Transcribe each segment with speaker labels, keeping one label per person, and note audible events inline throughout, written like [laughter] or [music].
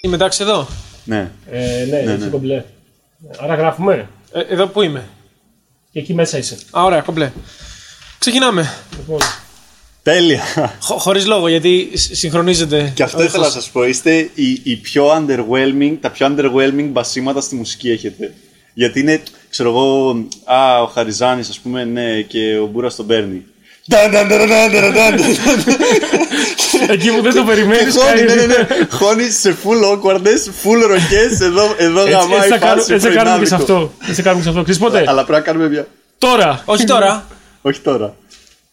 Speaker 1: Είμαι εντάξει εδώ.
Speaker 2: Ναι.
Speaker 3: Ε, ναι,
Speaker 2: Ναι,
Speaker 3: είσαι
Speaker 2: ναι.
Speaker 3: κομπλέ. Άρα γράφουμε.
Speaker 1: Ε, εδώ που είμαι.
Speaker 3: Και εκεί μέσα είσαι.
Speaker 1: Α, ωραία, κομπλέ. Ξεκινάμε.
Speaker 3: Λοιπόν,
Speaker 2: Τέλεια.
Speaker 1: Χω, χωρίς λόγο, γιατί σ- συγχρονίζεται.
Speaker 2: [laughs] Και αυτό
Speaker 1: ο
Speaker 2: ήθελα
Speaker 1: ήχος.
Speaker 2: να σας πω. Είστε οι, οι πιο underwhelming, τα πιο underwhelming μπασίματα στη μουσική έχετε. Γιατί είναι, ξέρω εγώ, α, ο Χαριζάνης, ας πούμε, ναι, και ο Μπούρα τον παίρνει. Ταν, ταν, ταν, ταν, ταν, ταν, ταν.
Speaker 3: εκεί που δεν το περιμένεις,
Speaker 2: Χώνει, ναι, ναι, ναι. Χώνει σε full awkwardness, full ροκές. Εδώ, εδώ
Speaker 3: Έτσι,
Speaker 2: γαμάει
Speaker 3: έτσι, θα
Speaker 2: η
Speaker 3: κάνουμε,
Speaker 2: φάση.
Speaker 3: έτσι θα κάνουμε και
Speaker 2: πρωινάδικο.
Speaker 3: σε αυτό. Έτσι θα κάνουμε και σε αυτό. Ξέρεις πότε.
Speaker 2: ναι, Αλλά πρέπει να κάνουμε μια.
Speaker 3: Τώρα.
Speaker 1: Όχι τώρα.
Speaker 2: Όχι τώρα.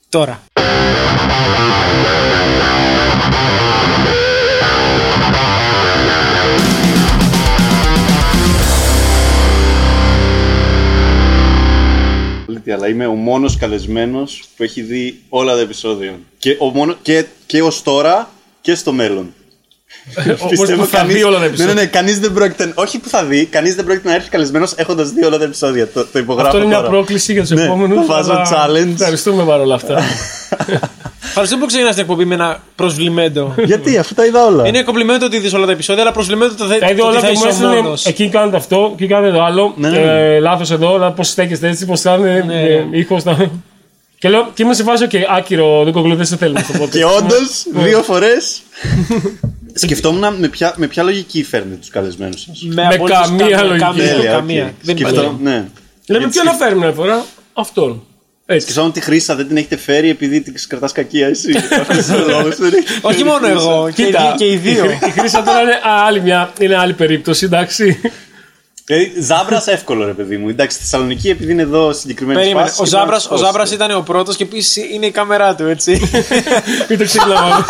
Speaker 1: τώρα.
Speaker 2: Αλήθεια, αλλά είμαι ο μόνος καλεσμένος που έχει δει όλα τα επεισόδια. Και, ο μόνο, και, και ως τώρα και στο μέλλον.
Speaker 3: Ε, Όπως που θα δει όλα
Speaker 2: Ναι,
Speaker 3: τα
Speaker 2: ναι,
Speaker 3: επεισόδια.
Speaker 2: ναι, κανείς δεν πρόκειται. Όχι που θα δει, κανείς δεν πρόκειται να έρθει καλεσμένος έχοντας δει όλα τα επεισόδια. Το, το υπογράφω.
Speaker 3: Αυτό είναι μια
Speaker 2: τώρα.
Speaker 3: πρόκληση για τους
Speaker 2: Ναι,
Speaker 3: επόμενους.
Speaker 2: το βάζω challenge. Ναι.
Speaker 3: Ευχαριστούμε παρόλα αυτά.
Speaker 1: Ευχαριστούμε που ξεκινάς την εκπομπή με ένα προσβλημέντο.
Speaker 2: [laughs] Γιατί, αφού τα είδα όλα.
Speaker 1: Είναι κομπλιμέντο ότι είδες όλα τα επεισόδια, αλλά προσβλημέντο το, δε,
Speaker 3: Τα είδε
Speaker 1: το ότι
Speaker 3: όλα
Speaker 1: θα
Speaker 3: που μου
Speaker 1: είσαι ο
Speaker 3: έστειλε.
Speaker 1: μόνος.
Speaker 3: Εκεί κάνετε αυτό, εκεί κάνετε το άλλο.
Speaker 2: Ναι, ναι, ναι.
Speaker 3: Ε, Λάθος εδώ, να πώ στέκεστε έτσι, πώ θα
Speaker 1: Ναι.
Speaker 3: είναι. ε, ήχος να. Και λέω, και είμαι σε φάση, και άκυρο, δεν κοκλού, δεν σε θέλουμε στο podcast.
Speaker 2: Και όντως,
Speaker 3: Ναι.
Speaker 2: δύο φορές.
Speaker 3: [laughs]
Speaker 2: Σκεφτόμουν με ποια, με ποια λογική φέρνετε τους καλεσμένους σας.
Speaker 3: Με
Speaker 1: απολύτως
Speaker 3: καμία λογική.
Speaker 1: Καμία,
Speaker 2: Τέλεια.
Speaker 1: καμία.
Speaker 2: οκ.
Speaker 1: Δεν
Speaker 2: Σκεφτόμουν-
Speaker 1: υπάρχει.
Speaker 2: Ναι.
Speaker 3: Λέμε
Speaker 2: Γιατί
Speaker 3: ποιον να φέρουμε μια φορά, αυτόν. Έτσι.
Speaker 2: Σκεφτόμουν τη Χρύσα δεν την έχετε φέρει επειδή την κρατάς κακία εσύ. Αυτός είναι ο λόγος, δεν έχει-
Speaker 1: Όχι μόνο εγώ, και, οι
Speaker 3: Κοίτα,
Speaker 1: δύ- και οι δύο.
Speaker 2: [laughs]
Speaker 3: Η, Χρύ- η Χρύσα τώρα είναι α, άλλη μια, είναι άλλη περίπτωση, εντάξει.
Speaker 2: Δηλαδή, Ζάμπρα εύκολο, ρε παιδί μου. Εντάξει, στη Θεσσαλονίκη επειδή είναι εδώ συγκεκριμένη
Speaker 1: Περίμενε.
Speaker 2: φάση
Speaker 1: Ο
Speaker 2: και
Speaker 1: Ζάμπρας, ο
Speaker 2: πρέπει να
Speaker 1: Ζάμπρας
Speaker 2: σηκώσει.
Speaker 1: ήταν ο πρώτος και επίσης είναι η κάμερά του,
Speaker 2: [laughs]
Speaker 1: έτσι.
Speaker 3: Μην το ξεχνάμε.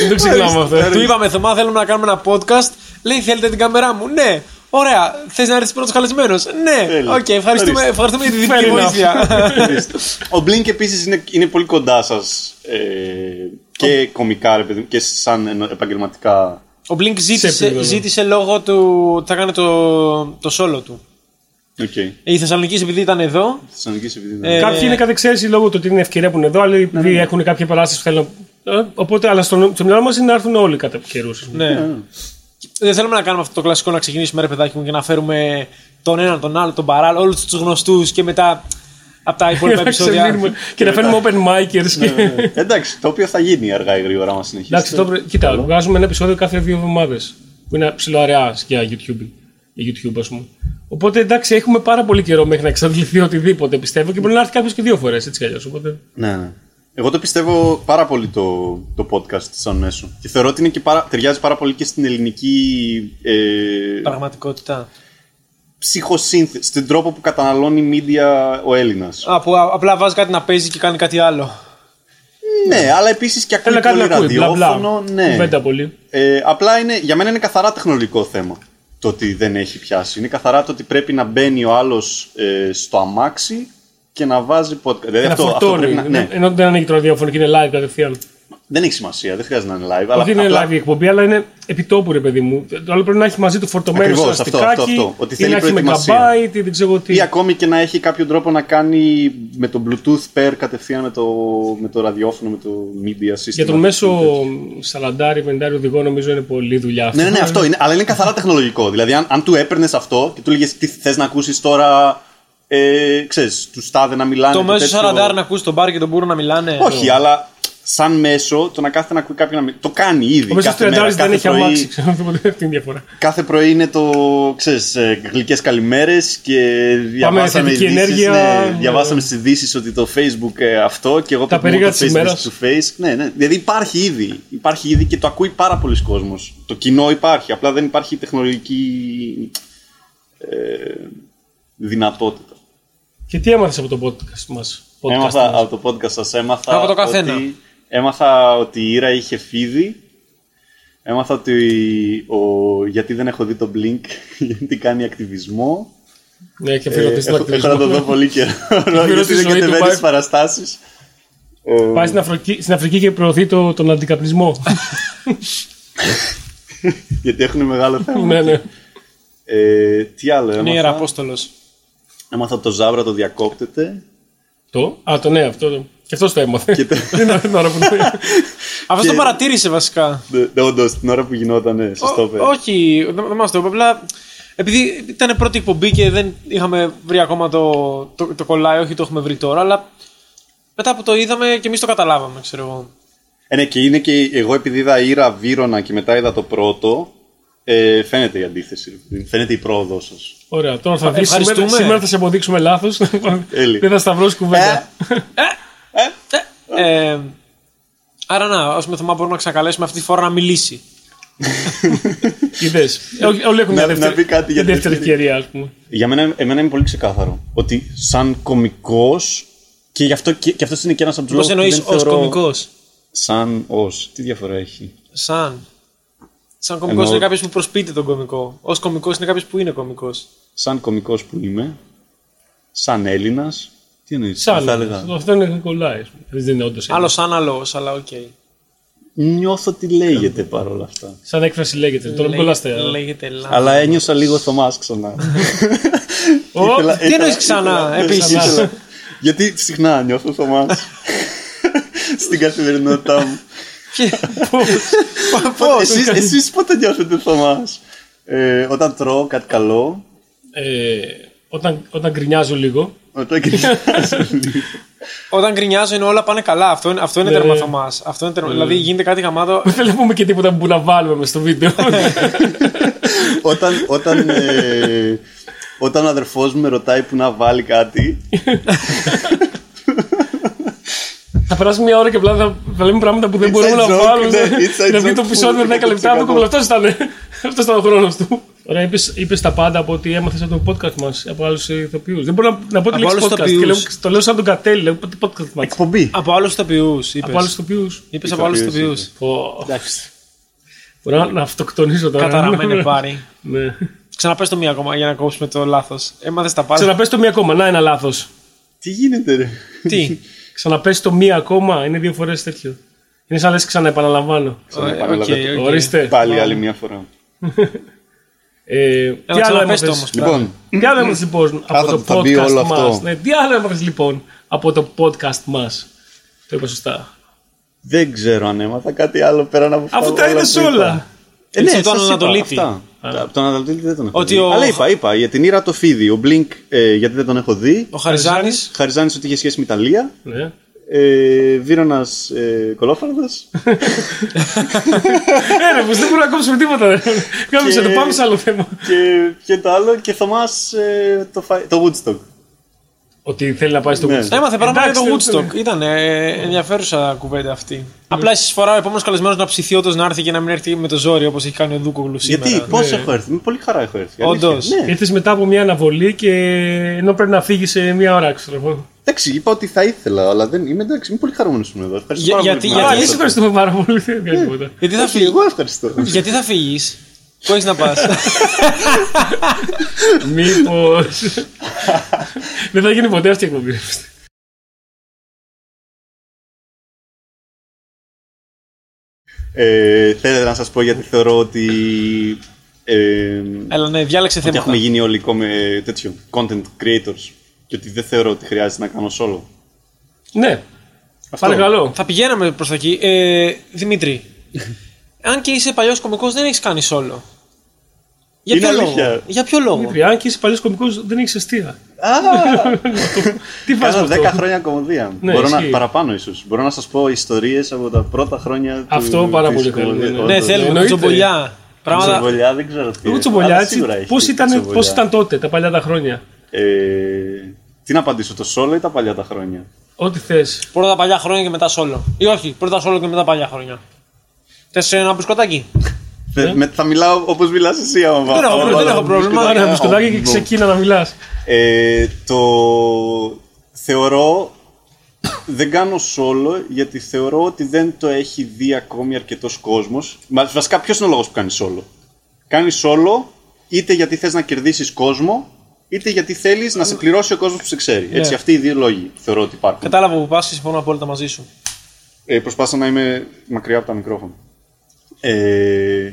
Speaker 3: Μην το ξεχνάμε αυτό.
Speaker 1: του είπαμε, Θωμά, θέλουμε να κάνουμε ένα podcast. Λέει, θέλετε την κάμερά μου. Ναι. Ωραία. Θες να έρθεις πρώτος καλεσμένος. Ναι.
Speaker 2: Τέλεια.
Speaker 1: Οκ, ευχαριστούμε,
Speaker 2: Ορίστε.
Speaker 1: ευχαριστούμε για τη
Speaker 3: Fair
Speaker 1: δυτική
Speaker 3: enough.
Speaker 1: βοήθεια.
Speaker 2: [laughs] Ο Blink επίσης είναι, είναι πολύ κοντά σας ε, και κομικά, ρε παιδί μου, και σαν εννο- επαγγελματικά.
Speaker 1: Ο Blink ζήτησε,
Speaker 3: επίπεδο.
Speaker 1: ζήτησε λόγω του ότι θα κάνει το, το solo του.
Speaker 2: Οκ. Okay.
Speaker 1: Η Θεσσαλονίκη επειδή ήταν εδώ.
Speaker 2: Θεσσαλονίκη επειδή
Speaker 1: Ε,
Speaker 2: είναι.
Speaker 3: Κάποιοι είναι κατά εξαίρεση λόγω του ότι είναι ευκαιρία που είναι εδώ,
Speaker 1: Ναι,
Speaker 3: άλλοι επειδή έχουν κάποια παράσταση που θέλουν. να- Ε, Οπότε, αλλά στο, στο μυαλό μας είναι να έρθουν όλοι κατά καιρούς.
Speaker 1: Ναι. Δεν θέλουμε να κάνουμε αυτό το κλασικό να ξεκινήσουμε ρε παιδάκι μου και να φέρουμε τον έναν, τον άλλο, τον παράλληλο, όλους τους γνωστούς και μετά από τα υπόλοιπα επεισόδια. Ναι,
Speaker 3: Και να φέρνουμε open micers. και-
Speaker 2: Ε, Εντάξει, το οποίο θα γίνει αργά ή γρήγορα, άμα συνεχίσει.
Speaker 3: Εντάξει, τώρα, κοίτα, βγάζουμε ένα επεισόδιο κάθε δύο εβδομάδες. Που είναι ψηλοαραιά για YouTube. Για YouTube, ας πούμε. Οπότε εντάξει, έχουμε πάρα πολύ καιρό μέχρι να εξαντληθεί οτιδήποτε πιστεύω και μπορεί να έρθει κάποιος και δύο φορές έτσι κι αλλιώς. Οπότε.
Speaker 2: Ναι, ναι. Εγώ το πιστεύω πάρα πολύ το, το podcast σαν μέσο. Και θεωρώ ότι είναι και πάρα, ταιριάζει πάρα πολύ και στην ελληνική ε,
Speaker 1: Πραγματικότητα.
Speaker 2: ψυχοσύνθεση, στον τρόπο που καταναλώνει media ο Έλληνας.
Speaker 1: Α, που α- απλά βάζει κάτι να παίζει και κάνει κάτι άλλο.
Speaker 2: Ναι, αλλά επίσης και ακούει
Speaker 3: Θέλει κάτι
Speaker 2: πολύ
Speaker 3: να ακούει. Μπλα μπλα.
Speaker 2: ραδιόφωνο. Ναι.
Speaker 3: Κουβέντα πολύ.
Speaker 2: Ε, απλά είναι, για μένα είναι καθαρά τεχνολογικό θέμα το ότι δεν έχει πιάσει. Είναι καθαρά το ότι πρέπει να μπαίνει ο άλλος στο αμάξι και να βάζει podcast. Δηλαδή
Speaker 3: Να
Speaker 2: αυτό, αυτό
Speaker 3: φορτώνει.
Speaker 2: πρέπει να- ναι.
Speaker 3: Ενώ δεν ανοίγει το ραδιόφωνο και είναι live κατευθείαν.
Speaker 2: Δεν έχει σημασία, δεν χρειάζεται να είναι live. Αλλά
Speaker 3: Όχι είναι
Speaker 2: απλά-
Speaker 3: live η εκπομπή, αλλά είναι επιτόπου ρε παιδί μου. Το άλλο πρέπει να έχει μαζί του φορτωμένο
Speaker 2: Ακριβώς,
Speaker 3: στο
Speaker 2: αυτό,
Speaker 3: αστικάκι.
Speaker 2: αυτό, αυτό. Ότι
Speaker 3: ή
Speaker 2: θέλει
Speaker 3: να έχει
Speaker 2: προετοιμασία.
Speaker 3: μεγαμπάιτ ή δεν ξέρω τι.
Speaker 2: Ή ακόμη και να έχει κάποιο τρόπο να κάνει με το Bluetooth pair κατευθείαν με το, με το ραδιόφωνο, με το media system.
Speaker 3: Για τον μέσο 40-50 οδηγό νομίζω είναι πολλή δουλειά αυτή.
Speaker 2: Ναι, ναι, ναι, αυτό είναι. Αλλά είναι καθαρά τεχνολογικό. Δηλαδή, αν, αν του έπαιρνες αυτό και του έλεγε τι θες να ακούσεις τώρα. Ε, ξέρεις, τους στάδε να μιλάνε.
Speaker 1: Το
Speaker 2: το
Speaker 1: μέσο
Speaker 2: τέτοιο.
Speaker 1: σαραντάρ να ακούσεις τον μπαρ και τον μπούρο να μιλάνε.
Speaker 2: Όχι, αλλά σαν μέσο το να κάθεται να ακούει κάποιον να μιλάει. Το κάνει ήδη.
Speaker 3: Ο μέσο
Speaker 2: κάθε μέρα,
Speaker 3: 30 δεν
Speaker 2: κάθε
Speaker 3: έχει
Speaker 2: πρωί-
Speaker 3: αμάξει. Ξέρω αυτή είναι η διαφορά.
Speaker 2: Κάθε πρωί είναι το, ξέρεις, ε, γλυκές καλημέρες και διαβάσαμε
Speaker 3: θετική
Speaker 2: ειδήσεις,
Speaker 3: ενέργεια.
Speaker 2: ναι, διαβάσαμε στις ειδήσεις ότι το facebook ε, αυτό και εγώ προτιμώ
Speaker 3: περίεργα
Speaker 2: το
Speaker 3: της
Speaker 2: facebook
Speaker 3: ημέρας.
Speaker 2: του face. Ναι, ναι, δηλαδή υπάρχει ήδη, υπάρχει ήδη και το ακούει πάρα πολλοί κόσμος. Το κοινό υπάρχει, απλά δεν υπάρχει η τεχνολογική ε, δυνατότητα.
Speaker 3: Και τι έμαθες από το podcast μας.
Speaker 2: Έμαθα από το podcast σας, έμαθα
Speaker 1: Από το καθένα.
Speaker 2: ότι, έμαθα ότι η Ήρα είχε φίδι. Έμαθα ότι ο, γιατί δεν έχω δει το Blink, [laughs] γιατί κάνει ακτιβισμό.
Speaker 3: Ναι, και
Speaker 2: Ε,
Speaker 3: αφιερωτή στον
Speaker 2: έχω, έχω να το δω
Speaker 3: ακτιβισμό.
Speaker 2: πολύ
Speaker 3: [laughs]
Speaker 2: καιρό. γιατί
Speaker 3: ρωτήσει
Speaker 2: δεν
Speaker 3: η ζωή του,
Speaker 2: κατεβαίνει
Speaker 3: πάει.
Speaker 2: στις παραστάσεις. Ε,
Speaker 3: Πάει στην Αφρική, στην Αφρική και προωθεί το, τον αντικαπνισμό. [laughs]
Speaker 2: Γιατί έχουν μεγάλο θέμα.
Speaker 3: ναι, ναι.
Speaker 2: Ε, τι άλλο
Speaker 1: Είναι
Speaker 2: έμαθα.
Speaker 1: Ναι, ιεραπόστολος.
Speaker 2: Έμαθα ότι το Ζάβρα το διακόπτεται.
Speaker 3: Το. Α, το ναι, αυτό. Το. Και αυτό το έμαθε.
Speaker 2: Και το-
Speaker 3: [laughs] Την την ώρα που το
Speaker 1: Αυτό το
Speaker 2: Και-
Speaker 1: παρατήρησε βασικά.
Speaker 2: Όντως, την ώρα που γινότανε, σας
Speaker 1: Ο-
Speaker 2: το έπαιρε.
Speaker 1: όχι, δεν δεν μας το είπε. Απλά επειδή ήταν πρώτη εκπομπή και δεν είχαμε βρει ακόμα το, το, το κολλάι, όχι το έχουμε βρει τώρα, αλλά μετά που το είδαμε και εμείς το καταλάβαμε, ξέρω εγώ.
Speaker 2: Ε, ναι, και είναι και εγώ επειδή είδα Ήρα Βύρονα και μετά είδα το πρώτο. Ε, φαίνεται η αντίθεση. Φαίνεται η πρόοδό σας.
Speaker 3: Ωραία, τώρα θα δεις. Σήμερα,
Speaker 1: Ευχαριστούμε.
Speaker 3: σήμερα θα σε αποδείξουμε λάθος.
Speaker 2: Έλλη.
Speaker 3: Δεν θα σταυρώσεις κουβέντα.
Speaker 2: Ε,
Speaker 1: Ε, ε, άρα να, ως με θωμά μπορούμε να ξανακαλέσουμε αυτή τη φορά να μιλήσει.
Speaker 3: Είδε. Όλοι έχουν
Speaker 2: Να- να
Speaker 3: μια δεύτερη,
Speaker 2: πει κάτι για
Speaker 3: μια
Speaker 2: δεύτερη.
Speaker 3: δεύτερη ευκαιρία, ας πούμε.
Speaker 2: Για μένα, εμένα είναι πολύ ξεκάθαρο ότι σαν κωμικός. Και γι' αυτό και, και αυτός είναι και ένας από τους λόγου
Speaker 1: Πώς εννοείς ως κωμικός.
Speaker 2: Σαν ως. Τι διαφορά έχει.
Speaker 1: Σαν. Σαν κωμικός
Speaker 2: Εννοώ-
Speaker 1: είναι κάποιος που προσποιείται τον κωμικό. Ως κωμικός είναι κάποιος που είναι κωμικός.
Speaker 2: Σαν κωμικός που είμαι. Σαν Έλληνας. Τι εννοείς.
Speaker 3: Σαν. Αυτό είναι κολλάει. ας πούμε. Δεν είναι όντως.
Speaker 1: Άλλο σαν, άλλο ως, αλλά οκ.
Speaker 2: Νιώθω τι λέγεται παρόλα αυτά.
Speaker 3: Σαν έκφραση λέγεται. Τώρα μην κολλάστε.
Speaker 1: Λέγεται-
Speaker 3: αλλά-
Speaker 1: Λέγεται λάθος.
Speaker 2: Αλλά ένιωσα λίγο Θωμάς ξανά.
Speaker 3: Ω,
Speaker 2: Ήθελα-
Speaker 1: Τι εννοείς ξανά, επίσης.
Speaker 2: Ήθελα- Γιατί συχνά νιώθω Θωμάς. Στην καθημερινότητά μου. Πότε- Εσείς, εσείς πότε νιώθετε Θωμάς. Ε, όταν τρώω κάτι καλό.
Speaker 3: ε, όταν, όταν γκρινιάζω λίγο. [laughs]
Speaker 2: Όταν κοιτάζω.
Speaker 1: [laughs] Όταν γκρινιάζω είναι όλα πάνε καλά. Αυτό είναι, αυτό είναι
Speaker 3: Ναι.
Speaker 1: τέρμα Θωμάς. Αυτό είναι τέρμα. Δηλαδή γίνεται κάτι γαμάτο.
Speaker 3: Δεν θέλω να πούμε και τίποτα που να βάλουμε μες στο βίντεο.
Speaker 2: [laughs] όταν, όταν, ε, όταν ο αδερφός μου με ρωτάει που να βάλει κάτι.
Speaker 3: θα περάσει μια ώρα και απλά θα, θα λέμε πράγματα που δεν
Speaker 2: It's
Speaker 3: μπορούμε
Speaker 2: a
Speaker 3: να
Speaker 2: joke,
Speaker 3: βάλουμε.
Speaker 2: ναι, it's a
Speaker 3: να βγει
Speaker 2: joke
Speaker 3: το επεισόδιο
Speaker 2: full
Speaker 3: 10 λεπτά.
Speaker 2: 100%.
Speaker 3: δούκουμ, αλλά αυτός ήταν, [laughs] αυτός ήταν ο χρόνος του. Ωραία, είπες, είπες τα πάντα από ό,τι έμαθες από το podcast μας, από άλλους ηθοποιούς. Δεν μπορώ να, να πω τη
Speaker 1: Από
Speaker 3: λέξη
Speaker 1: άλλους
Speaker 3: podcast.
Speaker 1: ηθοποιούς.
Speaker 3: Και λέω, το λέω σαν τον κατέλη, λέω τι podcast μας.
Speaker 2: Εκπομπή.
Speaker 1: Από άλλους ηθοποιούς.
Speaker 3: Από άλλους ηθοποιούς.
Speaker 1: Είπες από άλλους
Speaker 2: Ηθοποιούς,
Speaker 1: ηθοποιούς.
Speaker 3: Πω,
Speaker 2: Εντάξει.
Speaker 3: Μπορώ να- να αυτοκτονήσω τώρα.
Speaker 1: Καταραμένε
Speaker 3: [laughs]
Speaker 1: πάρει.
Speaker 3: Ναι.
Speaker 1: Ξαναπες το μία ακόμα για να κόψουμε το λάθος. Έμαθες τα πάντα.
Speaker 3: Ξαναπες το μία ακόμα. Να, ένα λάθος.
Speaker 2: Τι γίνεται ρε.
Speaker 3: [laughs]
Speaker 1: Τι.
Speaker 3: Ξαναπες το μία ακόμα. Είναι δύο φορές τέτοιο. Είναι σαν λες ξαναεπαναλαμβάνω.
Speaker 1: Ω, ε,
Speaker 2: Παραλάβατε.
Speaker 1: οκ, οκ.
Speaker 3: Ορίστε.
Speaker 2: Πάλι άλλη μια φορά.
Speaker 3: Ε,
Speaker 1: Έλα,
Speaker 3: τι άλλο
Speaker 1: ξαναπες
Speaker 3: έμαθες,
Speaker 1: το όμως.
Speaker 2: Λοιπόν,
Speaker 3: τι άλλο έμαθες, λοιπόν από
Speaker 2: Κάθατε,
Speaker 3: το
Speaker 2: θα μπει
Speaker 3: podcast
Speaker 2: όλο αυτό.
Speaker 3: μας. Ναι, τι άλλο έμαθες λοιπόν από το podcast μας. Το είπα σωστά.
Speaker 2: δεν ξέρω αν έμαθα κάτι άλλο πέραν από αυτά
Speaker 3: Αφού τα
Speaker 2: όλα
Speaker 3: είδες
Speaker 2: που είπα.
Speaker 3: όλα.
Speaker 2: Ε,
Speaker 1: Έτσι,
Speaker 2: ναι,
Speaker 1: τον
Speaker 2: σας είπα
Speaker 1: Ανατολίτη. Ε.
Speaker 2: αυτά. Από τον Ανατολίτη δεν τον έχω
Speaker 1: Ότι
Speaker 2: δει.
Speaker 1: ο-
Speaker 2: Αλλά είπα, είπα για την Ήρα το φίδι. Ο Blink ε, γιατί δεν τον έχω δει.
Speaker 1: Ο Χαριζάνης.
Speaker 2: Χαριζάνης ότι είχε σχέση με Ιταλία.
Speaker 3: Ναι.
Speaker 2: Ε, Βίρονας ε, Κολόφαρδος.
Speaker 1: [laughs]
Speaker 3: Ε, ρε, πως δεν μπορούμε να κόψουμε τίποτα. ρε. Κάμισε
Speaker 2: Και-
Speaker 3: το, πάμε σε άλλο θέμα.
Speaker 2: και ποιο το άλλο. Και Θωμάς ε, το, φα- το Woodstock.
Speaker 3: Ότι θέλει να πάει στο
Speaker 2: Ναι.
Speaker 3: Woodstock.
Speaker 1: Έμαθε πράγματα για το
Speaker 3: Εντάξει, Ναι.
Speaker 1: Woodstock. Ήταν ενδιαφέρουσα κουβέντα αυτή. Απλά εσεί φορά ο επόμενος καλεσμένος να ψηθεί όντως να έρθει και να μην έρθει με το ζόρι όπως έχει κάνει ο Δούκογλου σήμερα. ναι.
Speaker 2: Γιατί, πώ έχω έρθει, με πολύ χαρά έχω έρθει. αλήθεια.
Speaker 1: Όντως.
Speaker 2: Ναι.
Speaker 3: Ήρθες μετά από μια αναβολή και ενώ πρέπει να φύγεις σε μία ώρα, ξέρω εγώ.
Speaker 2: Εντάξει, είπα ότι θα ήθελα, αλλά δεν... είμαι, εντάξει, είμαι πολύ χαρούμενος που είμαι εδώ. Ευχαριστώ
Speaker 1: Για-
Speaker 2: πάρα
Speaker 1: γιατί-
Speaker 2: πολύ. που με
Speaker 1: γιατί-
Speaker 3: Α,
Speaker 2: άκουσατε.
Speaker 3: εμεί ευχαριστούμε πάρα πολύ. Δεν κάνει τίποτα.
Speaker 1: Γιατί θα
Speaker 2: Όχι,
Speaker 1: φύγεις.
Speaker 2: εγώ ευχαριστώ.
Speaker 1: Γιατί θα φύγεις. Πού έχει να πας.
Speaker 2: [laughs]
Speaker 3: Μήπως. Δεν θα γίνει ποτέ αυτή η εκπομπή.
Speaker 2: Ε, θέλετε να σας πω γιατί θεωρώ ότι ε,
Speaker 1: Έλα, ναι, διάλεξε
Speaker 2: ότι
Speaker 1: θέματα.
Speaker 2: έχουμε γίνει όλοι κόμε- τέτοιο content creators και ότι δεν θεωρώ ότι χρειάζεται να κάνω solo.
Speaker 3: Ναι,
Speaker 2: Αυτό.
Speaker 3: παρακαλώ.
Speaker 1: Θα πηγαίναμε προς τα εκεί. Ε, Δημήτρη,
Speaker 2: [laughs]
Speaker 1: αν και είσαι παλιός κωμικός, δεν έχεις κάνει solo. Για
Speaker 2: Είναι
Speaker 1: ποιο λόγο.
Speaker 2: αλήθεια.
Speaker 1: Για ποιο λόγο.
Speaker 3: Δημήτρη, αν και είσαι παλιός κωμικός, δεν έχεις αστεία. [laughs]
Speaker 2: Α,
Speaker 3: Τι βάζει
Speaker 2: Κάνω 10
Speaker 3: αυτό.
Speaker 2: χρόνια κομμωδία.
Speaker 3: Ναι,
Speaker 2: Μπορώ να,
Speaker 3: ισχύει.
Speaker 2: παραπάνω ίσως. Μπορώ να σας πω ιστορίες από τα πρώτα χρόνια
Speaker 3: Αυτό
Speaker 2: του,
Speaker 3: πάρα
Speaker 2: της
Speaker 3: πολύ
Speaker 2: κομμωδίας.
Speaker 3: θέλουμε, ναι.
Speaker 2: Όντως.
Speaker 1: Ναι, θέλουμε
Speaker 3: εννοείται.
Speaker 1: τζομπολιά. Πράγματα.
Speaker 2: Τσιμπολιά, δεν ξέρω τι.
Speaker 3: Εγώ
Speaker 2: είναι,
Speaker 3: τσομπολιά,
Speaker 2: Ε, αλλά
Speaker 3: έτσι.
Speaker 2: σίγουρα έχει
Speaker 3: Πώ ήταν,
Speaker 2: τσιμπολιά.
Speaker 3: πώς ήταν τότε, τα παλιά τα χρόνια.
Speaker 2: Ε, τι να απαντήσω, το solo ή τα παλιά τα χρόνια.
Speaker 3: Ό,τι θες.
Speaker 1: Πρώτα παλιά χρόνια και μετά solo. Ή όχι, πρώτα solo και μετά παλιά χρόνια. Θες ένα μπουσκοτάκι.
Speaker 3: Ναι.
Speaker 2: Θε- με- θα μιλάω όπως μιλάς εσύ, άμα
Speaker 1: Δεν έχω-
Speaker 2: άμα
Speaker 1: δεν
Speaker 2: βάλω
Speaker 1: έχω πρόβλημα.
Speaker 2: μπισκοτάκια.
Speaker 3: Άρα ένα μπισκοτάκι και
Speaker 2: Μπομ.
Speaker 3: ξεκίνα να μιλάς.
Speaker 2: Ε, το θεωρώ δεν κάνω solo γιατί θεωρώ ότι δεν το έχει δει ακόμη αρκετός κόσμος. Βασικά, ποιος είναι ο λόγος που κάνει solo. Κάνει solo είτε γιατί θες να κερδίσεις κόσμο, είτε γιατί θέλεις να σε πληρώσει ο κόσμος που σε ξέρει. Έτσι, αυτοί οι δύο λόγοι θεωρώ ότι υπάρχουν.
Speaker 1: Κατάλαβα που πας και συμφωνώ απόλυτα μαζί σου.
Speaker 2: Ε, προσπάθησα να είμαι μακριά από τα μικρόφωνα. Ε,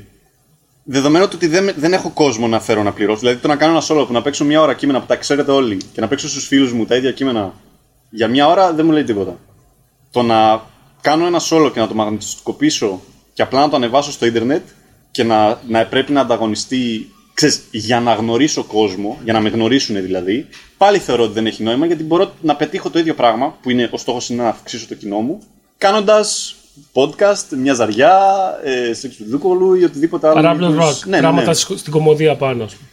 Speaker 2: δεδομένου του ότι δεν, με- δεν έχω κόσμο να φέρω να πληρώσω. Δηλαδή το να κάνω ένα solo που να παίξω μια ώρα κείμενα που τα ξέρετε όλοι και να παίξω στους φίλους μου τα ίδια κείμενα για μια ώρα δεν μου λέει τίποτα. Το να κάνω ένα solo και να το μαγνητοσκοπήσω και απλά να το ανεβάσω στο ίντερνετ και να, να πρέπει να ανταγωνιστεί ξέρεις, για να γνωρίσω κόσμο, για να με γνωρίσουν δηλαδή, πάλι θεωρώ ότι δεν έχει νόημα γιατί μπορώ να πετύχω το ίδιο πράγμα που είναι ο στόχος είναι να αυξήσω το κοινό μου, κάνοντας podcast, μια ζαριά, ε, σεξ του Δούκολου ή οτιδήποτε άλλο.
Speaker 3: Παράπλευρο
Speaker 2: Μήπως-
Speaker 3: ροκ. Πράγματα σκ- στην κομμωδία πάνω, ας πούμε.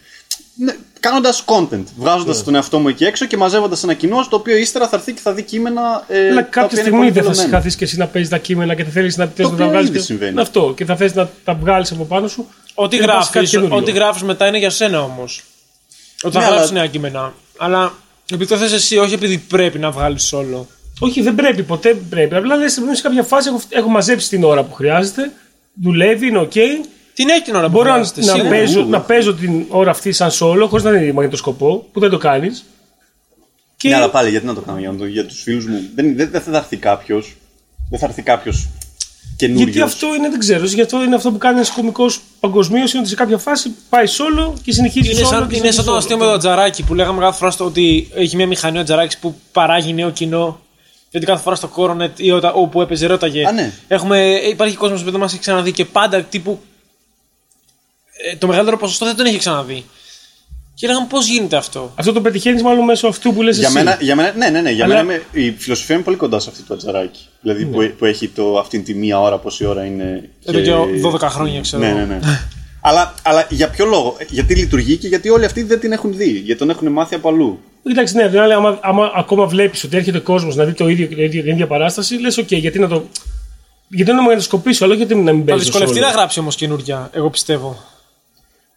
Speaker 2: ναι, κάνοντας content. Βγάζοντας
Speaker 3: Ναι.
Speaker 2: τον εαυτό μου εκεί έξω και μαζεύοντας ένα κοινό, το οποίο ύστερα θα έρθει και θα δει κείμενα. Ε,
Speaker 3: Αλλά
Speaker 2: τα οποία
Speaker 3: κάποια
Speaker 2: είναι
Speaker 3: στιγμή
Speaker 2: πολύ
Speaker 3: δεν θα
Speaker 2: βελωμένα.
Speaker 3: συγχαθείς και εσύ να παίζεις τα κείμενα και θα θέλεις να θες να
Speaker 2: οποίο
Speaker 3: τα βγάλεις.
Speaker 2: ήδη συμβαίνει.
Speaker 3: Αυτό. Και θα θες να τα βγάλεις από πάνω σου.
Speaker 1: Ό,τι
Speaker 3: και να Ε, πας σε κάτι
Speaker 1: γράφεις
Speaker 3: καινούριο.
Speaker 1: ό,τι γράφεις μετά είναι για σένα όμως. Ότι θα
Speaker 2: Ναι,
Speaker 1: γράψεις
Speaker 2: αλλά-
Speaker 1: νέα κείμενα. Αλλά επειδή το θες εσύ, όχι επειδή πρέπει να βγάλεις όλο.
Speaker 3: Όχι, δεν πρέπει, ποτέ δεν πρέπει. Απλά λες, σε κάποια φάση έχω, έχω μαζέψει την ώρα που χρειάζεται. Δουλεύει, είναι οκ.
Speaker 1: Την έχει την ώρα που
Speaker 3: Μπορώ να,
Speaker 1: χρειάζεται,
Speaker 3: να,
Speaker 1: σίγουρα.
Speaker 3: παίζω,
Speaker 2: Ου.
Speaker 3: να παίζω την ώρα αυτή σαν solo, χωρίς να είναι μαγνητοσκοπό, που δεν το κάνεις. Και
Speaker 2: Ναι, αλλά πάλι γιατί να το κάνω για, να το- για τους φίλους μου. Δεν, δεν, δεν θα έρθει κάποιος. Δεν θα έρθει κάποιος καινούριο.
Speaker 3: γιατί αυτό είναι, δεν ξέρω, γι' αυτό είναι αυτό που κάνει ένας κωμικός παγκοσμίως, είναι ότι σε κάποια φάση πάει solo και συνεχίζει
Speaker 1: Είναι
Speaker 3: solo.
Speaker 1: σαν,
Speaker 3: και
Speaker 1: είναι σαν
Speaker 3: συνεχίζει
Speaker 1: το
Speaker 3: solo.
Speaker 1: αστείο με το τζαράκι που λέγαμε κάθε φορά στο ότι έχει μια μηχανή ο τζαράκι που παράγει νέο κοινό. Γιατί κάθε φορά στο Coronet ή όταν, όπου έπαιζε ρώταγε.
Speaker 2: Α, ναι.
Speaker 1: Έχουμε, υπάρχει κόσμος που δεν μας έχει ξαναδεί και πάντα τύπου. ε, το μεγαλύτερο ποσοστό δεν τον έχει ξαναδεί. Και λέγαμε πώς γίνεται αυτό.
Speaker 3: Αυτό το πετυχαίνεις μάλλον μέσω αυτού που λες.
Speaker 2: Για μένα, για μένα, ναι, ναι, ναι. Για
Speaker 3: Αλλά-
Speaker 2: μένα είμαι- η φιλοσοφία είναι πολύ κοντά σε αυτή του ατζαράκι. Δηλαδή που, που έχει το, αυτήν τη μία ώρα, πόση ώρα είναι.
Speaker 1: Εδώ και 12 χρόνια, ξέρω
Speaker 2: Ναι,
Speaker 1: εγώ.
Speaker 2: ναι, ναι. αλλά, αλλά για ποιο λόγο. Ε, Γιατί λειτουργεί και γιατί όλοι αυτοί δεν την έχουν δει. Γιατί τον έχουν μάθει από αλλού.
Speaker 3: Κοιτάξτε, ναι, απ' την άλλη, άμα, άμα ακόμα βλέπεις ότι έρχεται κόσμος να δει το ίδιο, το ίδιο, την ίδια παράσταση, λες, οκ, γιατί να το. Γιατί να το μαγνητοσκοπήσω, αλλά όχι γιατί να μην
Speaker 1: Θα
Speaker 3: παίζει.
Speaker 1: δυσκολευτεί να γράψει όμως καινούργια, εγώ πιστεύω.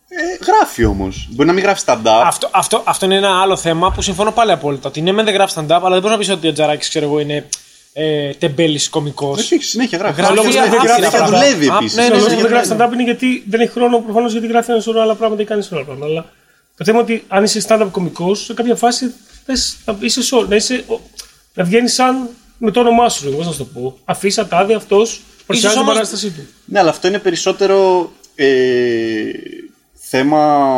Speaker 2: Ε, γράφει όμως. Μπορεί να μην γράφει stand-up.
Speaker 1: Αυτό, αυτό, αυτό είναι ένα άλλο θέμα που συμφωνώ πάλι απόλυτα. Ότι ναι, μεν δεν γράφει stand-up, αλλά δεν μπορείς να πεις ότι ο Τζαράκης, ξέρω εγώ, είναι ε, τεμπέλης κωμικός.
Speaker 2: Όχι, όχι, συνέχεια γράφει.
Speaker 1: Γράφει,
Speaker 2: Συνέχεια
Speaker 1: γράφει,
Speaker 2: γράφει,
Speaker 1: γράφει.
Speaker 2: συνέχεια δουλεύει
Speaker 1: Α,
Speaker 2: επίση.
Speaker 1: ναι,
Speaker 3: Ο
Speaker 1: ναι,
Speaker 3: λόγος
Speaker 1: ναι,
Speaker 3: που δεν
Speaker 1: ναι,
Speaker 3: γράφει
Speaker 1: ναι.
Speaker 3: stand-up είναι γιατί δεν έχει χρόνο προφανώς γιατί γράφει ένα σωρό άλλα πράγματα ή κάνει σωρό άλλα πράγματα. Αλλά το θέμα είναι ότι αν είσαι stand-up κωμικός, σε κάποια φάση θες να είσαι σο- να, είσαι, ο- να βγαίνεις σαν με το όνομά σου, εγώ να σου το πω. Αφήσα τάδε αυτό, παρουσιάζει την
Speaker 1: όμως-
Speaker 3: παράστασή του.
Speaker 2: Ναι, αλλά αυτό είναι περισσότερο ε, θέμα,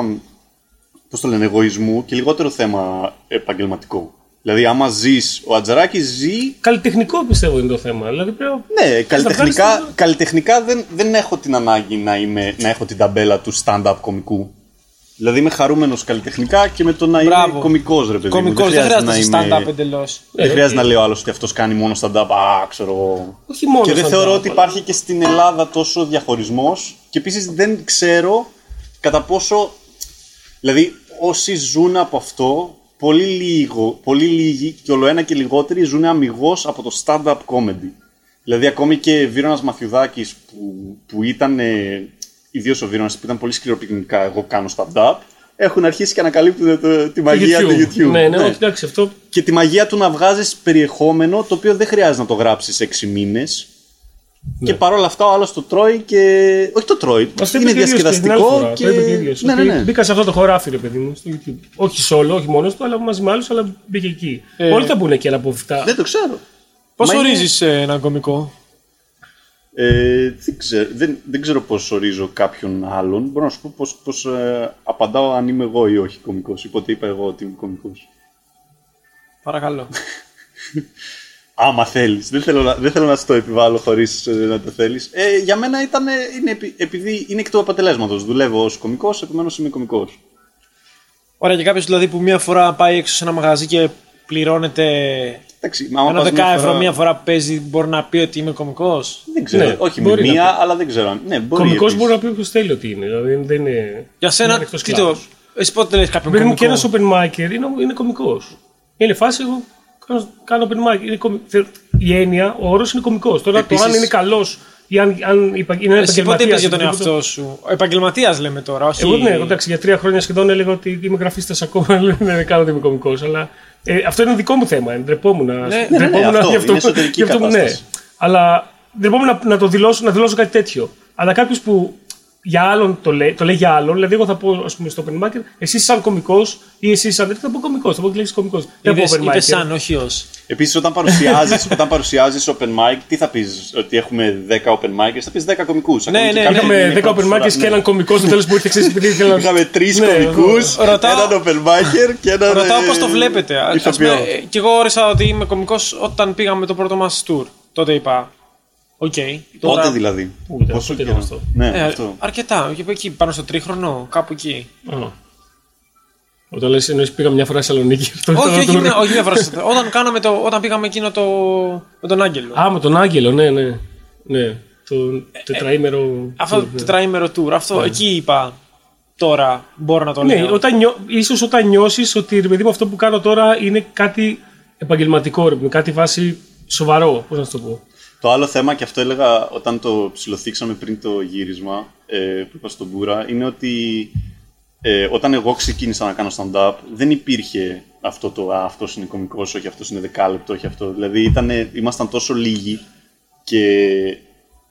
Speaker 2: πώς το λένε, εγωισμού και λιγότερο θέμα επαγγελματικό. Δηλαδή, άμα ζεις, ο Ατζαράκης ζει,
Speaker 3: Καλλιτεχνικό πιστεύω είναι το θέμα. Δηλαδή πρέπει να-
Speaker 2: ναι,
Speaker 3: βγάλεις
Speaker 2: καλλιτεχνικά,
Speaker 3: το-
Speaker 2: καλλιτεχνικά δεν, δεν έχω την ανάγκη να, είμαι, να έχω την ταμπέλα του stand-up κομικού. Δηλαδή είμαι χαρούμενος καλλιτεχνικά και με το να είμαι
Speaker 1: Μπράβο.
Speaker 2: κομικός ρε παιδί μου.
Speaker 1: Κωμικός, δεν
Speaker 2: χρειάζεται
Speaker 1: χρειάζεται να είσαι
Speaker 2: να
Speaker 1: stand-up
Speaker 2: είμαι-
Speaker 1: εντελώς.
Speaker 2: Δεν
Speaker 3: Ε,
Speaker 2: χρειάζεται να
Speaker 3: οκ.
Speaker 2: λέω άλλος ότι αυτός κάνει μόνο stand-up, α, ξέρω εγώ.
Speaker 3: Όχι μόνο.
Speaker 2: Και δεν
Speaker 3: stand-up,
Speaker 2: θεωρώ ότι
Speaker 3: αλλά-
Speaker 2: υπάρχει και στην Ελλάδα τόσο διαχωρισμός. Και επίσης δεν ξέρω κατά πόσο. Δηλαδή, όσοι ζουν από αυτό, πολύ, λίγο, πολύ λίγοι και ολοένα και λιγότεροι ζουν αμυγός από το stand-up comedy. Δηλαδή, ακόμη και Βίρονας Μαθιουδάκης που, που ήταν. Ε, Ιδίω ο Βίρονα που ήταν πολύ σκληροπυκνικά, εγώ κάνω stand-up. Έχουν αρχίσει και ανακαλύπτουν το- τη
Speaker 3: Το
Speaker 2: μαγεία του YouTube.
Speaker 3: Ναι, ναι,
Speaker 2: Ναι.
Speaker 3: όχι, εντάξει, αυτό
Speaker 2: Και τη μαγεία του να βγάζεις περιεχόμενο το οποίο δεν χρειάζεται να το γράψεις 6 μήνε. Και παρόλα αυτά ο άλλος το τρώει και. Όχι το τρώει.
Speaker 3: Ναι. Μας το είπε
Speaker 2: είναι
Speaker 3: και ο ίδιος την άλλη
Speaker 2: διασκεδαστικό.
Speaker 3: φορά,
Speaker 2: Και...
Speaker 3: Το είπε και ο ίδιος,
Speaker 2: Ναι, ναι,
Speaker 3: ότι
Speaker 2: ναι.
Speaker 3: Μπήκα σε αυτό το χωράφι, ρε παιδί μου, στο YouTube. Όχι solo, όχι μόνος του, αλλά μαζί με άλλους, αλλά μπήκε εκεί.
Speaker 2: Ε.
Speaker 3: Όλοι θα μπουν εκεί αναποφυτά.
Speaker 2: Δεν το ξέρω.
Speaker 1: Πώς
Speaker 2: Μα είναι-
Speaker 1: ορίζεις έναν κωμικό,
Speaker 2: Ε, δεν, ξέρω δεν, δεν ξέρω πώς ορίζω κάποιον άλλον. Μπορώ να σου πω πώς πώς, ε, απαντάω αν είμαι εγώ ή όχι κωμικός. Υπότε είπα εγώ ότι είμαι κωμικός.
Speaker 1: Παρακαλώ.
Speaker 2: Άμα θέλεις. Δεν, θέλω να- δεν θέλω να σου το επιβάλλω χωρίς να το θέλεις. Ε, για μένα ήταν. ε, Είναι, επει- επειδή είναι εκ του αποτελέσματος. Δουλεύω ως κωμικός, επομένως είμαι κωμικός.
Speaker 1: Ωραία, και κάποιος δηλαδή που μία φορά πάει έξω σε ένα μαγαζί και πληρώνεται
Speaker 2: Εντάξει, άμα
Speaker 1: ένα
Speaker 2: πας μια
Speaker 1: δεκά ευρώ
Speaker 2: φορά-
Speaker 1: μία φορά που παίζει, μπορεί να πει ότι είμαι κωμικός.
Speaker 2: Δεν ξέρω.
Speaker 3: Ναι,
Speaker 2: όχι με
Speaker 3: μπορεί να
Speaker 2: μία, αλλά δεν ξέρω. αν- Ναι, μπορεί.
Speaker 3: Κομικό
Speaker 2: επίσης.
Speaker 3: μπορεί να πει όποιος θέλει ότι είναι. Δηλαδή δεν είναι.
Speaker 1: Για
Speaker 3: είναι
Speaker 1: σένα,
Speaker 3: εκτός
Speaker 1: τι το.
Speaker 3: κλάδους.
Speaker 1: Εσύ πότε λες κάποιον
Speaker 3: Παιδί μου και
Speaker 1: κωμικό.
Speaker 3: ένας open micer είναι, είναι κωμικός. Είναι φάση εγώ κάνω, κάνω open mic. Είναι κωμι- θε- Η έννοια, ο όρος είναι κωμικός. Τώρα
Speaker 2: Επίσης-
Speaker 3: το αν είναι καλός ή αν, αν υπα- είναι
Speaker 1: Εσύ πότε είπε
Speaker 3: επαγγελματίας
Speaker 1: για τον
Speaker 3: ή οτιδήποτε-
Speaker 1: εαυτό σου. Επαγγελματίας λέμε τώρα, όχι.
Speaker 3: Εγώ ναι, εντάξει, για τρία χρόνια σχεδόν έλεγα ότι είμαι γραφίστας ακόμα. λέω, ναι, δεν κάνω ότι είμαι κωμικός, Αλλά ε, αυτό είναι δικό μου θέμα. ε, Ντρεπόμουν. Ναι,
Speaker 2: ναι, ναι, αυτό, είναι εσωτερική
Speaker 3: ναι.
Speaker 2: κατάσταση.
Speaker 3: Αλλά ντρεπόμουν να, να το δηλώσω, να δηλώσω κάτι τέτοιο. Αλλά κάποιος που για άλλον το λέει, το λέει για άλλον. Δηλαδή, εγώ θα πω ας πούμε, στο open market, εσύ σαν κωμικός ή εσύ σαν τέτοιο, θα πω κωμικός. Θα πω και λέξεις κωμικός. Δεν θα πω
Speaker 1: Είδες-
Speaker 3: open
Speaker 1: Είπε
Speaker 3: market.
Speaker 1: σαν, όχι ως.
Speaker 2: Επίσης, όταν παρουσιάζεις όταν παρουσιάζεις [laughs] open mic, τι θα πεις, Ότι έχουμε 10 open micers, θα πεις 10 κωμικούς.
Speaker 1: ναι, ναι,
Speaker 3: Είχαμε 10 open markets και έναν κωμικό στο τέλος που ήρθε ξέρεις επειδή ήθελα να.
Speaker 2: Είχαμε τρεις
Speaker 3: Ναι,
Speaker 2: κωμικούς,
Speaker 1: Ρωτάω-
Speaker 2: έναν open micer και έναν.
Speaker 1: Ρωτάω
Speaker 2: ε,
Speaker 1: πώς το βλέπετε. Α- ας
Speaker 2: ηθοποιό.
Speaker 1: πούμε, ε, Κι εγώ όρισα ότι είμαι κωμικός όταν πήγαμε το πρώτο μας tour. Τότε είπα. Οκ. τώρα-
Speaker 2: Πότε δηλαδή.
Speaker 3: Πού ήταν,
Speaker 2: Πόσο
Speaker 3: πότε ήταν
Speaker 2: καιρό?
Speaker 3: αυτό.
Speaker 2: Ναι,
Speaker 1: Ε,
Speaker 2: αυτό.
Speaker 1: αρκετά. Εκεί πάνω στο τρίχρονο, κάπου εκεί.
Speaker 3: Α. Όταν λες, εννοείς πήγα μια φορά στη Θεσσαλονίκη. αυτό
Speaker 1: όχι,
Speaker 3: ήταν
Speaker 1: όχι,
Speaker 3: το-
Speaker 1: μια- όχι, μια φορά. όταν, κάναμε το, όταν πήγαμε εκείνο το. με τον Άγγελο.
Speaker 3: Α, με τον Άγγελο, ναι, ναι. ναι. Το τετραήμερο.
Speaker 1: Ε,
Speaker 3: ναι,
Speaker 1: Αυτό το Ναι. τετραήμερο tour. Αυτό εκεί είπα. Τώρα μπορώ να το
Speaker 3: Ναι,
Speaker 1: λέω.
Speaker 3: όταν νιώ... ίσως όταν νιώσεις ότι ρε παιδί μου αυτό που κάνω τώρα είναι κάτι επαγγελματικό, ρε, παιδί μου, κάτι βάση σοβαρό, πώς να σου το πω.
Speaker 2: Το άλλο θέμα, και αυτό έλεγα όταν το ψηλοθήξαμε πριν το γύρισμα ε, που είπα στον Μπούρα, είναι ότι ε, όταν εγώ ξεκίνησα να κάνω stand-up, δεν υπήρχε αυτό το «Α, αυτός είναι κωμικός, όχι αυτός είναι δεκάλεπτο, όχι αυτό». Δηλαδή, ήτανε, ήμασταν τόσο λίγοι και,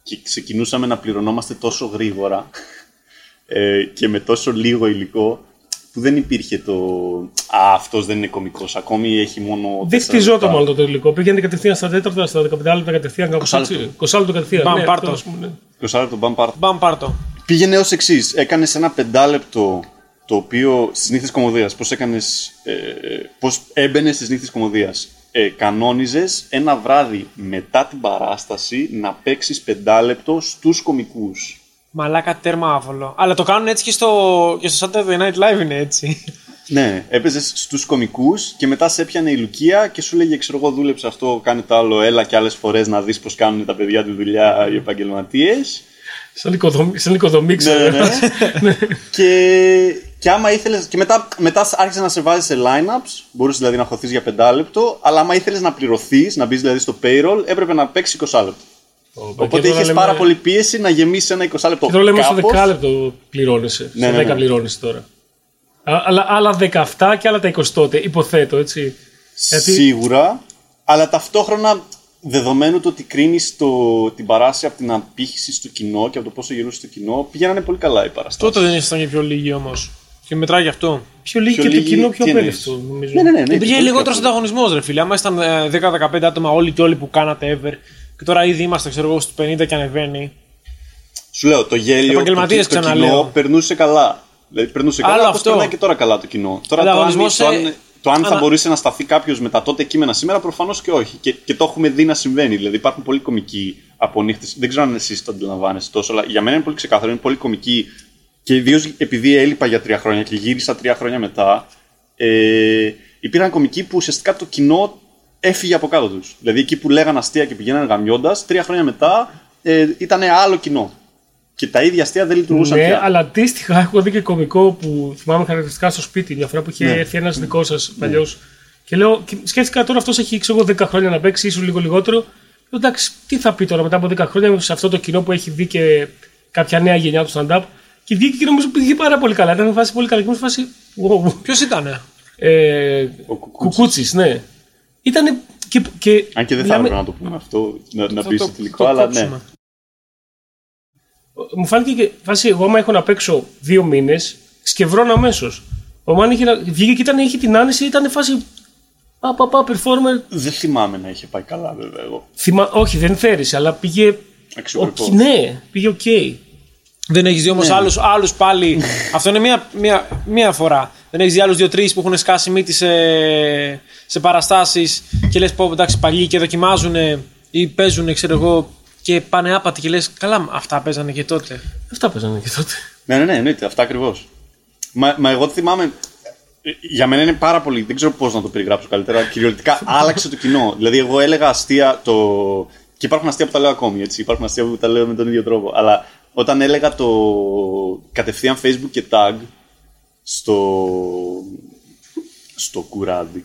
Speaker 2: και ξεκινούσαμε να πληρωνόμαστε τόσο γρήγορα [laughs] ε, και με τόσο λίγο υλικό που δεν υπήρχε το «Α, αυτός δεν είναι κωμικός, ακόμη έχει μόνο
Speaker 3: Δεν
Speaker 2: τέσσερα
Speaker 3: χτιζόταν
Speaker 2: λεπτά».
Speaker 3: μάλλον το τελικό. Πήγαινε κατευθείαν στα τέταρτα, στα 15 λεπτά κατευθείαν, κάπως
Speaker 2: 20
Speaker 3: έτσι. 20 λεπτά κατευθείαν.
Speaker 1: Μπαμ,
Speaker 3: ναι,
Speaker 1: πάρ' το.
Speaker 3: αυτό, ας πούμε, ναι.
Speaker 2: 20 λεπτό, μπαμ, πάρ'
Speaker 1: Μπαμ πάρτο.
Speaker 2: Πήγαινε ως εξής. Έκανες ένα πεντάλεπτο το οποίο στις νύχτες κομμωδίας. Πώς έκανες, Ε, Πώς έμπαινες στις νύχτες κομμωδίας. Ε, Κανόνιζες ένα βράδυ μετά την παράσταση να παίξεις πεντάλεπτο στους κομικού.
Speaker 1: Μαλάκα τέρμα άβολο. Αλλά το κάνουν έτσι και στο, και στο Saturday Night Live είναι έτσι.
Speaker 2: Ναι, έπαιζες στους κομικούς και μετά σε έπιανε η Λουκία και σου λέγε: Ξέρω εγώ, δούλεψε αυτό, κάνε το άλλο. Έλα και άλλες φορές να δεις πώς κάνουν τα παιδιά τη δουλειά οι επαγγελματίες.
Speaker 3: Σαν οικοδομή, σαν οικοδομή ξέρω. [laughs]
Speaker 2: ναι, ναι. και, και άμα ήθελες. Και μετά, μετά άρχισες να σε βάζεις σε lineups. Μπορούσες δηλαδή να χωθείς για πεντάλεπτο. Αλλά άμα ήθελες να πληρωθείς, να μπεις δηλαδή στο payroll, έπρεπε να παίξεις 20 λεπτό.
Speaker 3: Ναι,
Speaker 2: Οπότε είχε πάρα πολύ πίεση να γεμίσεις ένα 20 λεπτό.
Speaker 3: Και τώρα λέμε στο
Speaker 2: Κάπως.
Speaker 3: 10 λεπτό πληρώνεσαι.
Speaker 2: Ναι,
Speaker 3: στο 10
Speaker 2: ναι, ναι.
Speaker 3: πληρώνεσαι τώρα. Α- Αλλά άλλα 17 και άλλα τα 20 τότε, υποθέτω έτσι. Γιατί-
Speaker 2: Σίγουρα. Αλλά ταυτόχρονα δεδομένου το ότι κρίνεις την παράση από την απήχηση στο κοινό και από το πόσο γυρνούσε στο κοινό, πηγαίνανε πολύ καλά οι παραστάσεις.
Speaker 1: Τότε δεν ήσασταν και πιο λίγοι όμως. Και μετράει γι' αυτό.
Speaker 3: Πιο λίγη
Speaker 2: Πιο
Speaker 3: και το
Speaker 2: λίγη-
Speaker 3: κοινό πιο
Speaker 2: τι εννοείς?
Speaker 3: απέλευτο, νομίζω.
Speaker 2: Ναι, ναι, ναι. ναι,
Speaker 1: Υπήρχε
Speaker 2: πολύ
Speaker 1: λιγότερος
Speaker 2: καλά.
Speaker 1: ανταγωνισμός, ρε φίλε. Άμα ήσταν ε, 10-15 άτομα όλοι και όλοι που κάνατε ever. Και τώρα ήδη είμαστε, ξέρω εγώ, στους 50 και ανεβαίνει.
Speaker 2: Σου λέω, το γέλιο, το,
Speaker 1: Επαγγελματίες,
Speaker 2: το
Speaker 1: ξαναλέω.
Speaker 2: κοινό περνούσε καλά. Δηλαδή, περνούσε καλά,
Speaker 1: Άλλο
Speaker 2: όπως
Speaker 1: αυτό.
Speaker 2: περνάει και τώρα καλά το κοινό. Τώρα το αν,
Speaker 1: Ανταγωνισμός
Speaker 2: το αν,
Speaker 1: σε-
Speaker 2: το αν θα
Speaker 1: ανα-
Speaker 2: μπορούσε να σταθεί κάποιος με τα τότε κείμενα σήμερα, προφανώς και όχι. Και, και το έχουμε δει να συμβαίνει. Δηλαδή υπάρχουν πολλοί κομικοί από νύχτες. Δεν ξέρω αν εσείς το αντιλαμβάνεστε τόσο, αλλά για μένα είναι πολύ ξεκάθαρο. Είναι πολύ κομικοί. Και ιδίως επειδή έλειπα για τρία χρόνια και γύρισα τρία χρόνια μετά, ε, υπήρχαν κομικοί που ουσιαστικά το κοινό έφυγε από κάτω τους. Δηλαδή εκεί που λέγανε αστεία και πηγαίνανε γαμιώντας, τρία χρόνια μετά ε, ήταν άλλο κοινό. Και τα ίδια αστεία δεν λειτουργούσαν
Speaker 3: Ναι,
Speaker 2: πια.
Speaker 3: αλλά αντίστοιχα έχω δει και κωμικό που θυμάμαι χαρακτηριστικά στο σπίτι μια φορά που είχε
Speaker 2: Ναι.
Speaker 3: έρθει ένας δικός σας παλιός. Και λέω, και σκέφτηκα τώρα αυτός έχει ξέρω, εγώ, 10 χρόνια να παίξει, ίσως λίγο λιγότερο. Λέω, εντάξει, τι θα πει τώρα μετά από 10 χρόνια σε αυτό το κοινό που έχει δει και κάποια νέα γενιά του stand-up. Και βγήκε και νομίζω πήγε πάρα πολύ καλά. Ήταν φάση πολύ καλή. Και ήμουν σε φάση. wow.
Speaker 1: Ποιος ήταν,
Speaker 3: Ε,
Speaker 2: Ο Κουκούτσης.
Speaker 3: Κουκούτσης, ναι. Ήτανε. Και, και
Speaker 2: Αν και δεν θα
Speaker 3: μιλάμε-
Speaker 2: έπρεπε να το πούμε αυτό, να, να
Speaker 1: Θα
Speaker 2: μπει
Speaker 1: το-
Speaker 2: στο τελικό,
Speaker 1: το
Speaker 2: αλλά ναι.
Speaker 1: κόψουμε.
Speaker 3: μου φάνηκε και φάση, εγώ άμα έχω να παίξω δύο μήνες, σκευρώνω αμέσως. Ο Μάν είχε να- βγήκε και ήταν, είχε την άνεση, ήταν φάση. Α, πα, πα, performer.
Speaker 2: Δεν θυμάμαι να είχε πάει καλά, βέβαια εγώ.
Speaker 3: Θυμα... Όχι, δεν θέρισε, αλλά πήγε.
Speaker 2: Αξιοπρεπώς.
Speaker 3: Οκ, ναι, πήγε οκ.
Speaker 1: Δεν έχεις δει όμως άλλους άλλους πάλι. Αυτό είναι μία, μία, μία φορά. Δεν έχεις δει άλλους δύο-τρει που έχουν σκάσει μύτη σε, σε παραστάσεις και λες πω εντάξει παλιοί και δοκιμάζουν ή παίζουν, ξέρω εγώ, και πάνε άπατοι και λες καλά, αυτά παίζανε και τότε.
Speaker 3: Αυτά παίζανε και τότε.
Speaker 2: Ναι, ναι, ναι, εννοείται, αυτά ακριβώς. Μα, μα εγώ θυμάμαι. ε, Για μένα είναι πάρα πολύ. Δεν ξέρω πώς να το περιγράψω καλύτερα. Κυριολεκτικά άλλαξε το κοινό. Δηλαδή, εγώ έλεγα αστεία το. Και υπάρχουν αστεία που τα λέω ακόμη, έτσι. Υπάρχουν αστεία που τα λέω με τον ίδιο τρόπο. Αλλά όταν έλεγα το κατευθείαν Facebook και tag στο. στο κουράντι.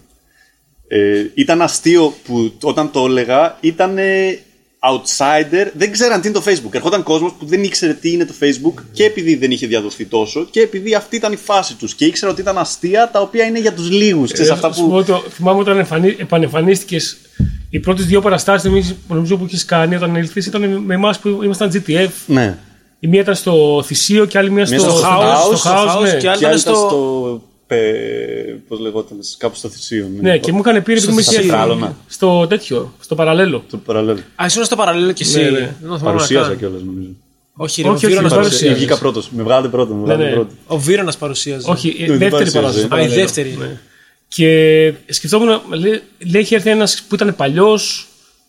Speaker 2: Ε, ήταν αστείο που όταν το έλεγα ήταν ε, outsider, δεν ξέραν τι είναι το Facebook. Ερχόταν κόσμος που δεν ήξερε τι είναι το
Speaker 3: Ναι.
Speaker 2: Facebook και επειδή δεν είχε διαδοθεί τόσο και επειδή αυτή ήταν η φάση τους και ήξερα ότι ήταν αστεία τα οποία είναι για τους λίγους. Ξέρεις
Speaker 3: Ε,
Speaker 2: αυτά
Speaker 3: σου
Speaker 2: που.
Speaker 3: πω το- θυμάμαι όταν εμφανι... επανεμφανίστηκες. Οι πρώτες δύο παραστάσεις νομίζω που είχες κάνει όταν ήρθε ήταν με εμάς που ήμασταν GTF.
Speaker 2: Ναι.
Speaker 3: Η μία ήταν στο Θησίο και άλλη μία στο,
Speaker 2: Μία
Speaker 3: στο,
Speaker 2: στο
Speaker 3: House.
Speaker 1: House,
Speaker 3: στο
Speaker 1: στο
Speaker 3: House,
Speaker 1: House
Speaker 3: ναι.
Speaker 1: και άλλη-
Speaker 2: Και άλλη
Speaker 1: στο-
Speaker 2: ήταν στο. Πε... Πώς λεγόταν, κάπου στο θυσίο.
Speaker 3: ναι, και μου έκανε πήρε επειδή μου
Speaker 1: Θησίο.
Speaker 3: είχε-
Speaker 2: Κάλωνα.
Speaker 3: στο τέτοιο, στο παραλέλο.
Speaker 2: Το παραλέω.
Speaker 1: Α, ήσουν στο παραλληλό κι εσύ.
Speaker 3: Ναι, ναι.
Speaker 1: Δεν το θυμάμαι να
Speaker 2: Παρουσίαζα
Speaker 1: κάνω.
Speaker 2: κιόλας νομίζω.
Speaker 1: Όχι, ρε,
Speaker 3: Όχι,
Speaker 1: ο
Speaker 3: όχι,
Speaker 1: Βίρονας
Speaker 3: παρουσίαζες.
Speaker 1: παρουσίαζες.
Speaker 2: Βγήκα πρώτος. Με βγάλετε πρώτο. Με βγάλετε
Speaker 3: ναι.
Speaker 2: πρώτο.
Speaker 1: Ο Βίρονα παρουσίαζε.
Speaker 3: Όχι, η
Speaker 2: Ναι, δεν
Speaker 3: δεύτερη
Speaker 2: παρουσίαζε.
Speaker 3: παράσταση. στο
Speaker 2: Α, η
Speaker 3: παραλέλο.
Speaker 1: δεύτερη.
Speaker 3: Ναι. Και σκεφτόμουν, λέει, λέει είχε έρθει ένας που ήταν παλιός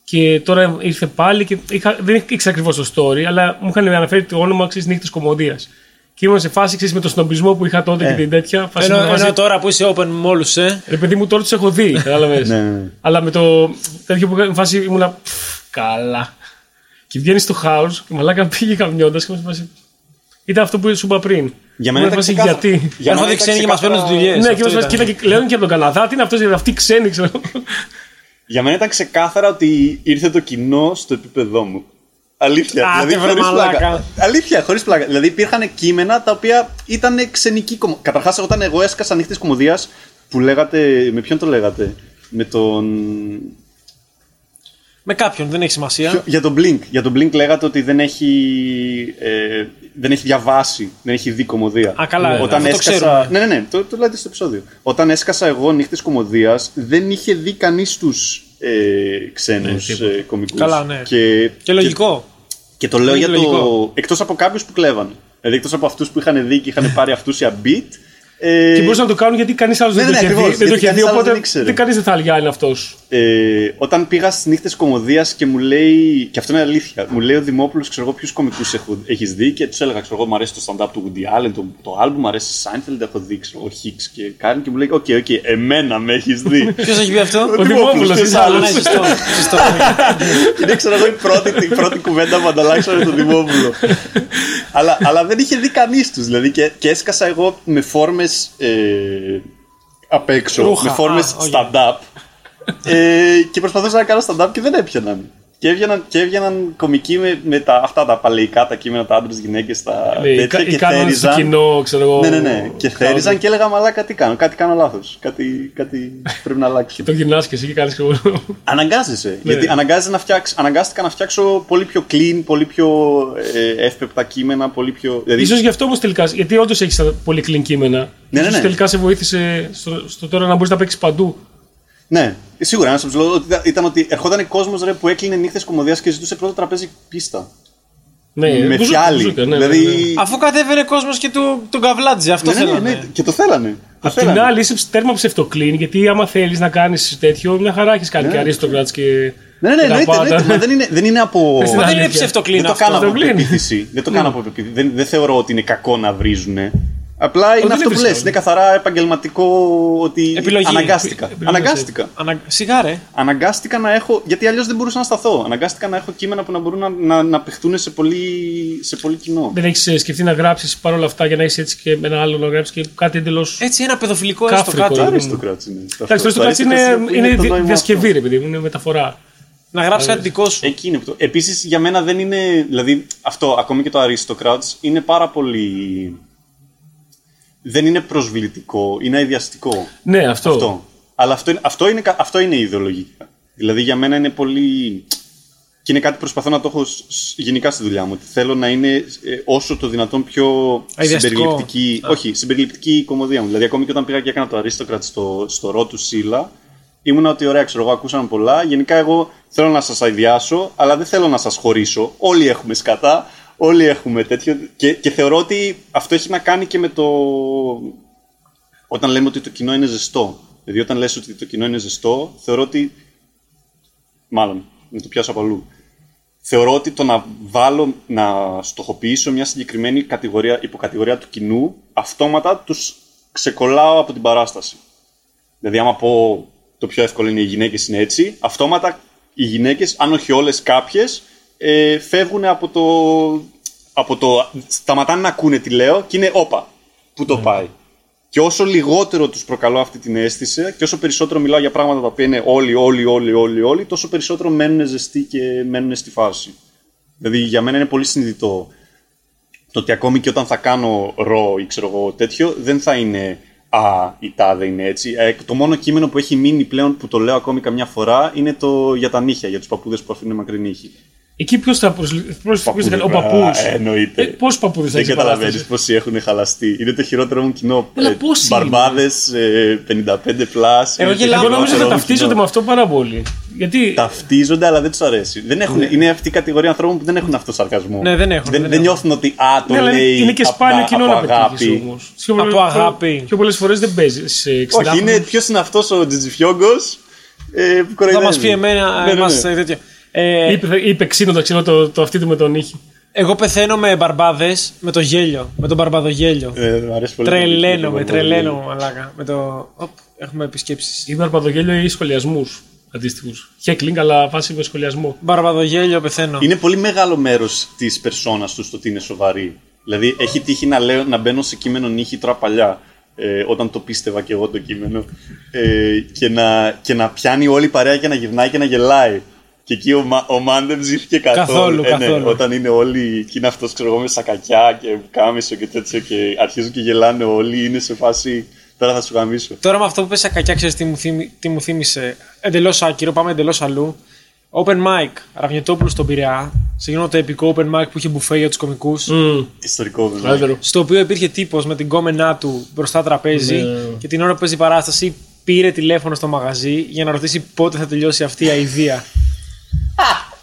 Speaker 3: και τώρα ήρθε πάλι. Και είχα, δεν ήξερα ακριβώς το story, αλλά μου είχαν αναφέρει το όνομα ξέρεις νύχτε κομμωδίας. Και ήμουν σε φάση ξέρεις, με τον σνομπισμό που είχα
Speaker 2: Ε.
Speaker 3: τότε και την τέτοια. Φάση
Speaker 1: Ενώ,
Speaker 3: μου βάζει-
Speaker 1: ενώ τώρα που είσαι open με όλους, ε.
Speaker 3: Ρε παιδί μου, τώρα τους έχω δει, κατάλαβες.
Speaker 2: [laughs] Ναι, ναι, ναι.
Speaker 3: Αλλά με το τέτοιο που έκανε φάση ήμουνα. «Πφ, Καλά. Και βγαίνει στο house και μαλάκα πήγε καμιώντα και μου φάση. Ήταν αυτό που σου είπα πριν.
Speaker 2: Για
Speaker 3: Μου
Speaker 2: μένα
Speaker 3: φάση,
Speaker 2: ήταν ξεκάθαρο.
Speaker 3: Γιατί.
Speaker 2: Για μένα
Speaker 1: Έρχονται οι
Speaker 2: ήταν
Speaker 1: ξένοι και μας παίρνουν τις
Speaker 2: ξεκάθαρα-
Speaker 1: δουλειές.
Speaker 3: Ναι, και μας κοίτα και λένε και από τον Καναδά, τι είναι αυτός, γιατί αυτοί ξένοι, ξέρω.
Speaker 2: Για μένα ήταν ξεκάθαρα ότι ήρθε το κοινό στο επίπεδό μου. Αλήθεια. Δηλαδή,
Speaker 1: Άντε, βρε,
Speaker 2: χωρίς
Speaker 1: μαλάκα.
Speaker 2: Αλήθεια, χωρίς πλάκα. Δηλαδή υπήρχαν κείμενα τα οποία ήταν ξενική κομμωδία. Καταρχάς, όταν εγώ έσκασα νύχτε κομμωδίας που λέγατε. Με ποιον το λέγατε. Με τον.
Speaker 1: Με κάποιον, δεν έχει σημασία.
Speaker 2: Ποιο- Για τον Blink. Για τον Blink λέγατε ότι δεν έχει, ε, δεν έχει διαβάσει, δεν έχει δει κομμωδία.
Speaker 1: Α, καλά, ε,
Speaker 2: Όταν
Speaker 1: αυτό το
Speaker 2: έσκασα...
Speaker 1: ξέρουμε.
Speaker 2: ναι, ναι, ναι, το, το λέτε στο επεισόδιο. Όταν έσκασα εγώ νύχτες κομμωδίας, δεν είχε δει κανείς τους ε, ξένους ε, κωμικού.
Speaker 1: Καλά, ναι.
Speaker 2: Και,
Speaker 1: Και λογικό.
Speaker 2: Και, και το λέω
Speaker 1: Είναι
Speaker 2: για το.
Speaker 1: λογικό.
Speaker 2: Εκτός από κάποιους που κλέβαν. Δηλαδή, εκτός από αυτούς που είχαν δει και είχαν πάρει αυτούς για beat. Ε,
Speaker 3: Και μπορούσαν να το κάνουν γιατί κανείς άλλος
Speaker 2: Ναι,
Speaker 3: δεν το
Speaker 2: ναι,
Speaker 3: είχε δει.
Speaker 2: ακριβώς,
Speaker 3: Δεν το
Speaker 2: γιατί
Speaker 3: είχε
Speaker 2: κανείς
Speaker 3: δει,
Speaker 2: άλλος
Speaker 3: οπότε
Speaker 2: δεν ήξερε.
Speaker 3: δεν κανείς δεν θα έλεγε «Α, είναι αυτός.
Speaker 2: ε, όταν πήγα στις νύχτες κομμωδίας και μου λέει. Και αυτό είναι αλήθεια. Μου λέει ο Δημόπουλος, ξέρω εγώ, ποιους κομικούς έχεις δει και τους έλεγα, ξέρω εγώ, μου αρέσει το stand-up του Woody Allen, το, το album, μου αρέσει Seinfeld, έχω δει, ξέρω εγώ, Hicks και Κάριν και μου λέει, Οκ, οκ, εμένα με έχεις δει.
Speaker 1: Ποιος έχει πει αυτό.
Speaker 2: Ο Δημόπουλος,
Speaker 1: Ποιος
Speaker 2: είσαι
Speaker 1: άλλος.
Speaker 2: άλλος.
Speaker 1: Ναι, σωστό, σωστό.
Speaker 2: και είναι, ξέρω εγώ, η πρώτη, η πρώτη κουβέντα που ανταλλάξαμε με τον Δημόπουλο. αλλά, αλλά δεν είχε δει κανείς τους, δηλαδή. Και, και έσκασα εγώ με φόρμες ε, απ' έξω,
Speaker 1: Ρούχα,
Speaker 2: με φόρμες
Speaker 1: α, όχι.
Speaker 2: stand-up. ε, και προσπαθούσα να κάνω stand-up και δεν έπιαναν. Και έβγαιναν, και έβγαιναν κομικοί με, με τα, αυτά τα παλαιικά, τα κείμενα, τα άντρες, γυναίκες, τα τέτοια.
Speaker 3: Ναι, Οι
Speaker 2: Και
Speaker 3: κανόνε του
Speaker 2: θέριζαν.
Speaker 3: κοινό, ξέρω εγώ.
Speaker 2: Ναι, ναι, ναι. Και
Speaker 3: Χάουνε.
Speaker 2: θέριζαν και έλεγα μαλά κάτι κάνω. Κάτι κάνω λάθος. Κάτι, κάτι πρέπει να αλλάξει.
Speaker 3: Το γυρνάς και εσύ και κάνεις εγώ.
Speaker 2: Αναγκάζεσαι.
Speaker 3: Ναι.
Speaker 2: Γιατί αναγκάζεσαι να φτιάξ, αναγκάστηκα να φτιάξω πολύ πιο clean, πολύ πιο ε, εύπεπτα κείμενα, πολύ πιο. Δηλαδή,
Speaker 3: σω γι' αυτό όμως τελικά. Γιατί όντως έχεις πολύ clean κείμενα.
Speaker 2: Ναι, ναι,
Speaker 3: Ίσως
Speaker 2: ναι.
Speaker 3: τελικά σε βοήθησε στο, στο τώρα να μπορείς να παίξεις παντού.
Speaker 2: Ναι, σίγουρα ένας από τους λόγους ότι ήταν- ήταν ότι ερχόταν κόσμο που έκλεινε νύχτες κομμωδίας και ζητούσε πρώτο τραπέζι πίστα.
Speaker 3: Ναι,
Speaker 2: με
Speaker 3: μπουζούκα,
Speaker 2: φιάλι.
Speaker 3: μπουζούκα, ναι, ναι,
Speaker 2: δηλαδή.
Speaker 3: ναι.
Speaker 1: Αφού κατέβαινε κόσμος και του, τον καβλάτζε, αυτό
Speaker 2: ναι, ναι, ναι,
Speaker 1: θέλανε.
Speaker 2: ναι, και το θέλανε. Το
Speaker 3: Απ' την
Speaker 2: θέλανε.
Speaker 3: άλλη είσαι τέρμα ψευτοκλίν, γιατί άμα θέλεις να κάνεις τέτοιο, μια χαρά έχεις κάνει και αρίστοκρατ και.
Speaker 2: Ναι, ναι, ναι,
Speaker 3: και τα
Speaker 2: εννοείται,
Speaker 3: πάντα.
Speaker 2: εννοείται, μα δεν είναι, δεν είναι από.
Speaker 3: Ε, Στην
Speaker 1: Μα δεν είναι
Speaker 3: αλήθεια.
Speaker 2: Δεν
Speaker 1: ψευτοκλίν
Speaker 2: το
Speaker 1: αυτό.
Speaker 2: κάνω από
Speaker 3: το βλέπει.
Speaker 2: πεποίθηση. Δεν το κάνω από πεποίθηση. Δεν, δεν θεωρώ ότι είναι κακό να βρίζουνε. Απλά είναι
Speaker 3: δεν
Speaker 2: αυτό που
Speaker 3: βρίσκω,
Speaker 2: λες.
Speaker 3: ναι.
Speaker 2: Είναι καθαρά επαγγελματικό ότι.
Speaker 1: Επιλογή.
Speaker 2: Αναγκάστηκα.
Speaker 3: Επιλογή. ναι,
Speaker 2: Αναγκάστηκα.
Speaker 1: Ανα... Σιγά ρε.
Speaker 2: Αναγκάστηκα να έχω. Γιατί αλλιώς δεν μπορούσα να σταθώ. Αναγκάστηκα να έχω κείμενα που να μπορούν να, να, να παιχτούν σε πολύ, σε πολύ κοινό.
Speaker 3: Δεν έχεις σκεφτεί να γράψεις παρόλα αυτά για να έχει έτσι και με ένα άλλο να γράψεις και κάτι εντελώς.
Speaker 1: Έτσι ένα παιδοφιλικό έστω
Speaker 3: Κάφρικο.
Speaker 1: κάτι.
Speaker 2: Το αριστοκράτη είναι. Ε, αυτό.
Speaker 3: Εντάξει, το Aristocrats
Speaker 2: Aristocrats
Speaker 3: είναι, είναι
Speaker 2: το
Speaker 3: δι-
Speaker 2: νόημα
Speaker 3: διασκευή,
Speaker 2: αυτό.
Speaker 3: ρε παιδί μου, είναι μεταφορά.
Speaker 1: Να γράψει
Speaker 3: Ε,
Speaker 1: κάτι δικό σου.
Speaker 2: Εκεί είναι αυτό. Επίσης για μένα δεν είναι. Δηλαδή αυτό, ακόμη και το Aristocrats είναι πάρα πολύ. Δεν είναι προσβλητικό, είναι αειδιαστικό.
Speaker 3: Ναι, αυτό.
Speaker 2: Αυτό. Αλλά αυτό είναι, αυτό, είναι, κα- αυτό είναι ιδεολογικά. Δηλαδή για μένα είναι πολύ. και είναι κάτι που προσπαθώ να το έχω σ- σ- γενικά στη δουλειά μου. Ότι θέλω να είναι ε, όσο το δυνατόν πιο
Speaker 1: Αειδιαστικό.
Speaker 2: συμπεριληπτική. Όχι, συμπεριληπτική η κομμωδία μου. Δηλαδή ακόμη και όταν πήγα και έκανα το Aristocrat στο, στο ρο του Σίλα, ήμουνα ότι ωραία, ξέρω εγώ, ακούσαμε πολλά. Γενικά εγώ θέλω να σας αειδιάσω, αλλά δεν θέλω να σας χωρίσω. Όλοι έχουμε σκατά. Όλοι έχουμε τέτοιο. Και, και θεωρώ ότι αυτό έχει να κάνει και με το, όταν λέμε ότι το κοινό είναι ζεστό. Δηλαδή, όταν λες ότι το κοινό είναι ζεστό, θεωρώ ότι. Μάλλον, να το πιάσω από αλλού. Θεωρώ ότι το να βάλω, να στοχοποιήσω μια συγκεκριμένη κατηγορία, υποκατηγορία του κοινού, αυτόματα τους ξεκολλάω από την παράσταση. Δηλαδή, άμα πω το πιο εύκολο είναι οι γυναίκες είναι έτσι, αυτόματα οι γυναίκες, αν όχι όλες, κάποιες, ε, φεύγουν από το, από το. σταματάνε να ακούνε τι λέω και είναι όπα. Πού το πάει. Και όσο λιγότερο τους προκαλώ αυτή την αίσθηση και όσο περισσότερο μιλάω για πράγματα τα οποία είναι όλοι, όλοι, όλοι, όλοι, όλοι, τόσο περισσότερο μένουν ζεστοί και μένουν στη φάση. Δηλαδή για μένα είναι πολύ συνειδητό το ότι ακόμη και όταν θα κάνω ρο ή ξέρω εγώ τέτοιο, δεν θα είναι Α, η τάδε είναι έτσι. Ε, το μόνο κείμενο που έχει μείνει πλέον που το λέω ακόμη καμιά φορά είναι το για τα νύχια, για τους παππούδες που αφήνουν μακρύ νύχι.
Speaker 3: Εκεί ποιος θα προσληφθεί.
Speaker 2: Παππούδες,
Speaker 3: Ο
Speaker 2: α,
Speaker 3: παππού.
Speaker 2: εννοείται.
Speaker 3: Πόσου παππούδες θα
Speaker 2: Δεν
Speaker 3: έχει
Speaker 2: καταλαβαίνεις πόσοι έχουν χαλαστεί. Είναι το χειρότερο μου κοινό. ε,
Speaker 3: Έλα, πόσοι είναι.
Speaker 2: Μπαρμπάδες 55 πλάσ. ε,
Speaker 1: Εγώ γελάω. Λάβω
Speaker 3: Εγώ νομίζω
Speaker 1: το
Speaker 3: ότι
Speaker 1: δρόμο
Speaker 3: ταυτίζονται με αυτό πάρα πολύ. Γιατί.
Speaker 2: Ταυτίζονται, αλλά δεν τους αρέσει. Δεν έχουν, Είναι αυτή η κατηγορία ανθρώπων που δεν έχουν αυτό σαρκασμό.
Speaker 1: Ναι, δεν έχουν,
Speaker 2: Δεν,
Speaker 1: δεν
Speaker 2: δεν νιώθουν ότι α, το
Speaker 3: Ναι, αλλά
Speaker 2: λέει.
Speaker 3: είναι και
Speaker 2: απ'
Speaker 3: σπάνιο
Speaker 2: να-
Speaker 3: κοινό
Speaker 2: από
Speaker 3: να πετύχεις
Speaker 2: αγάπη.
Speaker 3: όμως.
Speaker 1: Από αγάπη.
Speaker 3: Πιο πολλές φορές δεν ε, παίζει. σε
Speaker 2: Όχι,
Speaker 3: 60.
Speaker 2: είναι ποιος είναι αυτός ο Τζιτζιφιόγκος ε, που
Speaker 1: Θα
Speaker 2: κοροϊδεύει.
Speaker 1: μας πει εμένα.
Speaker 2: Ναι, ναι,
Speaker 1: μας,
Speaker 2: ναι.
Speaker 1: ε, τέτοιο. Ε,
Speaker 3: Είπε, είπε ξύνοντα ξέρω το, το αυτή του με τον ήχη.
Speaker 1: εγώ πεθαίνω με μπαρμπάδες με το γέλιο. Με τον μπαρμπαδογέλιο.
Speaker 2: Ε, μου αρέσει πολύ.
Speaker 1: Τρελαίνομαι,
Speaker 2: Ε,
Speaker 1: τρελαίνομαι, μαλάκα. Με το. Οπ, έχουμε επισκέψεις.
Speaker 3: Ή παρπαδογέλιο ή σχολιασμούς αντίστοιχους. Χέκλινγκ, αλλά φάση με σχολιασμό.
Speaker 1: Μπαρμπαδογέλιο, πεθαίνω.
Speaker 2: [laughs] Είναι πολύ μεγάλο μέρος της περσόνας τους το ότι είναι σοβαρή. Δηλαδή, έχει τύχει να, λέω, να μπαίνω σε κείμενο νύχη τώρα παλιά, ε, όταν το πίστευα και εγώ το κείμενο, ε, και, να, και να πιάνει όλη η παρέα και να γυρνάει και να γελάει. Και εκεί ο, Μα- ο Μάν δεν ψήθηκε καθόλου.
Speaker 1: Καθόλου,
Speaker 2: Ε, ναι,
Speaker 1: καθόλου.
Speaker 2: όταν είναι όλοι, και είναι αυτός ξέρω εγώ με σακακιά και κάμισο και τέτοιο, και αρχίζουν και γελάνε όλοι, είναι σε φάση. Τώρα θα σου γαμίσω.
Speaker 1: Τώρα με αυτό που πες κακιά, ξέρεις τι μου, θύμι- τι μου θύμισε. Εντελώς άκυρο, πάμε εντελώς αλλού. Open mic, Ραβνιετόπουλος στον Πειραιά. Σε εκείνο το επικό open mic που είχε μπουφέ για τους κομικούς.
Speaker 3: Μμμ,
Speaker 2: Ιστορικό βέβαια.
Speaker 3: Καλύτερο.
Speaker 1: Στο οποίο υπήρχε τύπος με την κόμενά του μπροστά τραπέζι
Speaker 3: Ναι.
Speaker 1: και την ώρα που παίζει η παράσταση πήρε τηλέφωνο στο μαγαζί για να ρωτήσει πότε θα τελειώσει αυτή η αηδία.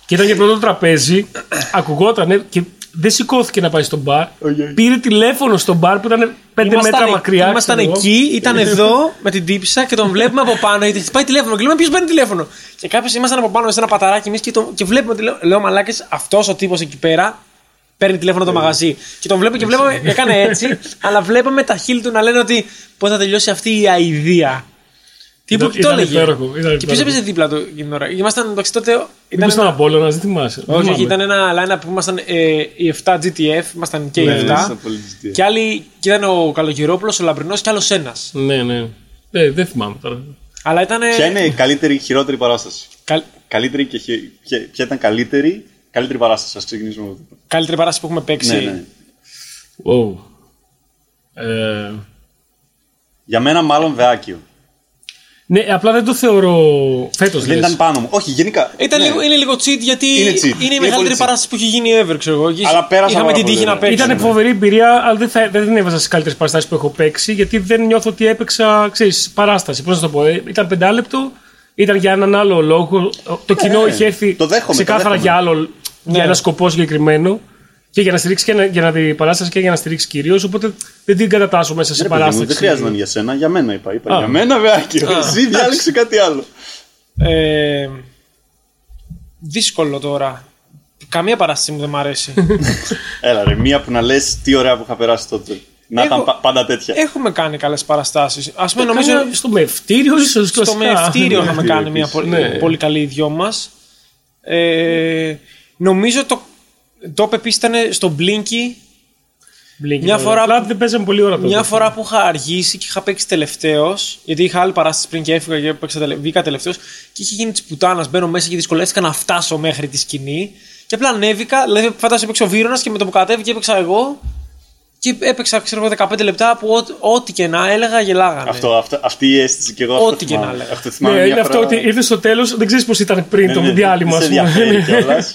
Speaker 3: Και ήταν και πρώτο τραπέζι, ακουγόταν και δεν σηκώθηκε να πάει στο μπαρ.
Speaker 2: Όχι, όχι.
Speaker 3: Πήρε τηλέφωνο στο μπαρ που ήταν 5 μέτρα
Speaker 1: ε-
Speaker 3: μακριά.
Speaker 1: ήμασταν
Speaker 3: ξέρω εγώ.
Speaker 1: εκεί, ήταν εδώ με την τύπησα και τον βλέπουμε από πάνω. Γιατί χτυπάει τηλέφωνο και λέμε ποιος παίρνει τηλέφωνο. Και κάποιο ήμασταν από πάνω σε ένα παταράκι εμείς και, το- και βλέπουμε τηλέφωνο. Λέω μαλάκες, αυτός ο τύπος εκεί πέρα παίρνει τηλέφωνο το
Speaker 3: Ε.
Speaker 1: μαγαζί. Και τον βλέπουμε και βλέπαμε, έκανε
Speaker 3: [laughs]
Speaker 1: έτσι, αλλά βλέπαμε τα χείλη του να λένε ότι πότε θα τελειώσει αυτή η αηδία. Τι
Speaker 3: Ήταν-
Speaker 1: που το
Speaker 3: ήταν
Speaker 1: έλεγε.
Speaker 3: υπέροχο, ήταν
Speaker 1: Και ποιος
Speaker 3: υπέροχο.
Speaker 1: έπαιζε δίπλα του εκείνη την ώρα. Ήμασταν εντάξει, τότε.
Speaker 3: Μήπω
Speaker 1: Ήταν
Speaker 3: ήταν
Speaker 1: ένα,
Speaker 3: Απόλλωνα, δεν θυμάσαι. Δεν
Speaker 1: όχι, όχι,
Speaker 3: θυμάμαι.
Speaker 1: ήταν ένα line-up που ήμασταν ε, οι 7 GTF, ήμασταν και οι
Speaker 2: Ναι,
Speaker 1: 7.
Speaker 2: ήσασταν πολύ GTF.
Speaker 1: Και άλλοι, και ήταν ο Καλογερόπουλος, ο Λαμπρινός και άλλος ένας.
Speaker 3: Ναι, ναι. Ε, δεν θυμάμαι τώρα.
Speaker 1: Αλλά ήταν.
Speaker 2: Ποια είναι η καλύτερη, χειρότερη παράσταση.
Speaker 1: Καλ...
Speaker 2: Καλύτερη και, χε- και ποια ήταν καλύτερη, καλύτερη παράσταση. Ας ξεκινήσουμε με αυτό.
Speaker 1: Καλύτερη παράσταση που έχουμε παίξει.
Speaker 2: Ναι, ναι.
Speaker 3: Wow. Ε,
Speaker 2: Για μένα, μάλλον Βεάκιο.
Speaker 3: ναι, απλά δεν το θεωρώ φέτος.
Speaker 2: Δεν ήταν πάνω μου. Όχι, γενικά.
Speaker 1: Ήταν
Speaker 2: ναι.
Speaker 1: λίγο, είναι λίγο cheat γιατί
Speaker 2: Είναι cheat.
Speaker 1: η
Speaker 2: Είναι πολύ
Speaker 1: μεγαλύτερη
Speaker 2: cheat.
Speaker 1: παράσταση που έχει γίνει ever, ξέρω εγώ. Και
Speaker 2: Αλλά πέρασα
Speaker 1: Είχαμε
Speaker 2: πάρα
Speaker 1: την
Speaker 2: πολύ
Speaker 1: τύχη να
Speaker 2: ωραία.
Speaker 1: παίξουμε.
Speaker 3: Ήταν φοβερή εμπειρία, αλλά δεν, θα, δεν την έβαζα στις καλύτερες παραστάσεις που έχω παίξει, γιατί δεν νιώθω ότι έπαιξα ξέρεις, παράσταση. Πώς να το πω, ε, ήταν πεντάλεπτο, ήταν για έναν άλλο λόγο. Το κοινό
Speaker 2: ναι.
Speaker 3: είχε έρθει
Speaker 2: Το δέχομαι, το
Speaker 3: ξεκάθαρα
Speaker 2: δέχομαι. Ναι.
Speaker 3: για, άλλο, για ένα σκοπό συγκεκριμένο και για να στηρίξει και να, για να δει παράσταση και για να στηρίξει κυρίως. Οπότε δεν την κατατάσσω μέσα σε
Speaker 2: Ρε παιδί μου,
Speaker 3: παράσταση.
Speaker 2: Δεν χρειάζεται να είναι για σένα, για μένα είπα. είπα
Speaker 3: Α.
Speaker 2: για μένα Βεάκιο. Εσύ διάλεξε κάτι άλλο.
Speaker 1: Ε, δύσκολο τώρα. Καμία παράσταση μου δεν μ'
Speaker 2: [laughs]
Speaker 1: αρέσει.
Speaker 2: Έλα, ρε, μία που να λες τι ωραία που είχα περάσει τότε. Να
Speaker 1: Έχω-
Speaker 2: ήταν πα- πάντα τέτοια.
Speaker 1: Έχουμε κάνει καλές παραστάσεις. Ας πούμε, νομίζω.
Speaker 3: Νομίζω στο μευτήριο, Ναι. ίσω
Speaker 1: στο μεευτήριο είχαμε κάνει μια πολύ,
Speaker 3: Ναι.
Speaker 1: πολύ καλή οι δυο μας. Ε, νομίζω το, το είπε επίσης ήταν στο Blinky Μια φορά-
Speaker 3: Απλά δεν παίζαμε πολύ ώρα τότε.
Speaker 1: Μια φορά που είχα αργήσει και είχα παίξει τελευταίος, γιατί είχα άλλη παράσταση πριν και έφυγα και έπαιξα τελε... βγήκα τελευταίος, και είχε γίνει της πουτάνας. Μπαίνω μέσα και δυσκολεύτηκα να φτάσω μέχρι τη σκηνή. Και απλά ανέβηκα, δηλαδή φαντάζομαι έπαιξε ο Βίρονα και με το που κατέβηκε έπαιξα εγώ. Και έπαιξα, ξέρω εγώ, 15 λεπτά που ό,τι- ό,τι και να έλεγα γελάγανε.
Speaker 2: Αυτό, αυτό, αυτή η αίσθηση και εγώ. αυτό
Speaker 1: Ό,τι και
Speaker 2: θυμάμαι.
Speaker 1: να λέγα.
Speaker 2: Αυτό θυμάμαι
Speaker 3: Ναι,
Speaker 2: μια
Speaker 3: είναι
Speaker 2: φορά-
Speaker 3: αυτό ότι ήρθε στο τέλος, δεν ξέρεις πώς ήταν πριν
Speaker 2: Ναι,
Speaker 3: το
Speaker 2: ναι,
Speaker 3: διάλειμμα.
Speaker 2: Δεν
Speaker 3: ας
Speaker 2: σε
Speaker 3: πούμε. [laughs]
Speaker 2: ενδιαφέρει
Speaker 3: Ναι.
Speaker 2: κιόλα.
Speaker 3: Μετά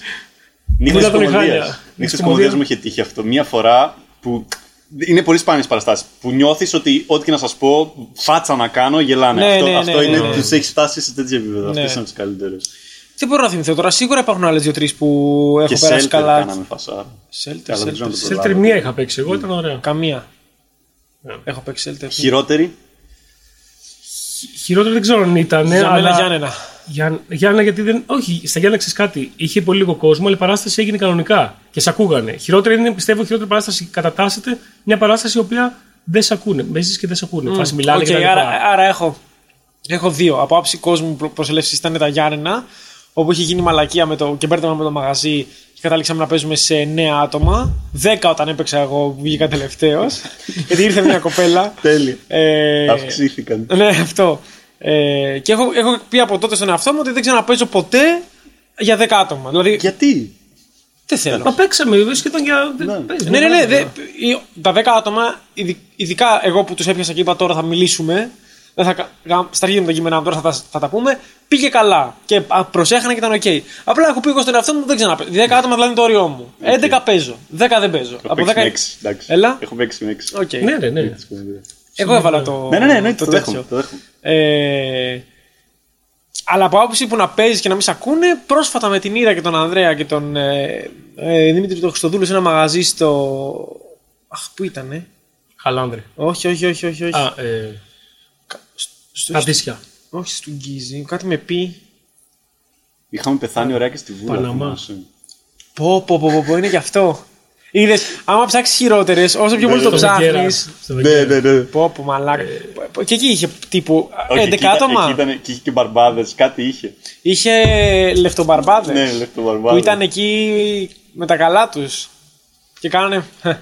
Speaker 2: Νύχτε
Speaker 3: τον Ιχάλια.
Speaker 2: κομμωδία.
Speaker 3: Νύχτες
Speaker 2: Νύχτε
Speaker 3: κομμωδίας
Speaker 2: κομμωδία μου είχε τύχει αυτό. Μία φορά που. Είναι πολύ σπάνιες παραστάσεις. Που νιώθεις ότι ό,τι και να σας πω, φάτσα να κάνω, γελάνε.
Speaker 1: Ναι,
Speaker 2: αυτό
Speaker 1: ναι, ναι,
Speaker 2: αυτό
Speaker 1: ναι,
Speaker 2: είναι.
Speaker 1: ναι, ναι.
Speaker 2: Τους έχεις φτάσει σε τέτοιο επίπεδο.
Speaker 1: Ναι.
Speaker 2: Αυτές είναι τις καλύτερες.
Speaker 1: Δεν μπορώ να θυμηθώ τώρα. Σίγουρα υπάρχουν άλλες δύο-τρει που
Speaker 2: Και
Speaker 1: έχω περάσει
Speaker 2: σέλτερ
Speaker 1: καλά.
Speaker 2: κάναμε φασά.
Speaker 1: Σέλτερ,
Speaker 2: Αλλά δεν
Speaker 1: σέλτερ.
Speaker 2: ξέρω αν το
Speaker 3: Σε
Speaker 2: προλάβω.
Speaker 3: τριμία είχα παίξει εγώ, ήταν ωραία.
Speaker 1: Καμία.
Speaker 3: Ναι.
Speaker 1: Έχω παίξει σέλτερ.
Speaker 2: Χειρότερη.
Speaker 3: Χειρότερο δεν ξέρω αν ήταν.
Speaker 1: Για μένα
Speaker 3: Ναι, αλλά...
Speaker 1: Γιάννενα.
Speaker 3: Γιάν- Γιάννενα, γιατί δεν. Όχι, στα Γιάννενα ξέρεις κάτι. Είχε πολύ λίγο κόσμο, αλλά η παράσταση έγινε κανονικά και σε ακούγανε. Χειρότερη είναι, πιστεύω, χειρότερη παράσταση κατατάσσεται μια παράσταση η οποία δεν σε ακούνε. Μπέζει και δεν σε ακούνε. Φάση μιλάνε
Speaker 1: Οκ,
Speaker 3: και τα λοιπά.
Speaker 1: άρα, ε, άρα έχω, έχω δύο. Από άψη κόσμου προσελεύσεις ήταν τα Γιάννενα, όπου είχε γίνει μαλακία με το, και μπέρδεμα με το μαγαζί και καταλήξαμε να παίζουμε σε 9 άτομα. 10 όταν έπαιξα εγώ που βγήκα τελευταίος.
Speaker 3: [laughs]
Speaker 1: γιατί ήρθε μια κοπέλα.
Speaker 2: Τέλεια.
Speaker 1: ε,
Speaker 2: Αυξήθηκαν.
Speaker 1: ναι, αυτό. Ε, και έχω, έχω πει από τότε στον εαυτό μου ότι δεν ξαναπέζω ποτέ για 10 άτομα. Δηλαδή,
Speaker 2: Γιατί.
Speaker 1: δεν θέλω.
Speaker 3: Μα παίξαμε, βέβαια, σχεδόν για. δεν παίζεις,
Speaker 1: Ναι, ναι, ναι.
Speaker 3: δεν-
Speaker 1: δε- οι- τα 10 άτομα, ειδι- ειδικά εγώ που τους έπιασα και είπα τώρα θα μιλήσουμε, Δεν θα, κα- κα- στα αρχή μου τα κείμενά μου τώρα θα τα, θα τα πούμε. Πήγε καλά και α, προσέχανα και ήταν οκ. Απλά έχω πει εγώ στον εαυτό μου δεν ξαναπέζω.
Speaker 2: Ναι.
Speaker 1: 10 άτομα δηλαδή είναι το όριό μου. 11 παίζω. 10 δεν παίζω.
Speaker 2: Έχω παίξει με έξι. εντάξει.
Speaker 1: Έλα.
Speaker 2: Έχω παίξει με έξι.
Speaker 1: Οκ.
Speaker 3: Ναι, ναι, ναι.
Speaker 1: Εγώ έβαλα το.
Speaker 2: Ναι, ναι, ναι, εννοείται, το δέχομαι,
Speaker 1: τέτοιο.
Speaker 2: το δέχομαι.
Speaker 1: Ε, αλλά από άποψη που να παίζεις και να μην σε ακούνε, πρόσφατα με την Ήρα και τον Ανδρέα και τον ε, ε, Δημήτρη τον Χριστοδούλου σε ένα μαγαζί στο. Αχ, πού ήτανε.
Speaker 3: Χαλάνδρη.
Speaker 1: Όχι, όχι, όχι, όχι. όχι.
Speaker 3: Α, ε,
Speaker 1: Στο-
Speaker 3: Καντήσια.
Speaker 1: στο- όχι, στον Γκίζι. Κάτι με πει.
Speaker 2: Είχαμε πεθάνει ωραία και στη βούλα.
Speaker 3: Παναμά.
Speaker 2: θυμάσαι.
Speaker 1: Πω, πω, πω, πω, πω, είναι γι' αυτό. Είδες, άμα ψάξεις χειρότερες, όσο πιο πολύ το
Speaker 2: ναι,
Speaker 3: Στο
Speaker 1: ψάχνει.
Speaker 3: Βεγγέρα. Στο
Speaker 2: Ναι,
Speaker 3: Βεγγέρα.
Speaker 2: ναι, ναι.
Speaker 1: Πω, πω, μαλάκα. Πω, Και εκεί είχε τύπου
Speaker 2: Όχι,
Speaker 1: 11
Speaker 2: εκεί ήταν- εκεί
Speaker 1: άτομα.
Speaker 2: ήταν- Και είχε και μπαρμπάδες, κάτι είχε.
Speaker 1: Είχε λεφτομπαρμπάδε.
Speaker 2: Ναι, λεπτό
Speaker 1: που
Speaker 2: μπαρμπάδε.
Speaker 1: ήταν εκεί με τα καλά τους. Και κάνανε. ε,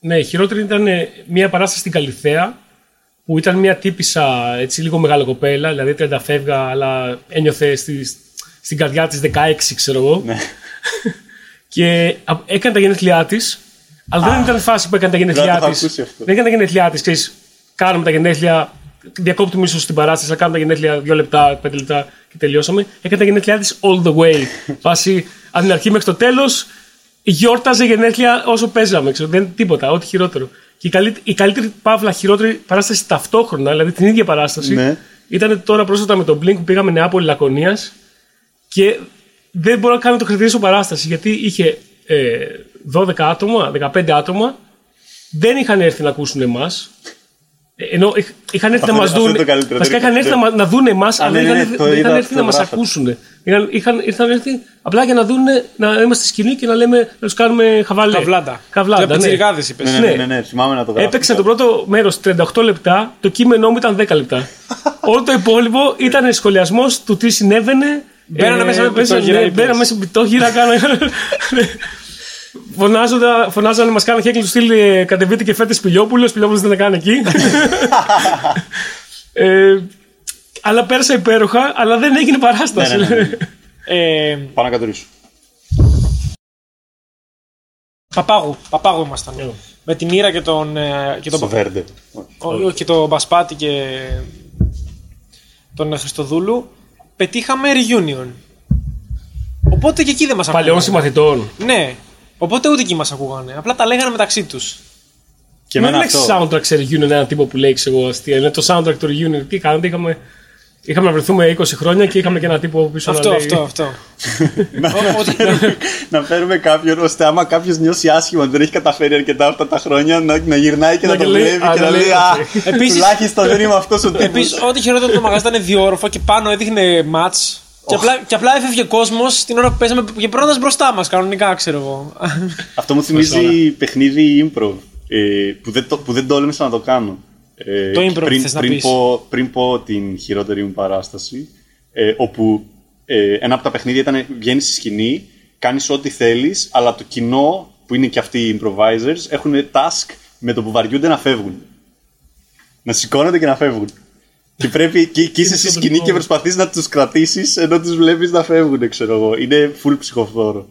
Speaker 3: Ναι, η χειρότερη ήταν ε, μια παράσταση στην Καλυθέα που ήταν μια τύπησα έτσι λίγο μεγάλο κοπέλα, δηλαδή 30 φεύγα, αλλά ένιωθε στη, στην καρδιά της 16, ξέρω εγώ.
Speaker 2: Ναι.
Speaker 3: Και α- έκανε τα γενέθλιά της, αλλά δεν ήταν φάση που έκανε τα
Speaker 2: Δεν το
Speaker 3: γενέθλιά
Speaker 2: είχα
Speaker 3: της.
Speaker 2: ακούσει αυτό.
Speaker 3: Δεν έκανε Ναι, τα γενέθλιά της, ξέρεις. Κάνουμε τα γενέθλια, διακόπτουμε ίσως την παράσταση, αλλά κάνουμε τα γενέθλια δύο λεπτά, πέντε λεπτά και τελειώσαμε. Έκανε τα γενέθλιά της all the way. Φάση από την αρχή μέχρι το τέλος, γιόρταζε γενέθλια όσο παίζαμε. Ξέρω, δεν τίποτα, ό,τι χειρότερο. Και η, καλύτε- η καλύτερη παύλα χειρότερη παράσταση ταυτόχρονα, δηλαδή την ίδια παράσταση,
Speaker 2: Ναι.
Speaker 3: ήταν τώρα πρόσφατα με τον Blink που πήγαμε Νεάπολη Λακωνίας και δεν μπορώ καν να το χαρακτηρίσω παράσταση γιατί είχε ε, 12 άτομα, 15 άτομα, δεν είχαν έρθει να ακούσουν εμάς. Ενώ είχ- είχαν έρθει
Speaker 2: Αυτό
Speaker 3: να μας
Speaker 2: είναι- αυτό
Speaker 3: δουν.
Speaker 2: είναι το καλύτερο,
Speaker 3: Βασικά
Speaker 2: δεν
Speaker 3: είχαν έρθει να,
Speaker 2: είναι-
Speaker 3: μα- να δουν εμά, αλλά
Speaker 2: ναι,
Speaker 3: δεν
Speaker 2: ναι,
Speaker 3: είχαν
Speaker 2: ναι,
Speaker 3: έρθει-
Speaker 2: το
Speaker 3: δεν είχαν
Speaker 2: είδα,
Speaker 3: έρθει
Speaker 2: το
Speaker 3: να μας
Speaker 2: γράφατε.
Speaker 3: ακούσουν. Είχαν, είχαν- ήρθαν έρθει απλά για να δουν να είμαστε στη σκηνή και να λέμε να τους κάνουμε χαβαλέ.
Speaker 1: Καβλάντα.
Speaker 3: Καβλάντα.
Speaker 1: Για
Speaker 3: ναι.
Speaker 1: πιτσιρικάδες είπες.
Speaker 2: Ναι, ναι, ναι, ναι, ναι, θυμάμαι να το γράφω.
Speaker 3: Έπαιξα το πρώτο μέρος 38 λεπτά, το κείμενό μου ήταν 10 λεπτά. Όλο το υπόλοιπο ήταν σχολιασμός του τι συνέβαινε.
Speaker 1: Μπαίνανε μέσα με πιτόγυρα,
Speaker 3: ναι,
Speaker 1: είπες.
Speaker 3: Μπαίνανε μέσα με πιτόγυρα, κάνανε. Ναι. Φωνάζοντα, φωνάζανε, μα κάνανε χέκλου στυλ ε, κατεβείτε και φέτε Πιλιόπουλο. Πιλιόπουλο δεν τα κάνει εκεί. ε, αλλά πέρασα υπέροχα, αλλά δεν έγινε παράσταση.
Speaker 2: Ναι, ναι, ναι, ναι.
Speaker 1: Ε,
Speaker 2: Πάω να κατουρίσω.
Speaker 1: παπάγου, παπάγου
Speaker 3: Ναι.
Speaker 1: ήμασταν. Με την Ήρα και τον, ε, και τον
Speaker 2: Στο Βέρντε. Όχι.
Speaker 1: Ο- όχι, και τον Μπασπάτη και τον Χριστοδούλου, πετύχαμε reunion. Οπότε και εκεί δεν μας
Speaker 3: Παλαιών
Speaker 1: ακούγανε.
Speaker 3: συμμαθητών.
Speaker 1: Ναι. Οπότε ούτε εκεί μας ακούγανε. Απλά τα λέγανε μεταξύ τους.
Speaker 2: Και
Speaker 3: Μα
Speaker 2: εμένα
Speaker 3: δεν έχει
Speaker 2: αυτό.
Speaker 3: soundtrack σε reunion έναν τύπο που λέει ξέρω εγώ αστεία. Είναι το soundtrack του reunion. Τι κάνατε, είχαμε, είχαμε να βρεθούμε 20 χρόνια και είχαμε και ένα τύπο πίσω
Speaker 1: Αυτό,
Speaker 3: να λέει.
Speaker 1: αυτό, αυτό.
Speaker 2: Να- να
Speaker 1: Ό,τι-
Speaker 2: φέρουμε- Να φέρουμε κάποιον ώστε άμα κάποιος νιώσει άσχημα δεν έχει καταφέρει αρκετά αυτά τα χρόνια να, να γυρνάει και να,
Speaker 3: Να
Speaker 2: το
Speaker 3: και λέει,
Speaker 2: βλέπει
Speaker 3: α,
Speaker 2: και
Speaker 3: να
Speaker 2: να
Speaker 3: λέει,
Speaker 2: λέει Α,
Speaker 3: οκ».
Speaker 1: Επίσης-
Speaker 2: τουλάχιστον δεν είμαι αυτός ο τύπος.
Speaker 1: Επίσης, ό,τι χειρότερο το μαγαζί ήταν διόροφο και πάνω έδειχνε ματ. Και απλά, και απλά έφευγε κόσμος την ώρα που παίζαμε και περνώντα μπροστά μας, κανονικά ξέρω εγώ.
Speaker 2: Αυτό μου θυμίζει παιχνίδι improv ε, που, δεν το, που δεν τόλμησα να το κάνω. Ε,
Speaker 1: Το improv
Speaker 2: πριν,
Speaker 1: θες να
Speaker 2: πριν,
Speaker 1: πεις.
Speaker 2: πω, πριν πω την χειρότερη μου παράσταση, ε, όπου ε, ένα από τα παιχνίδια ήταν βγαίνεις στη σκηνή, κάνεις ό,τι θέλεις, αλλά το κοινό που είναι και αυτοί οι improvisers έχουν task με το που βαριούνται να φεύγουν. Να σηκώνονται και να φεύγουν. Και
Speaker 1: [laughs]
Speaker 2: πρέπει και, και είσαι στη
Speaker 3: στο
Speaker 2: σκηνή
Speaker 3: τελικό.
Speaker 2: και προσπαθείς να τους κρατήσεις ενώ τους βλέπεις να φεύγουν, ξέρω εγώ. Είναι full ψυχοφθόρο.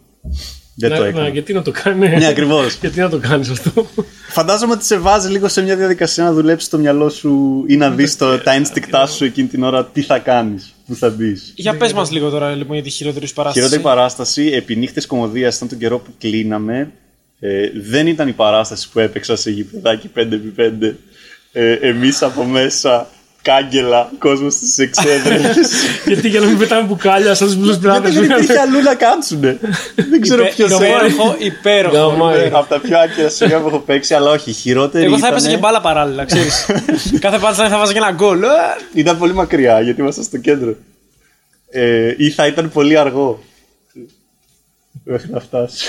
Speaker 2: Δεν το
Speaker 3: Να,
Speaker 2: έκανα.
Speaker 3: να, γιατί να το κάνει.
Speaker 2: Ναι, ακριβώς.
Speaker 3: [laughs] γιατί να το κάνεις αυτό. [laughs]
Speaker 2: Φαντάζομαι ότι σε βάζει λίγο σε μια διαδικασία να δουλέψεις το μυαλό σου ή να δεις τα ένστικτά σου εκείνη την ώρα τι θα κάνεις, που θα μπεις.
Speaker 1: για πες μας λίγο τώρα λοιπόν για τη χειρότερη σου παράσταση.
Speaker 2: Ναι, Χειρότερη παράσταση, επί νύχτες κομμωδίας ήταν τον καιρό που κλείναμε. Ε, δεν ήταν η παράσταση που έπαιξα σε γηπεδάκι 5x5. Ε, Εμείς από μέσα, κάγκελα, κόσμος στις εξέδρες.
Speaker 3: γιατί για να μην πετάμε μπουκάλια σαν τους Blues
Speaker 2: Γιατί δεν
Speaker 3: Brothers.
Speaker 2: υπήρχε αλλού να κάτσουνε. δεν ξέρω
Speaker 1: Υπέ-
Speaker 2: ποιος είναι. Ε,
Speaker 1: Υπέροχο, Ε, υπέροχο.
Speaker 3: [laughs] Γαμάει.
Speaker 2: Από τα πιο άκυρα σημεία που έχω παίξει, αλλά όχι, η χειρότερη.
Speaker 1: Εγώ θα
Speaker 2: ήτανε-
Speaker 1: έπαιζα και μπάλα παράλληλα, ξέρεις.
Speaker 2: [laughs]
Speaker 1: Κάθε πάντα θα βάζω και ένα γκολ. Ε,
Speaker 2: Ήταν πολύ μακριά γιατί ήμασταν στο κέντρο. Ε, ή θα ήταν πολύ αργό. Μέχρι να φτάσει.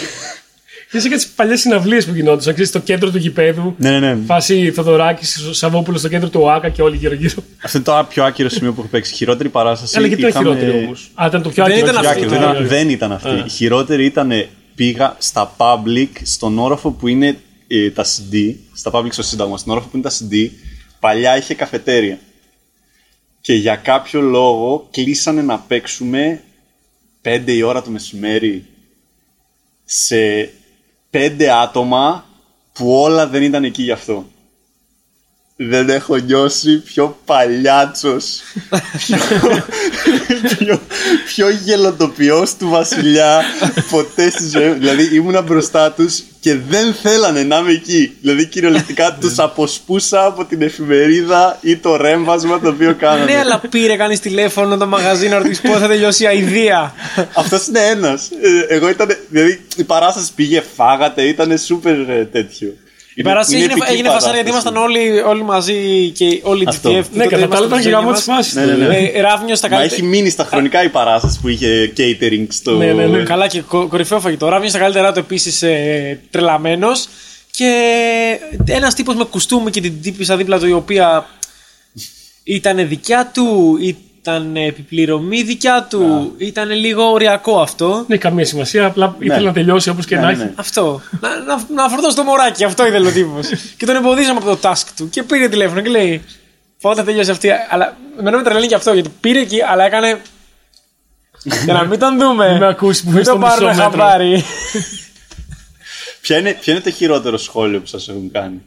Speaker 3: Είσαι και τις παλιές συναυλίες που γινόντουσαν. Ξέρεις, στο κέντρο του γηπέδου.
Speaker 2: ε. ναι, ναι, ναι.
Speaker 3: Φάση Θοδωράκης, Σαββόπουλος στο κέντρο του ΟΑΚΑ και όλοι γύρω-γύρω.
Speaker 2: Αυτό είναι το πιο άκυρο σημείο που έχω παίξει. Χειρότερη παράσταση.
Speaker 3: Αλλά γιατί το
Speaker 2: είχαμε-
Speaker 3: χειρότερο όμως. Α, ήταν το πιο Ναι,
Speaker 1: Δεν
Speaker 3: άκυρο.
Speaker 1: ήταν
Speaker 2: πιο
Speaker 1: αυτό.
Speaker 2: άκυρο.
Speaker 1: το
Speaker 2: Δεν, ήταν-
Speaker 1: άκυρο.
Speaker 2: δεν ήταν αυτή.
Speaker 3: Ε.
Speaker 2: Η χειρότερη ήταν ε, πήγα στα public στον όροφο που είναι ε, τα CD. Στα public στο Σύνταγμα, στον όροφο που είναι τα CD. Παλιά είχε καφετέρια. Και για κάποιο λόγο κλείσανε να παίξουμε 5 η ώρα το μεσημέρι σε πέντε άτομα που όλα δεν ήταν εκεί γι' αυτό. Δεν έχω νιώσει πιο παλιάτσος πιο, πιο, πιο γελοτοποιός του βασιλιά Ποτέ στη ζωή μου. Δηλαδή ήμουνα μπροστά τους και δεν θέλανε να είμαι εκεί Δηλαδή
Speaker 1: [laughs] Ναι.
Speaker 2: κυριολεκτικά τους αποσπούσα από την εφημερίδα ή το ρέμβασμα το οποίο κάνανε
Speaker 1: Ναι, αλλά πήρε κανείς τηλέφωνο το μαγαζί να ρωτήσει πότε θα τελειώσει η αηδία.
Speaker 2: Αυτός είναι ένας. Εγώ ήταν. Δηλαδή η παράσταση πήγε, φάγατε, ήταν σούπερ ε, τέτοιο.
Speaker 1: Η παράσταση έγινε, έγινε φασαρία γιατί ήμασταν όλοι, όλοι μαζί και όλοι οι TTF.
Speaker 2: Αυτό.
Speaker 1: που
Speaker 3: Ναι,
Speaker 1: τότε
Speaker 3: κατά τα
Speaker 1: ήμασταν
Speaker 3: άλλα ήταν
Speaker 1: μαζί
Speaker 3: γεγαμό
Speaker 1: μας.
Speaker 3: τη φάση.
Speaker 2: Ναι, ναι, ναι.
Speaker 1: Ε, Ράβνιος στα
Speaker 2: Μα
Speaker 1: καλύτερα.
Speaker 2: έχει μείνει στα χρονικά η παράσταση που είχε catering στο.
Speaker 3: Ναι, ναι, ναι.
Speaker 1: Ε, Καλά και κο- κορυφαίο φαγητό. Ράβιο στα καλύτερά του επίσης ε, τρελαμένος. Και ένας τύπος με κουστούμι και την τύπησα δίπλα του η οποία ήταν δικιά του, ήταν επιπληρωμή δικιά του, ήταν λίγο οριακό αυτό.
Speaker 3: Δεν έχει καμία σημασία, απλά ήθελε να τελειώσει όπως και
Speaker 2: Ναι,
Speaker 3: να
Speaker 2: ναι,
Speaker 3: έχει.
Speaker 2: ναι.
Speaker 1: Αυτό. να, να, να φορτώσει το μωράκι, αυτό ήθελε ο τύπος. και τον εμποδίζαμε από το task του και πήρε τηλέφωνο και λέει: Πότε τελειώσει αυτή. Αλλά εμένα με τρελαίνει και αυτό γιατί πήρε εκεί, αλλά
Speaker 3: [laughs]
Speaker 1: έκανε. Για να μην τον δούμε.
Speaker 3: Μην με ακούσει που
Speaker 1: μην
Speaker 3: είμαι στο
Speaker 1: τον
Speaker 3: μισό
Speaker 1: πάρουν
Speaker 3: μέτρο. [laughs]
Speaker 1: χαμπάρι.
Speaker 2: Ποια είναι, ποιο είναι το χειρότερο σχόλιο που σας έχουν κάνει.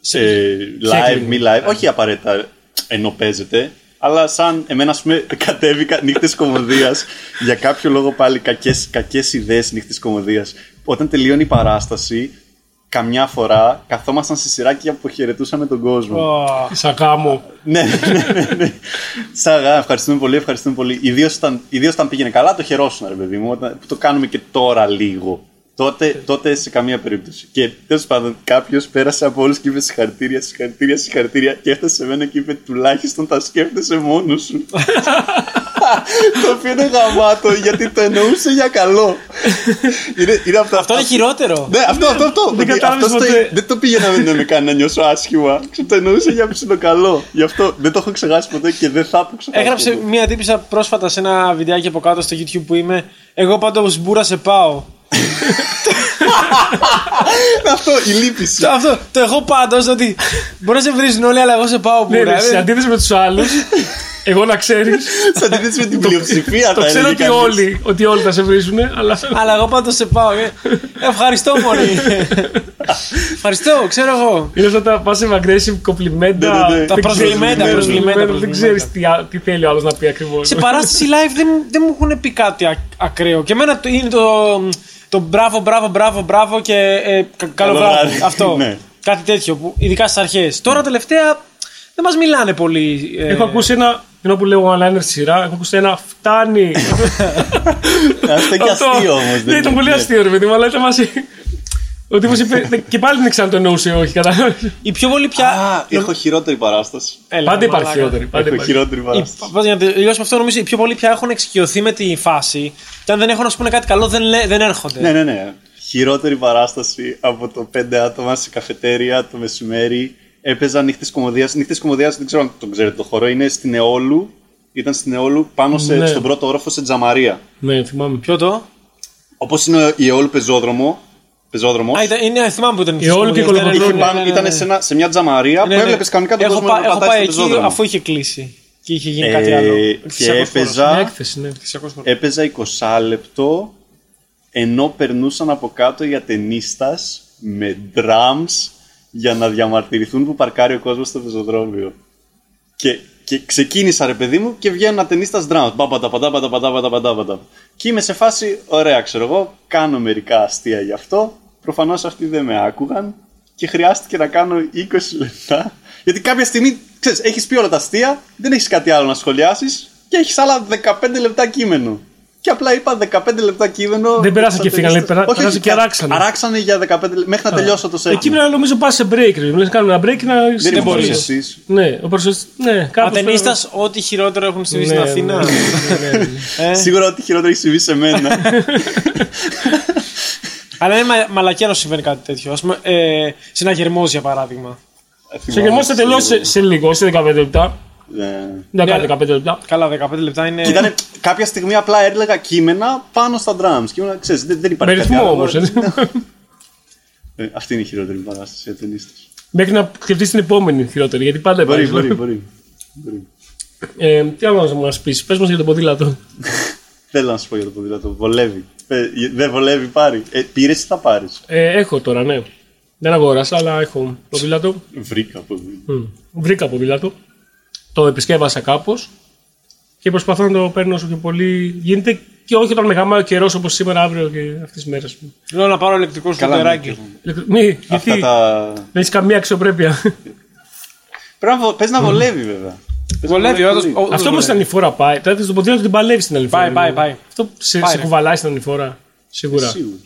Speaker 2: Σε
Speaker 3: ποια
Speaker 2: live, μη live. Όχι απαραίτητα ενώ παίζετε. Αλλά σαν εμένα, ας πούμε, κατέβηκα νύχτες κομμωδίας για κάποιο λόγο πάλι κακές, κακές ιδέες νύχτες κομμωδίας. Όταν τελειώνει η παράσταση, καμιά φορά καθόμασταν στη σειρά και αποχαιρετούσαμε τον κόσμο.
Speaker 1: Ω.
Speaker 3: Σαν γάμο.
Speaker 2: ναι, ναι, ναι, ναι. Σαν γα, ευχαριστούμε πολύ, ευχαριστούμε πολύ. Ιδίως όταν, ιδίως όταν πήγαινε καλά, το χαιρόσουν, ρε παιδί μου, όταν, που το κάνουμε και τώρα λίγο.
Speaker 1: Ναι.
Speaker 2: Τότε, τότε σε καμία περίπτωση. Και τέλος πάντων, κάποιος πέρασε από όλους και είπε συγχαρητήρια, συγχαρητήρια, συγχαρητήρια. Και έφτασε σε μένα και είπε τουλάχιστον τα σκέφτεσαι μόνος
Speaker 1: [laughs]
Speaker 2: σου. το οποίο είναι γαμάτο, γιατί το εννοούσε για καλό. είναι, είναι από τα-
Speaker 1: Αυτό είναι χειρότερο.
Speaker 2: ναι, αυτό, αυτό, αυτό. Ότι
Speaker 3: κατάλαβες
Speaker 2: αυτός το-
Speaker 3: ποτέ.
Speaker 2: δεν το πήγαινα με νομικά να νιώσω άσχημα. Ξέρω, το εννοούσε για ψηλό καλό. Γι' αυτό δεν το έχω ξεχάσει ποτέ και δεν θα το ξεχάσω.
Speaker 1: Έγραψε
Speaker 2: ποτέ.
Speaker 1: μία τύπησα πρόσφατα σε ένα βιντεάκι από κάτω στο YouTube που είμαι. Εγώ πάντως μπούρα σε πάω.
Speaker 2: Αυτό, η λύπηση.
Speaker 1: Το- Αυτό το εγώ πάντως ότι μπορεί να σε βρίζουν όλοι, αλλά εγώ σε πάω
Speaker 3: Ναι,
Speaker 1: μπούρα. ε.
Speaker 3: ρε, σε αντίθεση με τους άλλους, εγώ να ξέρεις.
Speaker 2: [laughs] Σε αντίθεση με την πλειοψηφία
Speaker 3: Το
Speaker 2: θα
Speaker 3: ξέρω
Speaker 2: έλεγε
Speaker 3: ότι
Speaker 2: κανείς.
Speaker 3: όλοι, ότι όλοι θα σε βρίζουν, αλλά.
Speaker 1: Αλλά εγώ πάντως σε πάω. ε. Ευχαριστώ πολύ. Ευχαριστώ, ξέρω εγώ.
Speaker 3: Είναι σαν τα passive aggressive κοπλιμέντα.
Speaker 2: Ναι, ναι, ναι. Τα
Speaker 3: Δεν
Speaker 1: προσβλημένα,
Speaker 3: ξέρεις,
Speaker 1: προσβλημένα,
Speaker 3: Δεν
Speaker 1: προσβλημένα.
Speaker 3: ξέρεις τι θέλει ο άλλος να πει ακριβώς.
Speaker 1: Σε παράσταση live δεν, μου- δεν μου έχουν πει κάτι ακ- ακραίο. Και εμένα το- είναι το, το μπράβο, μπράβο, μπράβο, μπράβο και ε, κα- καλό
Speaker 2: Καλό
Speaker 1: βράδυ.
Speaker 2: βράδυ,
Speaker 1: Αυτό.
Speaker 2: ναι.
Speaker 1: Κάτι τέτοιο, που, ειδικά στις αρχές. Τώρα τελευταία δεν μας μιλάνε πολύ. ε,
Speaker 3: Έχω ακούσει ένα. Ενώ που λέω online στη σειρά, έχω ακούσει ένα
Speaker 2: [laughs]
Speaker 3: φτάνει.
Speaker 2: Αυτό και αστείο όμως.
Speaker 3: Ναι, ήταν πολύ αστείο, ρε παιδί μου, αλλά ήταν μαζί. Ο τύπος είπε. ναι, Και πάλι δεν ξέρω αν το εννοούσε, όχι. Κατά.
Speaker 1: Η πιο πολύ πια.
Speaker 2: Α, έχω χειρότερη παράσταση.
Speaker 1: Έλα,
Speaker 3: Πάντα υπάρχει
Speaker 1: μαλάκα.
Speaker 3: χειρότερη. πάντα
Speaker 2: Έχω
Speaker 3: υπάρχει.
Speaker 2: χειρότερη παράσταση.
Speaker 1: Πα- Για να τελειώσουμε αυτό, νομίζω οι πιο πολλοί πια έχουν εξοικειωθεί με τη φάση. Και αν δεν έχουν να σου πούνε κάτι καλό, δεν, λέ- δεν έρχονται.
Speaker 2: Ναι, ναι, ναι. Χειρότερη παράσταση από το πέντε άτομα σε καφετέρια το μεσημέρι. Έπαιζα νύχτες κομμωδίας. Νύχτες κομμωδίας δεν ξέρω αν τον ξέρετε το χώρο. Είναι στην Εόλου. Ήταν στην Εόλου πάνω σε,
Speaker 3: Ναι.
Speaker 2: στον πρώτο όροφο σε Τζαμαρία.
Speaker 3: Ναι, θυμάμαι.
Speaker 1: Ποιο το.
Speaker 2: Όπως είναι η Εόλου πεζόδρομο. Πεζόδρομος.
Speaker 1: Α, ήταν, είναι, θυμάμαι που ήταν. στις
Speaker 3: Ε, όλη και η
Speaker 1: κομμωδίες,
Speaker 3: Κολοκοτρώνη.
Speaker 1: ναι,
Speaker 2: Είχε
Speaker 1: ναι,
Speaker 2: πάνω,
Speaker 1: ναι, ναι, ναι.
Speaker 2: Ήταν σε, ένα, σε μια τζαμαρία
Speaker 1: Ναι,
Speaker 2: που
Speaker 1: ναι.
Speaker 2: έβλεπες κανονικά τον
Speaker 1: έχω
Speaker 2: κόσμο
Speaker 1: πά-
Speaker 2: να
Speaker 1: Έχω
Speaker 2: πατάει
Speaker 1: πάει
Speaker 2: στο
Speaker 1: εκεί
Speaker 2: πεζόδρομο.
Speaker 1: αφού είχε κλείσει. Και είχε γίνει
Speaker 2: Ε,
Speaker 1: κάτι άλλο.
Speaker 2: και
Speaker 1: Εκθεσιακός χώρος.
Speaker 2: έπαιζα-
Speaker 3: Μια έκθεση, ναι.
Speaker 1: Εκθεσιακός χώρος.
Speaker 2: Έπαιζα 20 λεπτό ενώ περνούσαν από κάτω για ταινίστας με drums για να διαμαρτυρηθούν που παρκάρει ο κόσμος στο πεζοδρόμιο. Και, και ξεκίνησα ρε παιδί μου και βγαίνω ένα ταινίστας drums. Μπαμπατα, πατάμπατα, πατάμπατα, πατάμπατα. Και είμαι σε φάση, ωραία ξέρω εγώ, κάνω μερικά αστεία γι' αυτό. Προφανώς αυτοί δεν με άκουγαν και χρειάστηκε να κάνω 20 λεπτά. Γιατί κάποια στιγμή, ξέρεις, έχεις πει όλα τα αστεία, δεν έχεις κάτι άλλο να σχολιάσεις και έχεις άλλα 15 λεπτά κείμενο. Και απλά είπα 15 λεπτά κείμενο.
Speaker 3: Δεν περάσαν
Speaker 2: στα
Speaker 3: και φύγανε,
Speaker 2: ταινίστας.
Speaker 3: περα-
Speaker 2: Όχι,
Speaker 3: περάσαν
Speaker 2: όχι,
Speaker 3: και αράξανε.
Speaker 2: Αράξανε για 15 λεπτά μέχρι να τελειώσω το σετ.
Speaker 3: Εκεί πρέπει να νομίζω πα σε break. ρε. Λες, κάνουμε ένα break και να συνεχίζεις.
Speaker 2: μπορείς εσείς.
Speaker 3: Ναι, ο παρουσιαστής- Ναι, κάπως
Speaker 1: Ατενίστα, ό,τι χειρότερο έχουν συμβεί
Speaker 3: Ναι,
Speaker 1: στην Αθήνα.
Speaker 3: ναι,
Speaker 2: [laughs]
Speaker 3: ναι, ναι.
Speaker 1: Ε,
Speaker 2: Σίγουρα ότι χειρότερο έχει συμβεί σε μένα.
Speaker 1: Αλλά είναι μα- μαλακιά να συμβαίνει κάτι τέτοιο. Ας πούμε, ε, σε ένα γερμό για παράδειγμα.
Speaker 3: Στο γερμό θα τελειώσει σε- σε λίγο, σε 15 λεπτά.
Speaker 2: Ναι.
Speaker 3: Δεν
Speaker 1: Ναι.
Speaker 3: κάνει 15 λεπτά.
Speaker 1: Καλά, 15 λεπτά είναι.
Speaker 2: Ήταν κάποια στιγμή απλά έλεγα κείμενα πάνω στα drums. Και ήμουν, ξέρεις, δεν, δεν
Speaker 3: Με
Speaker 2: υπάρχει κάτι
Speaker 3: ρυθμό
Speaker 2: άλλο.
Speaker 3: όμως.
Speaker 2: Ναι. Ε, αυτή είναι η χειρότερη παράσταση για ταινίστες.
Speaker 3: [laughs] Μέχρι να σκεφτείς την επόμενη χειρότερη, γιατί πάντα
Speaker 2: Μπορεί,
Speaker 3: υπάρχει.
Speaker 2: μπορεί, μπορεί. μπορεί.
Speaker 3: Ε, τι άλλο να μας πεις, πες μας για το ποδήλατο.
Speaker 2: Θέλω να σου πω για το ποδήλατο. Βολεύει. Ε, Δεν βολεύει, πάρει. Ε, Πήρες ή θα πάρεις.
Speaker 3: Ε, έχω τώρα, ναι. Δεν αγόρασα, αλλά έχω ποδήλατο.
Speaker 2: Βρήκα από εδώ.
Speaker 3: Μμ. Βρήκα ποδήλατο. Το επισκέβασα κάπως και προσπαθώ να το παίρνω όσο πιο πολύ γίνεται και όχι όταν με γαμάει ο καιρός όπως σήμερα, αύριο και αυτές τις μέρες.
Speaker 1: Λέω να πάρω ηλεκτρικό
Speaker 2: Καλά,
Speaker 1: σκουτεράκι.
Speaker 2: ναι.
Speaker 3: Μη, γιατί
Speaker 2: Αυτά τα.
Speaker 3: δεν έχεις καμία
Speaker 2: [laughs]
Speaker 3: αξιοπρέπεια.
Speaker 2: Πρέπει να βο- πες να βολεύει βέβαια. Πες να
Speaker 1: Βολεύει, όντως-
Speaker 2: πολύ.
Speaker 1: ο- όντως
Speaker 3: Αυτό όμως
Speaker 1: βολεύει.
Speaker 3: την ανηφόρα πάει. Τότε στο ποδήλατο την παλεύει στην ανηφόρα.
Speaker 1: Πάει, πάει,
Speaker 3: λίγο.
Speaker 1: πάει.
Speaker 3: Αυτό σε,
Speaker 1: Πάει,
Speaker 3: σε
Speaker 1: ρε.
Speaker 3: κουβαλάει στην ανηφόρα. Σίγουρα.
Speaker 2: Σίγουρα.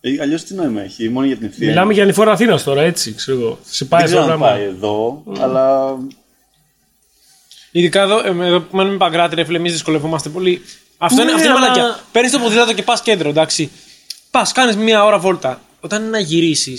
Speaker 2: Ε, Αλλιώς τι νόημα έχει, μόνο για την ευθεία.
Speaker 3: Μιλάμε για ανηφόρα Αθήνας τώρα, έτσι. Ξέρω εγώ. Σε πάει
Speaker 2: ε.
Speaker 3: Mm.
Speaker 2: Δεν
Speaker 3: αυτό
Speaker 2: ξέρω
Speaker 3: το
Speaker 2: αν
Speaker 3: πράγμα.
Speaker 2: πάει εδώ, αλλά.
Speaker 1: Ειδικά εδώ, ε, εδώ που μένουμε παγκράτη, ρε φίλε, εμείς δυσκολευόμαστε πολύ. Αυτό είναι,
Speaker 3: Ναι,
Speaker 1: αυτή είναι η
Speaker 3: αλλά-
Speaker 1: μαλακιά. Παίρνεις το ποδήλατο και πας κέντρο, εντάξει. Πας, κάνεις μία ώρα βόλτα. Όταν είναι να γυρίσεις.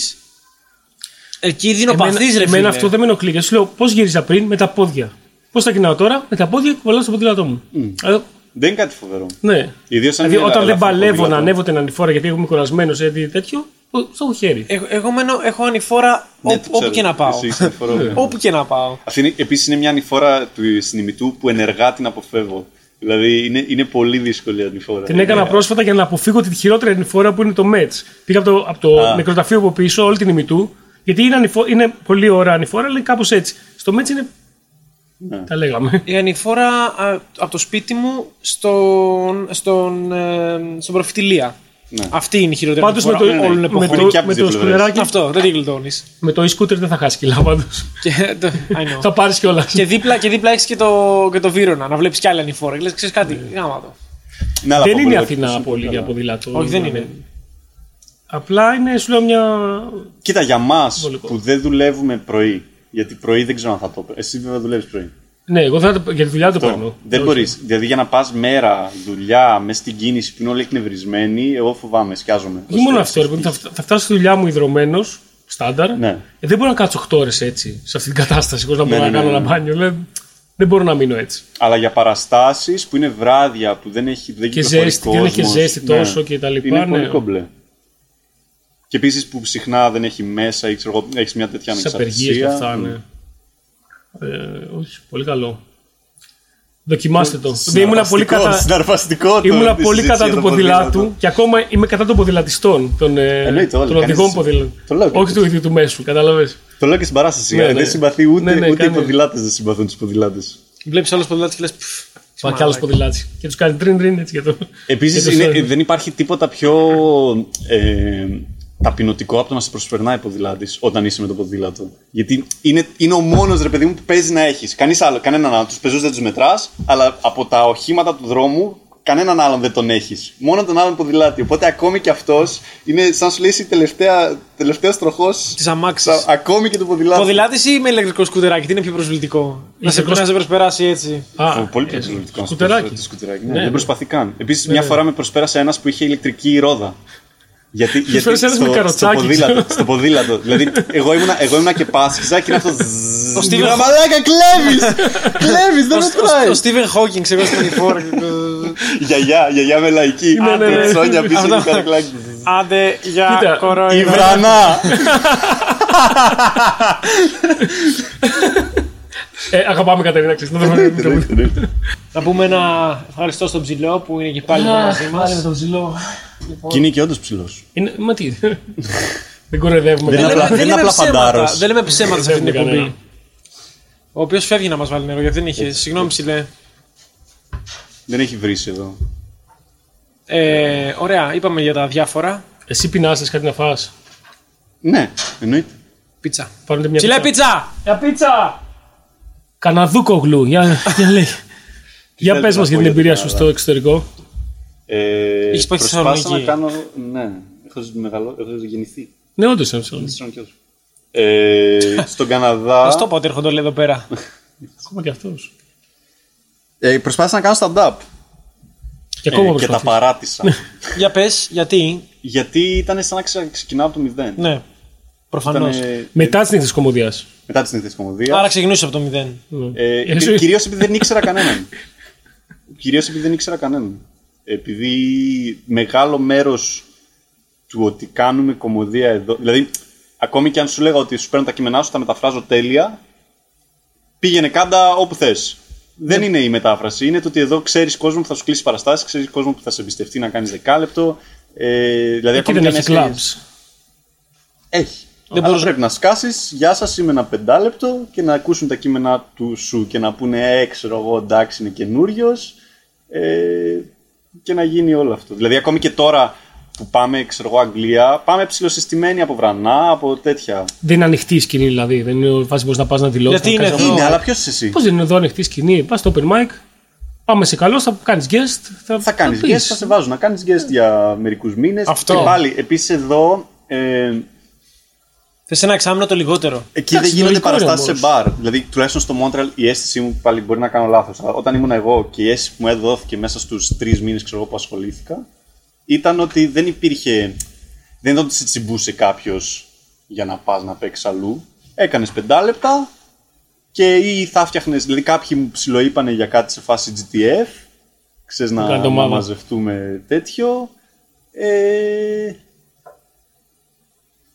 Speaker 1: Εκεί δίνω παθή, ρε φίλε.
Speaker 3: εμένα αυτό δεν με ενοχλεί. Και σου λέω πώς γύριζα πριν με τα πόδια. Πώς τα κοινάω τώρα με τα πόδια και κουβαλάω στο ποδήλατό μου. Ε,
Speaker 2: Δεν είναι κάτι φοβερό.
Speaker 3: ναι.
Speaker 2: Ιδίως Mm. αν
Speaker 3: Δηλαδή,
Speaker 2: είναι
Speaker 3: όταν δεν
Speaker 2: ελαφρύ
Speaker 3: παλεύω να
Speaker 2: ποδήλατο.
Speaker 3: ανέβω την ανηφόρα γιατί είμαι κουρασμένος ή τέτοιο, ο- στο έχω χέρι.
Speaker 1: Εγώ, εγώ μένω, έχω ανηφόρα
Speaker 2: Ναι,
Speaker 1: όπου-
Speaker 2: το
Speaker 1: όπου
Speaker 2: ξέρω.
Speaker 1: και να πάω.
Speaker 2: Εσύ είσαι ανηφορό.
Speaker 1: [laughs] όπου και να πάω.
Speaker 2: Αυτή είναι, επίσης είναι μια ανηφόρα του συνειδητού που ενεργά την αποφεύγω. Δηλαδή είναι, είναι πολύ δύσκολη η ανηφόρα.
Speaker 3: Την έκανα
Speaker 2: Ε,
Speaker 3: πρόσφατα για να αποφύγω τη χειρότερη ανηφόρα που είναι το Mets. Πήγα από το, από το
Speaker 2: Α.
Speaker 3: νεκροταφείο από πίσω, όλη την ημιτού. Γιατί είναι, ανηφο, είναι πολύ ωραία ανηφόρα, αλλά είναι κάπως έτσι. Στο Mets είναι.
Speaker 2: Ναι.
Speaker 3: Τα [laughs] λέγαμε.
Speaker 1: Η ανηφόρα α, από το σπίτι μου στον, στον, ε, στον προφητηλία.
Speaker 2: Ναι.
Speaker 1: Αυτή είναι η χειρότερη
Speaker 3: Πάντως με
Speaker 1: ανηφόρα
Speaker 3: το,
Speaker 2: ναι,
Speaker 1: όλων
Speaker 2: ναι.
Speaker 1: εποχών.
Speaker 3: με
Speaker 2: Είναι και
Speaker 3: το,
Speaker 2: από
Speaker 3: με
Speaker 2: τις
Speaker 3: το
Speaker 2: δύο πλευρές.
Speaker 3: σκουλεράκι,
Speaker 1: Αυτό, δεν τη γλιτώνει.
Speaker 3: με το e-scooter δεν θα χάσει κιλά πάντως.
Speaker 1: Και, ε, το- I know.
Speaker 3: θα πάρεις κιόλας.
Speaker 1: Ναι. και δίπλα, και δίπλα έχεις και το, και το Βύρονα, να βλέπεις κι άλλη ανηφόρα. Και λες, ξέρεις κάτι, γάμα το.
Speaker 2: ναι, αλλά
Speaker 3: Δεν
Speaker 2: από
Speaker 3: είναι
Speaker 2: πολύ
Speaker 3: Αθηνά
Speaker 2: καλά.
Speaker 3: πολύ για ποδήλατο.
Speaker 1: Όχι, δεν είναι.
Speaker 3: Απλά είναι, σου λέω, μια.
Speaker 2: Κοίτα, για μας
Speaker 3: Βολικό.
Speaker 2: που δεν δουλεύουμε πρωί. Γιατί πρωί δεν ξέρω αν θα το πω. Εσύ βέβαια δουλεύεις πρωί.
Speaker 3: Ναι, εγώ θα, το- για τη δουλειά το
Speaker 2: Αυτό.
Speaker 3: παίρνω.
Speaker 2: Δεν
Speaker 3: Όχι.
Speaker 2: μπορείς. Δηλαδή για να πας μέρα, δουλειά, μες στην κίνηση που είναι όλοι εκνευρισμένοι, εγώ φοβάμαι, σκιάζομαι.
Speaker 3: Όχι μόνο αυτό, ρε παιδί, θα, θα φτάσω στη δουλειά μου ιδρωμένο, στάνταρ.
Speaker 2: Ναι.
Speaker 3: Ε, δεν μπορώ να κάτσω 8 ώρες έτσι, σε αυτή την κατάσταση. χωρίς να μπορώ
Speaker 2: Ναι,
Speaker 3: να
Speaker 2: ναι,
Speaker 3: κάνω
Speaker 2: ναι,
Speaker 3: ένα μπάνιο. Δηλαδή, δεν μπορώ να μείνω έτσι.
Speaker 2: Αλλά για παραστάσεις που είναι βράδια, που δεν έχει. Δεν
Speaker 3: Και
Speaker 2: κυκλοφορεί
Speaker 3: ζέστη, και δεν έχει
Speaker 2: κόσμος.
Speaker 3: ζέστη τόσο και τα λοιπά,
Speaker 2: Είναι
Speaker 3: ναι.
Speaker 2: πολύ κομπλέ. Και επίσης που συχνά δεν έχει μέσα ή ξέρω εγώ, έχεις μια τέτοια
Speaker 3: Σε απεργίες και
Speaker 2: ανεξαρτησία.
Speaker 3: αυτά, ναι.
Speaker 2: Ναι.
Speaker 3: Ε, όχι, πολύ καλό. Δοκιμάστε το. Δεν Ναι, ήμουνα πολύ κατά.
Speaker 2: Συναρπαστικό το.
Speaker 3: Ήμουνα
Speaker 2: τη
Speaker 3: πολύ
Speaker 2: συζήτηση
Speaker 3: κατά
Speaker 2: για
Speaker 3: του
Speaker 2: το
Speaker 3: ποδηλάτου
Speaker 2: ποδήλατο.
Speaker 3: και ακόμα είμαι κατά των ποδηλατιστών. Των, ε,
Speaker 2: Εννοείται όλοι,
Speaker 3: των
Speaker 2: κανείς-
Speaker 3: οδηγών ποδηλατών.
Speaker 2: το λέω και
Speaker 3: Όχι
Speaker 2: αυτό.
Speaker 3: του ίδιου του μέσου, κατάλαβες.
Speaker 2: Το λέω και στην παράσταση.
Speaker 3: Ναι,
Speaker 2: ε,
Speaker 3: ναι.
Speaker 2: Δεν συμπαθεί ούτε,
Speaker 3: Ναι, ναι,
Speaker 2: ούτε
Speaker 3: κάνει-
Speaker 2: οι ποδηλάτες δεν συμπαθούν τους ποδηλάτες.
Speaker 1: Βλέπεις άλλους ποδηλάτες και λες.
Speaker 3: Μα κι άλλο ποδηλάτη. Και τους κάνει τριν τριν έτσι για το. για το
Speaker 2: Επίση
Speaker 3: σέρνο.
Speaker 2: δεν υπάρχει τίποτα πιο ε, ταπεινωτικό από το να σε προσπερνάει ποδηλάτης όταν είσαι με το ποδήλατο. Γιατί είναι, είναι ο μόνος ρε παιδί μου που παίζει να έχεις. Κανείς άλλο, κανέναν άλλο. Τους πεζούς δεν τους μετράς, αλλά από τα οχήματα του δρόμου κανέναν άλλον δεν τον έχεις. Μόνο τον άλλον ποδηλάτη. Οπότε ακόμη και αυτός είναι σαν σου λύσει τελευταίος τροχός.
Speaker 1: Της αμάξης.
Speaker 2: Ακόμη και του ποδηλάτου.
Speaker 1: Ποδηλάτης ή με ηλεκτρικό σκουτεράκι, τι είναι πιο προσβλητικό. Να σε,
Speaker 3: Ηλεκτρικός-
Speaker 1: να σε προσπεράσει έτσι.
Speaker 3: Α,
Speaker 2: πολύ
Speaker 3: ε,
Speaker 2: πιο προσβλητικό.
Speaker 3: Σκουτεράκι.
Speaker 2: σκουτεράκι. Ναι, δεν προσπαθεί καν. Επίσης, μια φορά με προσπέρασε ένας που είχε ηλεκτρική ρόδα. Γιατί, γιατί
Speaker 3: φέρασε ένας με καροτσάκι,
Speaker 2: ποδήλατο,
Speaker 3: ξέρω.
Speaker 2: στο ποδήλατο. δηλαδή, εγώ ήμουνα, εγώ ήμουνα και πάσχιζα και είναι αυτό.
Speaker 1: Ο Στίβεν-
Speaker 2: Στίβεν Μαλάκα, κλέβεις! κλέβεις, δεν μετράει!
Speaker 1: Ο Στίβεν Χόκινγκ, εγώ στην
Speaker 3: [laughs]
Speaker 1: ανηφόρα.
Speaker 2: Γιαγιά, γιαγιά με λαϊκή.
Speaker 3: Ναι, ναι, ναι.
Speaker 2: Σόνια πίσω
Speaker 1: Αυτό.
Speaker 2: και καρεκλάκι.
Speaker 1: Άντε για
Speaker 3: Κοίτα,
Speaker 2: Η
Speaker 1: κοροϊδό.
Speaker 2: βρανά!
Speaker 3: Ε, αγαπάμε Κατερίνα, ξέρεις. Να
Speaker 2: [laughs]
Speaker 3: το βάλουμε
Speaker 2: Εννοείται, εννοείται.
Speaker 1: Να πούμε ένα ευχαριστώ στον Ψηλό που είναι και
Speaker 3: Ναι,
Speaker 1: πάλι εδώ μαζί μας.
Speaker 2: Και είναι και όντως ψηλός.
Speaker 3: Είναι, μα τι. Δεν κορεδεύουμε.
Speaker 2: Δεν
Speaker 3: κανένα.
Speaker 2: απλά- είναι απλά φαντάρος.
Speaker 1: Δεν λέμε ψέματα σε αυτή την
Speaker 3: Δεν λέμε
Speaker 1: εκπομπή.
Speaker 3: κανένα.
Speaker 1: Ο οποίος φεύγει να μας βάλει νερό γιατί δεν είχε. Συγγνώμη, ψηλέ.
Speaker 2: Δεν έχει βρει εδώ.
Speaker 1: Ε, ωραία, είπαμε για τα διάφορα.
Speaker 3: Εσύ πεινάσες κάτι να φας.
Speaker 2: Ναι, εννοείται.
Speaker 1: Πίτσα.
Speaker 3: Πάρετε μια
Speaker 1: Ψηλέ
Speaker 3: πίτσα.
Speaker 1: πίτσα!
Speaker 3: Για πίτσα! Καναδούκογλου. Για, για λέει. για
Speaker 2: θέλετε
Speaker 3: πες
Speaker 2: να
Speaker 3: μας για
Speaker 2: πω για
Speaker 3: την εμπειρία
Speaker 2: την
Speaker 3: σου στο
Speaker 2: Ελλάδα?
Speaker 3: εξωτερικό.
Speaker 2: Ε,
Speaker 1: Έχεις πάει στη
Speaker 2: προσπάθησα να
Speaker 1: Θεσσαλονίκη.
Speaker 2: κάνω. Ναι, έχω, μεγαλώ, έχω γεννηθεί.
Speaker 3: Ναι, όντως είναι ψηλό.
Speaker 2: στη Θεσσαλονίκη. Ε, στον
Speaker 1: [laughs]
Speaker 2: Καναδά.
Speaker 1: Ας το πω ότι έρχονται όλοι εδώ πέρα.
Speaker 3: Ακόμα και αυτός.
Speaker 2: ε, προσπάθησα να κάνω stand-up.
Speaker 3: Και Ε, ακόμα
Speaker 2: Ε, και τα
Speaker 3: προσπαθείς.
Speaker 2: παράτησα.
Speaker 1: για πες, γιατί.
Speaker 2: Γιατί ήταν σαν να ξε- ξεκινάω από το μηδέν.
Speaker 1: Ναι. Προφανώς.
Speaker 2: Ήταν, ε,
Speaker 3: Μετά τις νύχτες κομμωδιάς.
Speaker 2: μετά τη συνήθεια κομμωδίας.
Speaker 1: Άρα ξεκινούσε από το μηδέν.
Speaker 2: Ε,
Speaker 3: Ε, εσύ-
Speaker 2: Κυρίως επειδή δεν ήξερα κανέναν. Κυρίως επειδή δεν ήξερα κανέναν. Επειδή μεγάλο μέρος του ότι κάνουμε κομμωδία εδώ. Δηλαδή, ακόμη και αν σου λέγα ότι σου παίρνω τα κείμενά σου, τα μεταφράζω τέλεια, πήγαινε κάντα όπου θες. Δεν είναι η μετάφραση. Είναι το ότι εδώ ξέρεις κόσμο που θα σου κλείσει παραστάσεις, ξέρεις κόσμο που θα σε εμπιστευτεί να κάνεις δεκάλεπτο. Ε, δηλαδή,
Speaker 3: Εκεί
Speaker 2: ακόμη
Speaker 3: δεν
Speaker 2: και αν
Speaker 3: έχεις
Speaker 2: έσχερες-
Speaker 3: κλαμπς.
Speaker 2: Έχει.
Speaker 1: Δεν
Speaker 2: Δεν Αλλά
Speaker 1: μπορούσα-
Speaker 2: πρέπει να σκάσεις, γεια σας, είμαι ένα πεντάλεπτο και να ακούσουν τα κείμενα του σου και να πούνε Ε, ξέρω εγώ, εντάξει, είναι καινούριος. Ε, και να γίνει όλο αυτό. Δηλαδή, ακόμη και τώρα που πάμε, ξέρω εγώ, Αγγλία, πάμε ψηλοσυστημένοι από βρανά, από τέτοια.
Speaker 3: Δεν είναι ανοιχτή η σκηνή, δηλαδή. Δεν είναι φάση που να πας να δηλώσεις.
Speaker 1: Γιατί είναι
Speaker 2: Είναι, αλλά ποιος εσύ.
Speaker 3: Πώς δεν είναι εδώ ανοιχτή η σκηνή, πας στο open mic, πάμε σε καλό, θα κάνεις guest. Θα,
Speaker 2: Θα κάνεις guest,
Speaker 3: πεις.
Speaker 2: θα σε βάζουν να κάνεις guest για μερικούς μήνες.
Speaker 1: Αυτό.
Speaker 2: Και πάλι, επίσης εδώ. Ε,
Speaker 1: Θες ένα εξάμεινο το λιγότερο.
Speaker 2: Εκεί δεν
Speaker 3: Εντάξει,
Speaker 2: γίνονται
Speaker 3: λογικό είναι
Speaker 2: παραστάσεις σε
Speaker 3: όμως.
Speaker 2: μπαρ. Δηλαδή, τουλάχιστον στο Μόντρελ η αίσθησή μου πάλι μπορεί να κάνω λάθος. Αλλά όταν ήμουν εγώ και η αίσθηση που μου έδωθηκε μέσα στους τρεις μήνες που ασχολήθηκα ήταν ότι δεν υπήρχε. Δεν ήταν ότι σε τσιμπούσε κάποιος για να πας να παίξεις αλλού. Έκανες πεντάλεπτα και ή θα φτιάχνες. Δηλαδή, κάποιοι μου ψιλοείπανε για κάτι σε φάση GTF. Ξέρεις να,
Speaker 3: Κάντε
Speaker 2: να
Speaker 3: ομάδα.
Speaker 2: μαζευτούμε τέτοιο. Ε,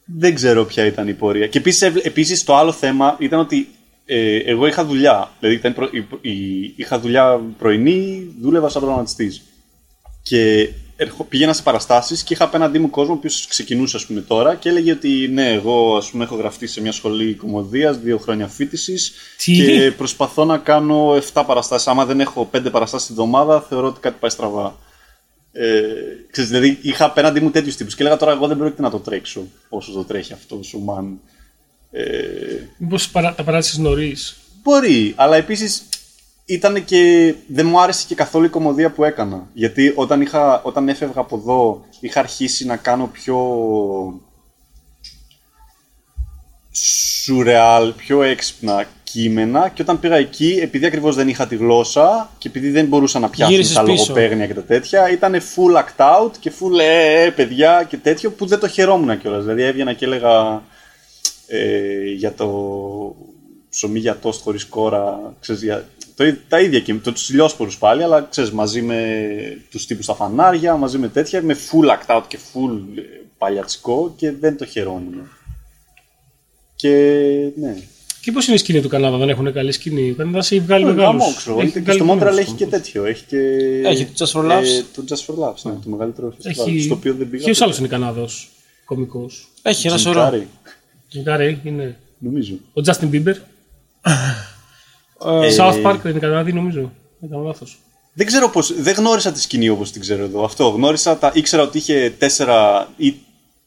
Speaker 2: δεν ξέρω ποια ήταν η πορεία. Και επίσης, ευλ- επίσης το άλλο θέμα ήταν ότι ε, εγώ είχα δουλειά. Δηλαδή ήταν προ- η- η- είχα δουλειά πρωινή, δούλευα σαν προγραμματιστής. Και ερχο- πήγαινα σε παραστάσεις και είχα απέναντί μου κόσμο που ξεκινούσε ας πούμε τώρα και έλεγε ότι ναι εγώ ας πούμε έχω γραφτεί σε μια σχολή κομμωδίας, δύο χρόνια φοιτησης
Speaker 3: Τι?
Speaker 2: και προσπαθώ να κάνω 7 παραστάσεις. Άμα δεν έχω 5 παραστάσεις την εβδομάδα θεωρώ ότι κάτι πάει στραβά. Ε, ξέρεις, δηλαδή είχα απέναντί μου τέτοιους τύπους και έλεγα τώρα εγώ δεν πρόκειται να το τρέξω όσο το τρέχει αυτό ο Μαν. Ε,
Speaker 3: Μήπως παρα, τα παράτησες νωρίς.
Speaker 2: μπορεί, αλλά επίσης ήταν και. δεν μου άρεσε και καθόλου η κομμωδία που έκανα. Γιατί όταν, είχα, όταν έφευγα από εδώ είχα αρχίσει να κάνω πιο. σουρεάλ, πιο έξυπνα κείμενα και όταν πήγα εκεί, επειδή ακριβώς δεν είχα τη γλώσσα και επειδή δεν μπορούσα να πιάσω
Speaker 1: Γύρισες
Speaker 2: τα
Speaker 1: πίσω.
Speaker 2: λογοπαίγνια και τα τέτοια, ήταν full act out και full ε, ε, παιδιά και τέτοιο που δεν το χαιρόμουν κιόλας. Δηλαδή έβγαινα και έλεγα ε, για το ψωμί για τόστ χωρίς κόρα, ξέρεις, για, το, ί- τα ίδια και το τους λιόσπορους πάλι, αλλά ξέρεις, μαζί με τους τύπους στα φανάρια, μαζί με τέτοια, με full act out και full ε, παλιατσικό και δεν το χαιρόμουν. Και ναι.
Speaker 3: Και πώς είναι η σκηνή του Καναδά, δεν έχουν καλή σκηνή. Ο Καναδά έχει βγάλει
Speaker 2: Ε,
Speaker 3: μεγάλο.
Speaker 2: γαμό, ξέρω, είτε Και στο Μόντρελ έχει και τέτοιο. Έχει, και...
Speaker 1: Έχει το Just for Laughs.
Speaker 2: Ε, το Just for Laughs, ναι, το μεγαλύτερο φεστιβάλ.
Speaker 3: Έχει...
Speaker 2: Στο οποίο δεν πήγα.
Speaker 3: Ποιος
Speaker 2: ποτέ.
Speaker 3: άλλος είναι Καναδός κωμικό.
Speaker 1: Έχει ένα σωρό.
Speaker 2: Τζιμκάρι,
Speaker 3: Τζιγκάρε είναι.
Speaker 2: Νομίζω.
Speaker 3: Ο Justin Bieber.
Speaker 1: Ε,
Speaker 3: South Park δεν είναι Καναδί, νομίζω. Δεν κάνω λάθος.
Speaker 2: Δεν ξέρω πώς, δεν γνώρισα τη σκηνή όπως την ξέρω εδώ. Αυτό, γνώρισα τα, ήξερα ότι είχε τέσσερα ή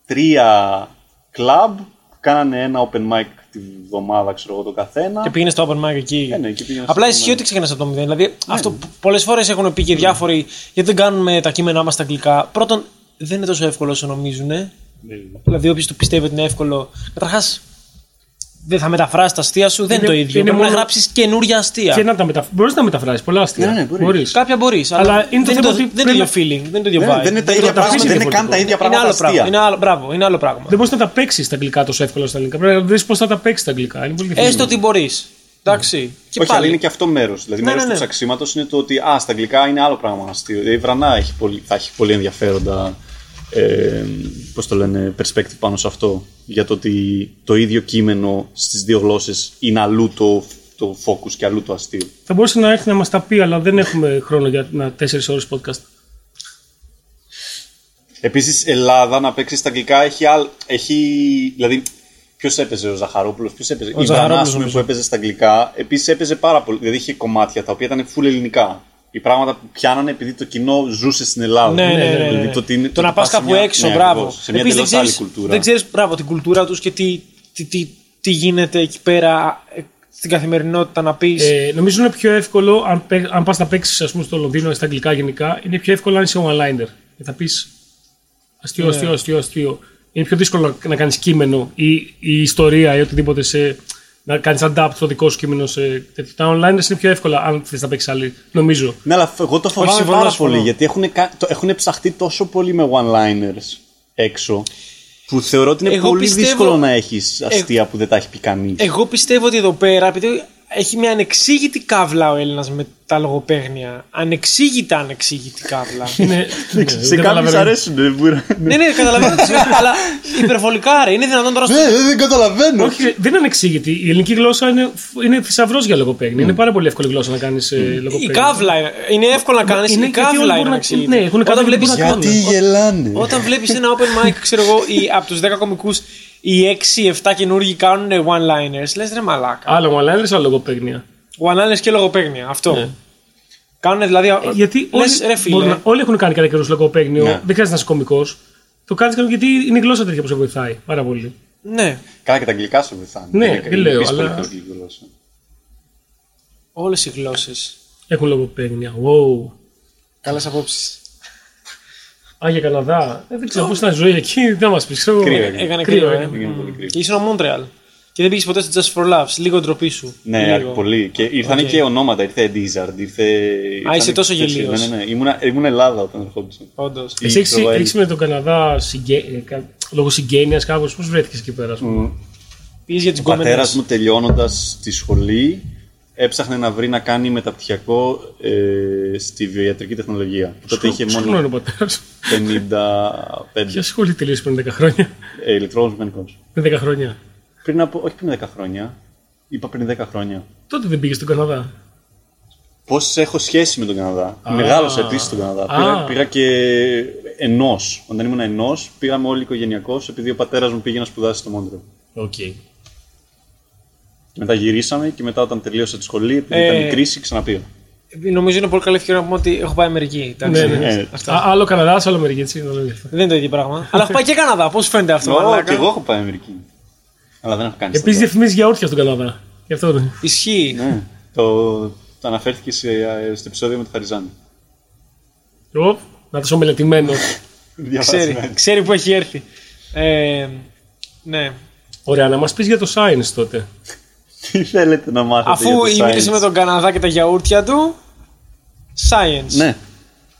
Speaker 2: τρία κλαμπ, κάνανε ένα open mic τη βδομάδα, ξέρω εγώ, το καθένα.
Speaker 1: Και πήγαινε στο open mic εκεί.
Speaker 2: Ε, ναι, και πήγαινα στο
Speaker 1: Απλά
Speaker 2: open
Speaker 1: ισχύει
Speaker 2: mic. Ναι.
Speaker 1: ότι ξεκινάς από το μηδέν. Δηλαδή, αυτό πολλές φορές έχουν πει και διάφοροι γιατί δεν κάνουμε τα κείμενά μας στα αγγλικά. Πρώτον, δεν είναι τόσο εύκολο όσο νομίζουν.
Speaker 2: Ναι.
Speaker 1: Δηλαδή, όποιος του πιστεύει ότι είναι εύκολο. Καταρχάς, δεν θα μεταφράσει τα αστεία σου, δεν είναι,
Speaker 3: Είναι-
Speaker 1: το ίδιο.
Speaker 3: είναι
Speaker 1: Πρέπει να
Speaker 3: μόνο-
Speaker 1: γράψεις καινούρια αστεία.
Speaker 3: Και να τα μεταφ... Μπορείς να μεταφράσεις πολλά αστεία.
Speaker 2: Ναι, ναι, μπορείς.
Speaker 3: Μπορείς.
Speaker 1: Κάποια μπορείς, αλλά,
Speaker 3: Αλλά είναι το
Speaker 1: δεν,
Speaker 3: θέμα
Speaker 1: το,
Speaker 3: ότι
Speaker 1: δεν είναι το
Speaker 3: πρέπει
Speaker 1: feeling, δεν είναι το ίδιο
Speaker 2: δεν,
Speaker 1: vibe.
Speaker 2: Ναι, δεν είναι τα
Speaker 3: το
Speaker 2: ίδια
Speaker 3: ταυτίζεις
Speaker 2: πράγματα, δεν είναι
Speaker 3: διαφορετικό.
Speaker 2: καν τα ίδια
Speaker 1: Είναι
Speaker 2: πράγματα.
Speaker 1: άλλο
Speaker 2: αστεία.
Speaker 1: πράγμα. Είναι άλλο, μπράβο, είναι άλλο πράγμα.
Speaker 3: Δεν μπορείς να τα παίξεις στα αγγλικά τόσο εύκολα στα ελληνικά. Πρέπει να δει πώς θα τα παίξεις στα αγγλικά. Είναι πολύ
Speaker 1: Έστω
Speaker 3: διαφορετικό.
Speaker 1: ότι μπορείς. Εντάξει. Και
Speaker 2: Ναι. Όχι,
Speaker 1: πάλι.
Speaker 2: αλλά είναι και αυτό μέρος. Δηλαδή,
Speaker 1: Ναι,
Speaker 2: μέρος
Speaker 1: ναι, ναι.
Speaker 2: του ψαξίματος είναι το ότι α, στα αγγλικά είναι άλλο πράγμα αστείο. Δηλαδή, η Βρανά έχει πολύ, θα έχει πολύ ενδιαφέροντα. Ε, πώς το λένε, perspective πάνω σε αυτό. Για το ότι το ίδιο κείμενο στις δύο γλώσσες είναι αλλού το, το focus και αλλού το αστείο.
Speaker 3: Θα μπορούσε να έρθει να μας τα πει, αλλά δεν έχουμε χρόνο για τέσσερις ώρες podcast.
Speaker 2: Επίσης Ελλάδα να παίξει στα αγγλικά έχει, αλ... έχει... δηλαδή Ποιος έπαιζε, ο Ζαχαρόπουλος, ποιος έπαιζε.
Speaker 1: Ο
Speaker 2: η
Speaker 1: Ζαχαρόπουλος,
Speaker 2: Βανάσου
Speaker 1: νομίζω.
Speaker 2: που έπαιζε στα αγγλικά. Επίσης έπαιζε πάρα πολύ. Δηλαδή είχε κομμάτια τα οποία ήταν full ελληνικά. Οι πράγματα που πιάνανε επειδή το κοινό ζούσε στην Ελλάδα.
Speaker 1: Ναι, ναι, ναι, ναι,
Speaker 2: Δηλαδή,
Speaker 1: ναι.
Speaker 2: το, ότι είναι-
Speaker 1: το να
Speaker 2: ότι
Speaker 1: πας
Speaker 2: πας σε
Speaker 1: κάπου
Speaker 2: μια-
Speaker 1: έξω,
Speaker 2: ναι,
Speaker 1: μπράβο.
Speaker 2: ακριβώς, Σε μια
Speaker 1: Επίσης,
Speaker 2: τελείω
Speaker 1: δεν
Speaker 2: άλλη
Speaker 1: ξέρεις-
Speaker 2: κουλτούρα.
Speaker 1: Δεν ξέρεις, μπράβο, την κουλτούρα τους και τι, τι, τι, τι γίνεται εκεί πέρα ε, στην καθημερινότητα να πεις.
Speaker 3: Ε, νομίζω είναι πιο εύκολο αν, παί- αν πας να παίξεις στο Λονδίνο ή στα αγγλικά γενικά. Είναι πιο εύκολο αν είσαι one-liner. Και θα πεις αστείο, αστείο, αστείο, αστείο. Είναι πιο δύσκολο να, να κάνεις κείμενο ή, ή ιστορία ή οτιδήποτε σε. Να κάνεις adapt το δικό σου κείμενο σε τέτοιο. Τα online είναι πιο εύκολα αν θες να παίξεις άλλη, νομίζω.
Speaker 2: Ναι, αλλά εγώ το φοβάμαι
Speaker 1: συμφωνώ,
Speaker 2: πάρα
Speaker 1: συμφωνώ.
Speaker 2: πολύ γιατί έχουν, κα- το- έχουν ψαχτεί τόσο πολύ με one-liners έξω που θεωρώ ότι είναι
Speaker 1: Εγώ
Speaker 2: πολύ
Speaker 1: πιστεύω- Ε-
Speaker 2: δύσκολο να έχεις αστεία που δεν τα έχει πει κανείς.
Speaker 1: Εγώ πιστεύω ότι εδώ πέρα, επειδή έχει μια ανεξήγητη καύλα ο Έλληνας με τα λογοπαίγνια. Ανεξήγητα ανεξήγητη
Speaker 3: [laughs]
Speaker 1: καύλα.
Speaker 3: Είναι- ναι,
Speaker 2: Σε
Speaker 3: δεν
Speaker 2: κάποιους
Speaker 3: καταλαβαίνω.
Speaker 2: αρέσουν. ρε, μπούρα.
Speaker 1: ναι, ναι, καταλαβαίνω τι σημαίνει, αλλά υπερβολικά ρε. Είναι δυνατόν τώρα. στο-
Speaker 2: Ναι, δεν καταλαβαίνω.
Speaker 3: Όχι, δεν είναι ανεξήγητη. Η ελληνική γλώσσα είναι, είναι θησαυρός για λογοπαίγνια. Είναι πάρα πολύ εύκολη γλώσσα να κάνεις
Speaker 1: Η
Speaker 3: λογοπαίγνια.
Speaker 1: καύλα είναι- είναι εύκολο να κάνεις.
Speaker 3: είναι
Speaker 1: Η
Speaker 3: κάτι όλοι
Speaker 1: καύλα
Speaker 3: μπορούν
Speaker 1: είναι
Speaker 3: να-
Speaker 1: ανεξήγητη.
Speaker 3: ναι, έχουν κάτι
Speaker 1: Όταν βλέπει
Speaker 3: που μπορούν να
Speaker 2: Γιατί γελάνε.
Speaker 3: [laughs]
Speaker 1: Όταν βλέπεις ένα open mic, ξέρω εγώ, οι- από τους 10 κομικούς, οι 6-7 καινούργιοι κάνουν one-liners. Λες ρε μαλάκα.
Speaker 3: Άλλο μαλάνδρε, άλλο λογοπαίγνια.
Speaker 1: One-liners και λογοπαίγνια. Αυτό. Κάνουν δηλαδή.
Speaker 3: Ναι. Ε, Γιατί
Speaker 1: λες,
Speaker 3: όλοι,
Speaker 1: ρε φίλε.
Speaker 3: μπορούν να- όλοι έχουν κάνει κατά καιρού λογοπαίγνιο.
Speaker 2: Ναι.
Speaker 3: Δεν χρειάζεται να είσαι κωμικός. Το κάνεις γιατί είναι η γλώσσα τέτοια που σε βοηθάει πάρα πολύ.
Speaker 1: Ναι,
Speaker 2: Καλά και τα αγγλικά σου βοηθάνε.
Speaker 3: Ναι,
Speaker 2: Είναι-
Speaker 3: δεν
Speaker 2: είναι
Speaker 3: λέω,
Speaker 2: δύσκολη
Speaker 3: αλλά-
Speaker 2: η αγγλική γλώσσα.
Speaker 1: όλες οι γλώσσες.
Speaker 3: Έχουν λογοπαίγνια. Wow.
Speaker 1: Καλές απόψεις.
Speaker 3: Άγια Καναδά. Ε, δεν ξέρω πώς ήταν η ζωή εκεί. Δεν μας πεις.
Speaker 2: Κρύο έγινε.
Speaker 1: Έκανε κρύο, ε.
Speaker 2: Είναι πολύ κρύο.
Speaker 1: Και ήσουν ο Μόντρεαλ. Και δεν πήγες ποτέ στο Just for Laughs. Λίγο ντροπή σου.
Speaker 2: Ναι,
Speaker 1: Λίγο.
Speaker 2: πολύ. Και ήρθαν και ονόματα. Ήρθε Dizard, ήρθε. ήρθανε
Speaker 1: είσαι τόσο
Speaker 2: τέτοιοι.
Speaker 1: γελίος.
Speaker 2: Ναι, ναι, ναι. Ήμουνα- Ήμουν Ελλάδα όταν ερχόντουσαν.
Speaker 1: Όντως.
Speaker 2: Η
Speaker 3: Εσύ έχεις-
Speaker 2: Ισραήλ.
Speaker 3: έχεις με τον Καναδά συγκε... ε, κα- λόγω συγγένειας κάπως. Πώς βρέθηκες εκεί πέρα, ας πούμε.
Speaker 1: Πήγες για τις
Speaker 2: Ο πατέρας
Speaker 1: κόμενε.
Speaker 2: μου τελειώνοντας τη σχολή έψαχνε να βρει να κάνει μεταπτυχιακό ε, στη βιοιατρική τεχνολογία. Τότε είχε
Speaker 3: Ποιος
Speaker 2: μόνο
Speaker 3: είναι ο πατέρας σου.
Speaker 2: 55
Speaker 3: Ποια σχολή τελείωσε πριν 10 χρόνια. [laughs]
Speaker 2: ε, ηλεκτρόνους μηχανικούς.
Speaker 3: Πριν 10 χρόνια.
Speaker 2: Πριν από, όχι πριν 10 χρόνια, είπα πριν 10 χρόνια.
Speaker 3: Τότε δεν πήγες στον Καναδά.
Speaker 2: Πώς έχω σχέση με τον Καναδά.
Speaker 3: Α.
Speaker 2: Μεγάλωσα επίσης στον Καναδά.
Speaker 3: Α.
Speaker 2: Πήγα, πήγα και ενός. Όταν ήμουν ενός, πήγαμε όλοι οικογενειακώς επειδή ο πατέρας μου πήγε να σπουδάσει στο Μόντρο.
Speaker 3: Οκ.
Speaker 2: Και μετά γυρίσαμε και μετά όταν τελείωσα τη σχολή, επειδή
Speaker 1: Ε.
Speaker 2: ήταν η κρίση, ξαναπήγα.
Speaker 1: Νομίζω είναι πολύ καλή ευκαιρία να πούμε ότι έχω πάει Αμερική. εντάξει.
Speaker 3: Ναι, ναι.
Speaker 2: Ε,
Speaker 1: Αυτά.
Speaker 3: Α, άλλο Καναδάς, άλλο Αμερική. Έτσι, δεν είναι αυτό.
Speaker 1: Δεν είναι το ίδιο πράγμα. Αλλά έχω πάει και Καναδά. Πώς φαίνεται αυτό,
Speaker 2: Ω,
Speaker 1: μαλάκα.
Speaker 2: και εγώ έχω πάει Αμερική. Αλλά δεν έχω κάνει
Speaker 3: Επίσης
Speaker 2: stand-up.
Speaker 3: διαφημίζει για όρθια στον Καναδά. Γι' αυτό ρε.
Speaker 1: Ισχύει.
Speaker 2: Ναι. Το, το αναφέρθηκε σε, ε, στο επεισόδιο με τον Χαριζάνη.
Speaker 3: Ωπ, να είσαι μελετημένο.
Speaker 1: Ξέρει,
Speaker 2: Διαβάσαμε.
Speaker 1: ξέρει που έχει έρθει. Ε, ναι.
Speaker 3: Ωραία, να μας πεις για το Science τότε.
Speaker 2: [laughs] Τι θέλετε να μάθετε
Speaker 1: Αφού
Speaker 2: για το
Speaker 1: μίλησε
Speaker 2: science?
Speaker 1: με τον Καναδά και τα γιαούρτια του, science.
Speaker 2: Ναι.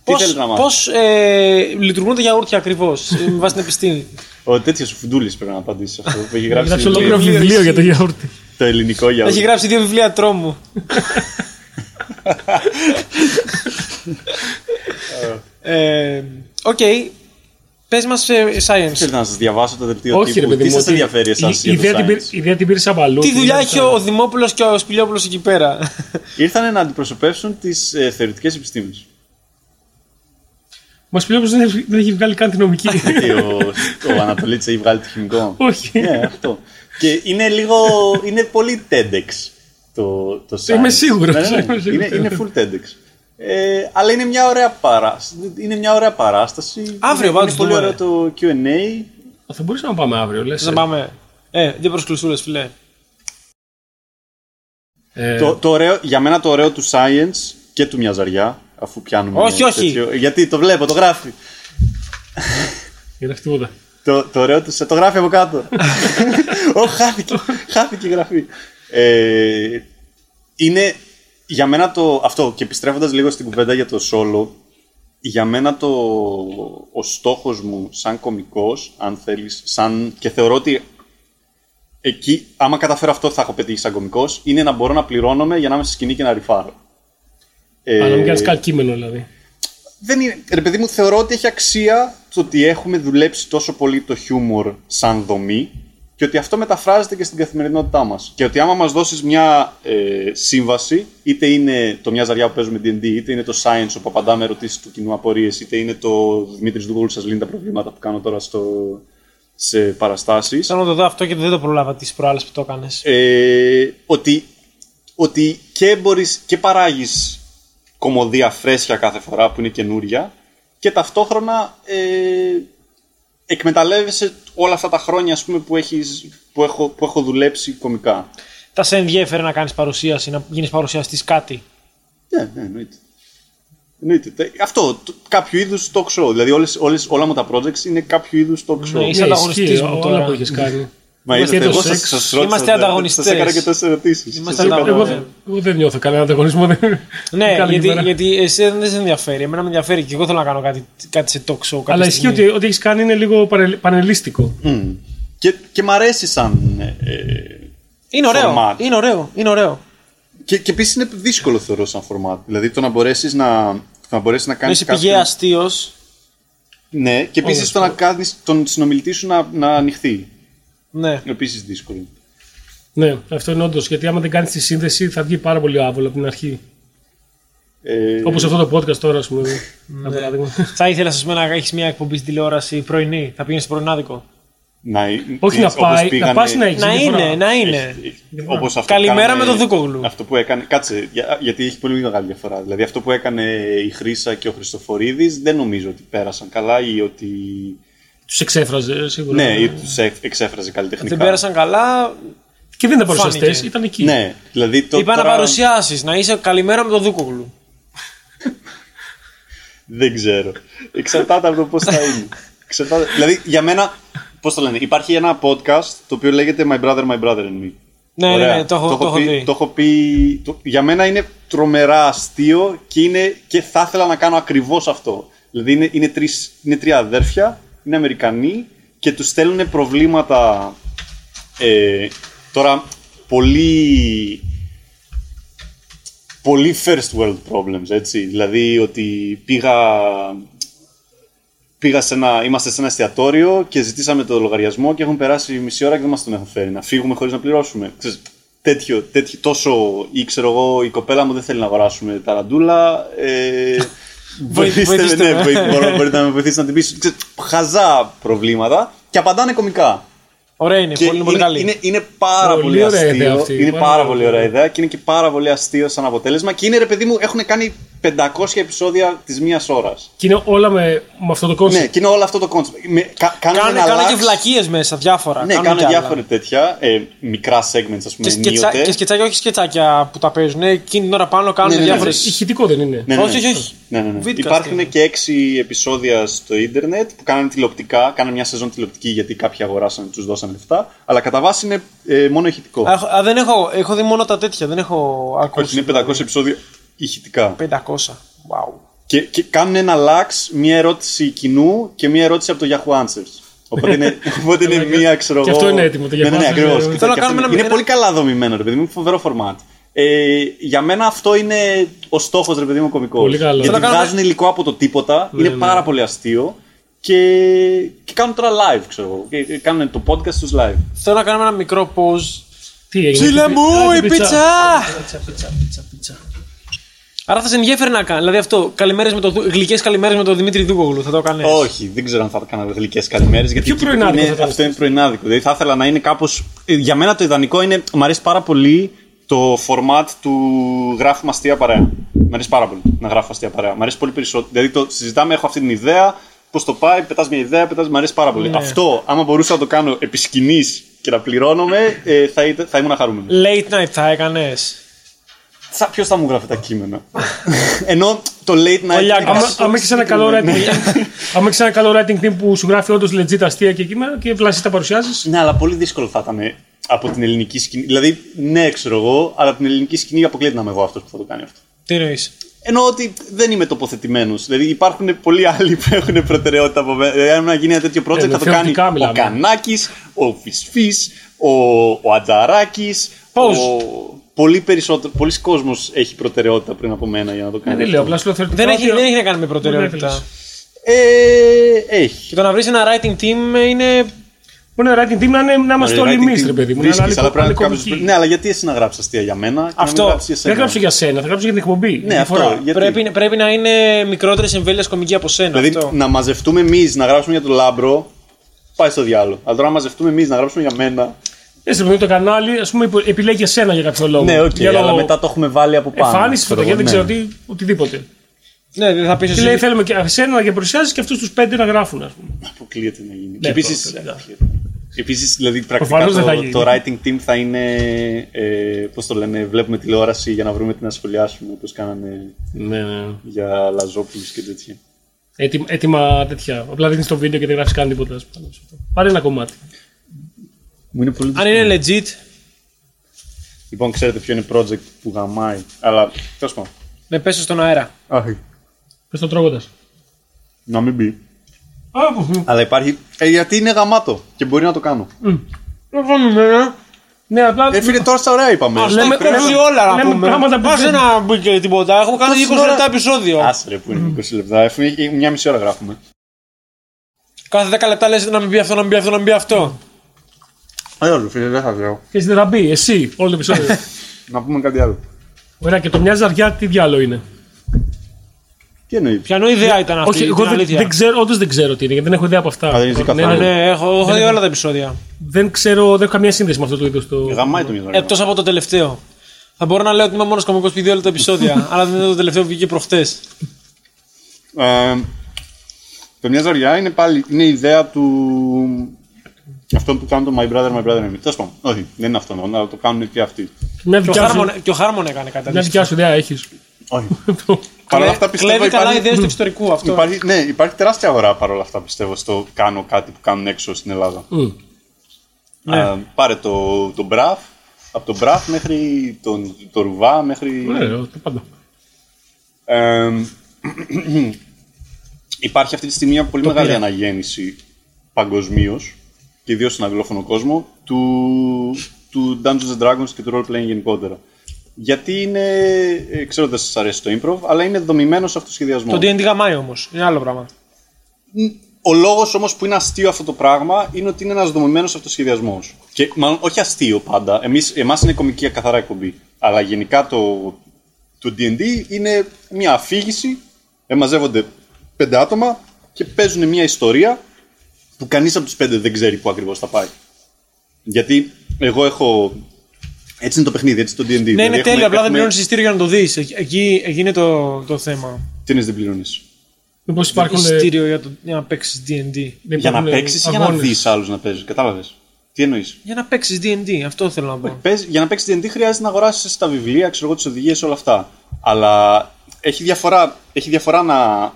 Speaker 2: Τι
Speaker 1: Πώς,
Speaker 2: θέλετε να μάθετε.
Speaker 1: πώς ε, λειτουργούν τα γιαούρτια ακριβώς, ε, με βάση την επιστήμη.
Speaker 2: Ο τέτοιος φουντούλη πρέπει να απαντήσει σε αυτό που έχει
Speaker 3: Έχει γράψει
Speaker 2: γράψει
Speaker 3: ολόκληρο
Speaker 2: βιβλίο.
Speaker 3: βιβλίο για το γιαούρτι.
Speaker 2: το ελληνικό για
Speaker 1: Έχει γράψει δύο βιβλία
Speaker 2: [laughs]
Speaker 1: τρόμου. ε, Οκ. Πες μας ε, science.
Speaker 2: Θέλετε να σας διαβάσω το δελτίο
Speaker 3: Όχι, ρε
Speaker 2: τύπου.
Speaker 3: παιδί
Speaker 2: Τι
Speaker 3: μου.
Speaker 2: σας
Speaker 3: ότι
Speaker 2: ενδιαφέρει εσάς
Speaker 3: η- η ιδέα την πήρε- Η ιδέα την πήρε δηλαδή, σαν παλού.
Speaker 1: Τι δουλειά έχει ο Δημόπουλος και ο Σπηλιόπουλος εκεί πέρα.
Speaker 2: Ήρθανε να αντιπροσωπεύσουν τις ε, θεωρητικές επιστήμες.
Speaker 3: Μας πει δεν έχει- δεν έχει βγάλει καν την
Speaker 1: [laughs]
Speaker 3: νομική.
Speaker 2: Και ο,
Speaker 3: [laughs]
Speaker 2: ο Ανατολίτης έχει βγάλει το χημικό.
Speaker 3: Όχι.
Speaker 2: Ναι, αυτό. Και είναι λίγο. είναι πολύ TEDx το, το science.
Speaker 3: Είμαι σίγουρος,
Speaker 2: Ναι, ναι, ναι.
Speaker 3: είμαι
Speaker 2: Είναι,
Speaker 3: σίγουρος.
Speaker 2: είναι full TEDx. Ε, αλλά είναι μια ωραία, παράσ- είναι μια ωραία παράσταση.
Speaker 1: Αύριο,
Speaker 2: είναι,
Speaker 1: πάμε να
Speaker 2: είναι πολύ
Speaker 1: δούμε.
Speaker 2: ωραίο το QA.
Speaker 3: Θα μπορούσαμε να πάμε αύριο, λες.
Speaker 1: Να πάμε. Ε, δύο προσκλησούλες φίλε.
Speaker 3: ε,
Speaker 2: Το, το ωραίο, για μένα το ωραίο του science και του μια ζαριά, αφού πιάνουμε.
Speaker 1: Όχι, όχι.
Speaker 2: γιατί το βλέπω, το γράφει.
Speaker 3: Γράφει τίποτα.
Speaker 2: Το, το ωραίο του. Το γράφει από κάτω. Ω, χάθηκε. Χάθηκε η γραφή. Ε, είναι για μένα το. Αυτό και επιστρέφοντας λίγο στην κουβέντα για το solo, για μένα το, ο στόχος μου σαν κωμικός, αν θέλεις, σαν, και θεωρώ ότι εκεί, άμα καταφέρω αυτό θα έχω πετύχει σαν κωμικός, είναι να μπορώ να πληρώνομαι για να είμαι στη σκηνή και να ρηφάρω. Ε,
Speaker 3: Αλλά μην κάνει καν κείμενο δηλαδή.
Speaker 2: δεν είναι. Ρε παιδί μου, θεωρώ ότι έχει αξία το ότι έχουμε δουλέψει τόσο πολύ το χιούμορ σαν δομή και ότι αυτό μεταφράζεται και στην καθημερινότητά μας. Και ότι άμα μας δώσεις μια ε, σύμβαση, είτε είναι το μια ζαριά που παίζουμε DD, είτε είναι το science όπου απαντάμε ερωτήσεις του κοινού απορίες, είτε είναι το Δημήτρης Δουγούλου σας λύνει τα προβλήματα που κάνω τώρα στο, σε παραστάσεις.
Speaker 1: Θέλω να το δω αυτό και δεν το προλάβα τις προάλλες που το έκανες.
Speaker 2: Ε, ότι, ότι και μπορείς και παράγεις κομμωδία φρέσκια κάθε φορά που είναι καινούρια και ταυτόχρονα ε, εκμεταλλεύεσαι όλα αυτά τα χρόνια ας πούμε, που, έχεις, που, έχω, που έχω δουλέψει κομικά.
Speaker 1: τα σε ενδιέφερε να κάνεις παρουσίαση, να γίνεις παρουσιαστής κάτι.
Speaker 2: Ναι, ναι, εννοείται. Εννοείται. Τε- Αυτό, το- κάποιο είδους talk show. Δηλαδή όλες, όλες, όλα μου τα projects είναι κάποιο είδους talk show.
Speaker 1: Ναι, Είσαι ανταγωνιστής
Speaker 3: ισχύει,
Speaker 1: μου
Speaker 3: όλα
Speaker 1: τώρα.
Speaker 3: που έχεις κάνει.
Speaker 2: Μα
Speaker 3: είμαστε
Speaker 2: είδατε,
Speaker 3: το
Speaker 2: εγώ σας,
Speaker 3: σεξ.
Speaker 2: σας ρώτησα,
Speaker 1: Είμαστε
Speaker 2: δε- δε-
Speaker 1: ανταγωνιστές.
Speaker 2: Σας έκανα και τέσσερις ερωτήσεις.
Speaker 1: Είμαστε
Speaker 2: Σας έκανα-
Speaker 1: ανταγωνιστές.
Speaker 3: Εγώ,
Speaker 1: ναι.
Speaker 3: δεν- εγώ δεν νιώθω κανένα ανταγωνισμό. δεν-
Speaker 1: Ναι,
Speaker 3: Καλή
Speaker 1: γιατί,
Speaker 3: μέρα.
Speaker 1: γιατί εσύ δεν δεν σε ενδιαφέρει. Εμένα με ενδιαφέρει και εγώ θέλω να κάνω κάτι, κάτι σε talk show. κάποια
Speaker 3: Αλλά ισχύει
Speaker 1: στιγμή.
Speaker 3: ότι ό,τι έχεις κάνει είναι λίγο παρελ- πανελίστικο.
Speaker 2: Μμμ. Και, και μ' αρέσει σαν. ε, ε,
Speaker 1: Είναι ωραίο.
Speaker 2: format.
Speaker 1: Είναι ωραίο. Είναι ωραίο.
Speaker 2: Και, και επίσης είναι δύσκολο θεωρώ σαν format. Δηλαδή το να μπορέσεις να, το να, μπορέσεις να
Speaker 1: Να
Speaker 2: κάνεις.
Speaker 1: είσαι πηγαία αστείος.
Speaker 2: Ναι, και επίσης
Speaker 3: Όντως.
Speaker 2: το να κάνεις τον συνομιλητή σου να, να ανοιχθεί.
Speaker 1: Ναι.
Speaker 2: Επίσης δύσκολο.
Speaker 3: Ναι, αυτό είναι όντως. Γιατί άμα δεν κάνεις τη σύνδεση θα βγει πάρα πολύ άβολο από την αρχή.
Speaker 2: Ε,
Speaker 3: Όπως αυτό το podcast τώρα, ας πούμε. εδώ,
Speaker 2: Ναι.
Speaker 3: ένα παράδειγμα.
Speaker 1: Θα ήθελα σας πούμε, να έχεις μια εκπομπή στην τηλεόραση πρωινή. Θα πήγαινες στο πρωινάδικο.
Speaker 2: Να, ε,
Speaker 3: Όχι να πάει, να πας να έχεις.
Speaker 1: Να είναι, να είναι.
Speaker 2: Όπως αυτό που
Speaker 1: Καλημέρα
Speaker 2: κάνανε-
Speaker 1: με τον Δούκογλου.
Speaker 2: Αυτό που έκανε. Κάτσε, για- γιατί έχει πολύ μεγάλη διαφορά. Δηλαδή αυτό που έκανε η Χρύσα και ο Χριστοφορίδης δεν νομίζω ότι πέρασαν καλά ή ότι.
Speaker 3: Τους εξέφραζε σίγουρα.
Speaker 2: Ναι, ή τους εξέφραζε καλλιτεχνικά.
Speaker 1: Δεν πέρασαν καλά.
Speaker 3: Και δεν ήταν παρουσιαστέ,
Speaker 1: Φάνηκε.
Speaker 3: ήταν εκεί.
Speaker 2: Ναι, δηλαδή το.
Speaker 1: Είπα να
Speaker 2: τώρα-
Speaker 1: παρουσιάσεις, να είσαι καλημέρα με τον Δούκογλου.
Speaker 2: Δεν ξέρω. Εξαρτάται από το πώς θα είναι. Εξαρτάται... δηλαδή, για μένα, πώς το λένε, υπάρχει ένα podcast το οποίο λέγεται My Brother, My Brother and Me.
Speaker 1: Ναι, ναι,
Speaker 2: Ωραία.
Speaker 1: ναι, το έχω, το έχω
Speaker 2: πει,
Speaker 1: δει.
Speaker 2: Το έχω πει, το- για μένα είναι τρομερά αστείο και, είναι, και θα ήθελα να κάνω ακριβώς αυτό. Δηλαδή, είναι, είναι, τρεις, είναι τρία αδέρφια, είναι Αμερικανοί και τους στέλνουν προβλήματα. Ε, τώρα, πολύ πολύ first world problems, έτσι. Δηλαδή ότι πήγα, πήγα σε ένα, είμαστε σε ένα εστιατόριο και ζητήσαμε το λογαριασμό και έχουν περάσει μισή ώρα και δεν μας τον έχουν φέρει. Να φύγουμε χωρίς να πληρώσουμε. Ξέρεις, τέτοιο, τέτοιο, τόσο ή ξέρω εγώ η κοπέλα μου δεν θέλει να αγοράσουμε
Speaker 1: [laughs]
Speaker 2: ταραντούλα. Ε, βοηθήστε, με,
Speaker 1: βοηθήστε
Speaker 2: ναι,
Speaker 1: με.
Speaker 2: βοη- μπορώ- μπορείτε να με βοηθήσετε να την πείσετε. Ξέρεις, Χαζά προβλήματα και απαντάνε κομικά.
Speaker 1: Ωραία είναι,
Speaker 2: Και
Speaker 1: πολύ, είναι πολύ
Speaker 2: είναι,
Speaker 1: καλή.
Speaker 2: είναι- είναι πάρα
Speaker 3: Πολύ
Speaker 2: πολύ,
Speaker 3: ωραία
Speaker 2: αστείο.
Speaker 3: ιδέα αυτή.
Speaker 2: Είναι
Speaker 3: Πάρα
Speaker 2: πάρα,
Speaker 3: πολύ
Speaker 2: πολύ ωραία ιδέα και είναι και πάρα πολύ αστείο σαν αποτέλεσμα. Και είναι ρε παιδί μου, έχουν κάνει 500 επεισόδια της μίας ώρας.
Speaker 3: Και είναι όλα με, με αυτό το κόνσεπτ.
Speaker 2: Ναι, και είναι όλο αυτό το κόνσεπτ. Κα, κάνουν
Speaker 1: Κάνε,
Speaker 2: ένα
Speaker 1: κάνε
Speaker 2: αλλάξ-
Speaker 1: και βλακίες μέσα, διάφορα.
Speaker 2: Ναι,
Speaker 1: κάνουν
Speaker 2: κάνουν
Speaker 1: κι άλλα.
Speaker 2: διάφορα τέτοια. Ε, μικρά segments, ας πούμε.
Speaker 1: Και, σκετσα,
Speaker 2: ενίοτε.
Speaker 1: και σκετσάκια, όχι σκετσάκια που τα παίζουν. ε, Εκείνη την ώρα πάνω κάνουν
Speaker 2: Ναι, ναι, ναι.
Speaker 1: διάφορες.
Speaker 3: Ηχητικό δεν είναι.
Speaker 2: Ναι, ναι,
Speaker 1: όχι,
Speaker 2: ναι.
Speaker 1: όχι, όχι.
Speaker 2: Ναι, ναι, ναι.
Speaker 1: Βίντεο είναι.
Speaker 2: Υπάρχουν και έξι επεισόδια στο ίντερνετ που κάνανε τηλεοπτικά. Κάνανε μια σεζόν τηλεοπτική γιατί κάποιοι αγοράσανε, τους δώσανε λεφτά. Αλλά κατά βάση είναι ε, μόνο ηχητικό.
Speaker 1: Α, α, δεν έχω, έχω δει μόνο τα τέτοια, δεν έχω ακούσει.
Speaker 2: Όχι, ναι. είναι 500 επεισόδια ηχητικά.
Speaker 1: 500. Wow.
Speaker 2: Και, και κάνουν ένα lax, μία ερώτηση κοινού και μία ερώτηση από το Yahoo Answers. Οπότε
Speaker 3: [laughs]
Speaker 2: είναι, οπότε είναι
Speaker 3: Καλά,
Speaker 2: μία,
Speaker 3: και-
Speaker 2: ξέρω
Speaker 3: και
Speaker 2: εγώ-
Speaker 3: αυτό είναι έτοιμο, το Yahoo
Speaker 2: Ναι, ναι, ναι,
Speaker 3: Answers,
Speaker 2: ακριβώς.
Speaker 3: ναι.
Speaker 2: Και-
Speaker 1: Θέλω να
Speaker 2: και αυτό
Speaker 1: κάνουμε
Speaker 2: είναι-
Speaker 1: ένα-
Speaker 2: Είναι πολύ καλά δομημένο, ρε παιδί μου, φοβερό format. Ε, για μένα αυτό είναι ο στόχος, ρε παιδί μου, κωμικός.
Speaker 3: Πολύ καλό. Θέλω Ναι,
Speaker 1: να
Speaker 2: Γιατί
Speaker 1: κάνουμε-
Speaker 2: βγάζουν υλικό από το τίποτα, είναι πάρα πολύ αστείο και, και κάνουν τώρα live, ξέρω εγώ. Και- και Κάνουν το podcast τους live.
Speaker 1: Θέλω να κάνουμε ένα μικρό pause.
Speaker 3: Τι έγινε.
Speaker 1: Ψήλε
Speaker 3: τι-
Speaker 1: μου,
Speaker 3: Α,
Speaker 1: η
Speaker 3: την
Speaker 1: πίτσα! Άρα θα σε ενδιαφέρει να κάνεις. Δηλαδή αυτό, καλημέρες με το, Δου- γλυκές καλημέρες με τον Δημήτρη Δούκογλου, θα το κάνεις.
Speaker 2: Όχι, δεν ξέρω αν θα έκανα γλυκές καλημέρες. Γιατί
Speaker 3: Ποιο
Speaker 2: εκεί
Speaker 3: πρωινάδικο
Speaker 2: είναι-
Speaker 3: θα ήταν
Speaker 2: αυτό είναι πρωινάδικο. Δηλαδή θα ήθελα να είναι κάπως. Για μένα το ιδανικό είναι. Μ' αρέσει πάρα πολύ το format του γράφουμε αστεία παρέα. Μ' αρέσει πάρα πολύ να γράφω αστεία παρέα. Μ' αρέσει πολύ περισσότερο. Δηλαδή το συζητάμε, έχω αυτή την ιδέα. Πώς το πάει, πετάς μια ιδέα, πετάς, μ' αρέσει πάρα πολύ.
Speaker 3: Ναι.
Speaker 2: Αυτό, άμα μπορούσα να το κάνω επί σκηνής και να πληρώνομαι, ε, θα, ήτε- θα ήμουν χαρούμενο.
Speaker 1: Late night θα έκανες.
Speaker 2: Ποιος θα μου γράφει τα κείμενα. Ενώ το late night.
Speaker 1: Λιάγκας.
Speaker 2: είναι
Speaker 3: Άμα-
Speaker 2: κάπως
Speaker 3: Άμα έχεις ένα καλό
Speaker 2: συγκεκριμένο.
Speaker 3: writing team- άμα έχεις ένα καλό writing team που σου γράφει όντως legit αστεία και κείμενα και πλασί τα παρουσιάζεις.
Speaker 2: Ναι, αλλά πολύ δύσκολο θα ήταν ε, από την ελληνική σκηνή. Δηλαδή, ναι, ξέρω εγώ, αλλά από την ελληνική σκηνή αποκλείεται να είμαι εγώ αυτός που θα το κάνει αυτό.
Speaker 1: Τι εννοείς.
Speaker 2: Εννοώ ότι δεν είμαι τοποθετημένος. Δηλαδή, υπάρχουν πολλοί άλλοι που έχουν προτεραιότητα από μένα. Δηλαδή, αν γίνει ένα τέτοιο project,
Speaker 3: Ε,
Speaker 2: θα το κάνει
Speaker 3: θεωρητικά μιλάμε.
Speaker 2: ο Κανάκης, ο Φυσφή, ο, ο Ανταράκη.
Speaker 1: Πώς?
Speaker 2: Πολύ περισσότερο, πολλοί κόσμος έχει προτεραιότητα πριν από μένα για να το κάνει.
Speaker 3: Ε, Ναι, Δεν
Speaker 2: αυτό.
Speaker 3: λέω, απλά σου λέω θεωρητικά.
Speaker 1: Δεν έχει,
Speaker 3: ότι- Ναι,
Speaker 1: δεν έχει να κάνει με
Speaker 3: Μπορεί να
Speaker 1: προτεραιότητα.
Speaker 3: έβλεπες.
Speaker 2: Ε, έχει.
Speaker 1: Και το να βρεις ένα writing team είναι.
Speaker 3: Μπορεί ένα writing team να, είναι, να είμαστε όλοι εμείς, ρε παιδί μου. να είναι
Speaker 2: Βρίσκεις,
Speaker 3: άλλη-
Speaker 2: αλλά πρέπει να
Speaker 3: άλλη
Speaker 2: κάποιος-
Speaker 3: κομική.
Speaker 2: Ναι, αλλά γιατί εσύ να γράψεις αστεία για μένα και
Speaker 1: Αυτό.
Speaker 2: να μην γράψεις
Speaker 3: Δεν
Speaker 2: εσένα.
Speaker 3: γράψω για σένα, θα γράψω για την εκπομπή.
Speaker 2: Ναι,
Speaker 3: Τη
Speaker 2: αυτό.
Speaker 3: φορά.
Speaker 2: Γιατί?
Speaker 1: Πρέπει, πρέπει να είναι μικρότερες εμβέλειες κομική από σένα.
Speaker 2: Δηλαδή
Speaker 1: αυτό.
Speaker 2: να μαζευτούμε εμείς να γράψουμε για τον Λάμπρο, πάει στο διάλογο. Αλλά τώρα να μαζευτούμε εμείς να γράψουμε για μένα.
Speaker 3: Έτσι, το κανάλι, ας πούμε, υπο- επιλέγει εσένα για κάποιο λόγο.
Speaker 2: Ναι, οκ,
Speaker 3: Για
Speaker 2: αλλά
Speaker 3: λόγο
Speaker 2: μετά το έχουμε βάλει από πάνω.
Speaker 3: Εμφάνιση,
Speaker 2: Ξέρω εγώ,
Speaker 3: φωτογραφία, δεν
Speaker 2: ναι.
Speaker 3: ξέρω τι, οτιδήποτε.
Speaker 1: Ναι, δεν θα πεις
Speaker 3: Και
Speaker 1: εσύ.
Speaker 3: λέει, θέλουμε και εσένα να παρουσιάζει και αυτούς τους πέντε να γράφουν, ας πούμε.
Speaker 2: Αποκλείεται να γίνει.
Speaker 3: Ναι,
Speaker 2: Και επίσης.
Speaker 3: αυτό, ναι.
Speaker 2: Επίσης, δηλαδή, πρακτικά
Speaker 3: Προφανώς δεν θα γίνει.
Speaker 2: το, το writing team θα είναι. Ε, Πώς το λένε, βλέπουμε τηλεόραση για να βρούμε τι να σχολιάσουμε όπως κάνανε
Speaker 3: Ναι, ναι.
Speaker 2: για Λαζόπουλους και τέτοια.
Speaker 3: Έτοιμα, έτοιμα τέτοια. Απλά δίνει το βίντεο και δεν γράφεις καν τίποτα. ας πούμε, πάνω σε αυτό. Πάρε ένα κομμάτι.
Speaker 2: Μου είναι πολύ
Speaker 1: Αν είναι legit,
Speaker 2: Λοιπόν, ξέρετε ποιο είναι project που γαμάει. Αλλά τέλος πάντων.
Speaker 1: να πέσει στον αέρα.
Speaker 2: Όχι.
Speaker 3: Πες το τρώγοντας.
Speaker 2: Να μην μπει. Αλλά υπάρχει. Ε, γιατί είναι γαμάτο και μπορεί να το κάνω.
Speaker 1: Να κάνουμε ένα.
Speaker 3: Ναι, απλά.
Speaker 2: Ε, φίλε, τώρα στα ωραία είπαμε.
Speaker 1: Ας
Speaker 3: λέμε-
Speaker 1: λέμε, πρέπει όλα να
Speaker 3: λέμε
Speaker 1: πούμε.
Speaker 3: πράγματα που
Speaker 1: Άσε
Speaker 3: δεν-
Speaker 1: να μπει και τίποτα. Έχουμε κάνει 20 λεπτά επεισόδιο.
Speaker 2: Άσε ρε που είναι 20 λεπτά, αφού έχει- μια μισή ώρα γράφουμε.
Speaker 1: Κάθε 10 λεπτά λες να μην πει αυτό, να μην πει αυτό, να μην πει αυτό.
Speaker 2: Ε, όλο φίλε, δεν θα βγω.
Speaker 3: Και δεν θα μπει, εσύ, όλο το
Speaker 2: [laughs]
Speaker 3: επεισόδιο.
Speaker 2: Να πούμε κάτι άλλο.
Speaker 3: Ωραία, και το μια ζαριά τι διάλογο είναι.
Speaker 2: Τι εννοείς.
Speaker 1: Ποιανό ιδέα ήταν αυτή,
Speaker 3: Όχι, εγώ
Speaker 1: την
Speaker 3: δεν,
Speaker 1: αλήθεια.
Speaker 3: δεν ξέρω, όντως δεν ξέρω τι είναι, γιατί δεν έχω ιδέα από αυτά.
Speaker 2: Α, δεν έχεις δει
Speaker 3: Ναι, ναι,
Speaker 2: καθόλου.
Speaker 3: ναι.
Speaker 1: Ναι, έχω, έχω δει όλα τα επεισόδια.
Speaker 3: Δεν ξέρω, δεν έχω καμία σύνδεση με αυτό το είδος. Το...
Speaker 2: Γαμάει το μυαλό.
Speaker 1: Εκτός από Ε, το τελευταίο. Θα μπορώ να λέω ότι είμαι μόνος κωμικό που είδε όλα τα
Speaker 3: [laughs]
Speaker 1: επεισόδια, αλλά δεν είναι το τελευταίο που βγήκε προχτές.
Speaker 2: Ε, το μια ζαριά είναι πάλι είναι η ιδέα του. Αυτό που κάνουν το My Brother, My Brother and Me. Τέλος πάντων, όχι, δεν είναι αυτό, αλλά το κάνουν και αυτοί.
Speaker 3: Μια
Speaker 1: Και ο
Speaker 3: δικιά σου,
Speaker 1: Χάρμον, και ο Χάρμον έκανε κάτι τέτοιο.
Speaker 3: μια δικιά σου ιδέα έχεις.
Speaker 2: [laughs] Όχι. Παρ' όλα αυτά πιστεύω
Speaker 1: Κλέβει καλά
Speaker 2: υπάρχει,
Speaker 1: ιδέες του εξωτερικού αυτό.
Speaker 2: υπάρχει, ναι, υπάρχει τεράστια αγορά παρόλα αυτά πιστεύω στο κάνω κάτι που κάνουν έξω στην Ελλάδα.
Speaker 1: Ναι.
Speaker 2: Α, πάρε το, το μπραφ, από τον μπραφ μέχρι τον, το ρουβά, μέχρι...
Speaker 3: Ωραία, το ναι, πάντα.
Speaker 2: Ε, υπάρχει αυτή τη στιγμή μια πολύ
Speaker 3: Το
Speaker 2: μεγάλη
Speaker 3: πήρα.
Speaker 2: αναγέννηση παγκοσμίως και ιδίως στον αγγλόφωνο κόσμο του, του Dungeons and Dragons και του role playing γενικότερα. Γιατί είναι, ε, ξέρω ότι δεν σας αρέσει το improv, αλλά είναι δομημένος σε αυτό το σχεδιασμός.
Speaker 1: Το DND γαμάει όμως. Είναι άλλο πράγμα.
Speaker 2: Ο λόγος όμως που είναι αστείο αυτό το πράγμα είναι ότι είναι ένας δομημένος αυτοσχεδιασμό. Και μάλλον όχι αστείο πάντα. Εμείς, εμάς είναι κομική καθαρά εκπομπή. Αλλά γενικά το, το DD είναι μια αφήγηση. Ε, μαζεύονται πέντε άτομα και παίζουν μια ιστορία που κανείς από τους πέντε δεν ξέρει πού ακριβώς θα πάει. Γιατί εγώ έχω. Έτσι είναι το παιχνίδι, έτσι το DD.
Speaker 1: Ναι, είναι τέλειο. Απλά δεν
Speaker 2: δεν
Speaker 1: πληρώνεις εισιτήριο για να το δεις. Εκεί, εκεί είναι το, το θέμα.
Speaker 2: Τι είναι δεν πληρώνεις.
Speaker 3: Μήπως υπάρχουν. ε,
Speaker 1: Εισιτήριο για, το, για να παίξεις DND.
Speaker 3: δεν
Speaker 2: Για να
Speaker 3: υπάρχουν, ε,
Speaker 2: παίξεις ή για να
Speaker 3: αγώνες.
Speaker 2: δεις άλλους να παίζεις. Κατάλαβες. Τι εννοείς.
Speaker 1: Για να παίξεις DND, αυτό θέλω να πω.
Speaker 2: Παίζει- για να παίξεις DND χρειάζεται να αγοράσεις τα βιβλία, ξέρω εγώ, τις οδηγίες, όλα αυτά. Αλλά έχει διαφορά, έχει διαφορά να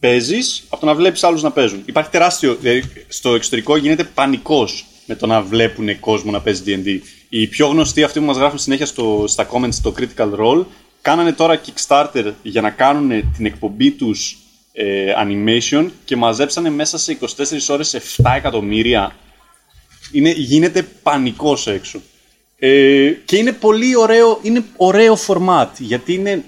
Speaker 2: παίζει από το να βλέπεις άλλους να παίζουν. Υπάρχει τεράστιο. δηλαδή, στο εξωτερικό γίνεται πανικός με το να βλέπουν κόσμο να παίζει DND. Οι πιο γνωστοί, αυτοί που μας γράφουν συνέχεια στο, στα comments στο Critical Role, κάνανε τώρα Kickstarter για να κάνουν την εκπομπή τους animation και μαζέψανε μέσα σε 24 ώρες 7 εκατομμύρια είναι, γίνεται πανικός έξω. Ε, και είναι πολύ ωραίο, είναι ωραίο format, γιατί είναι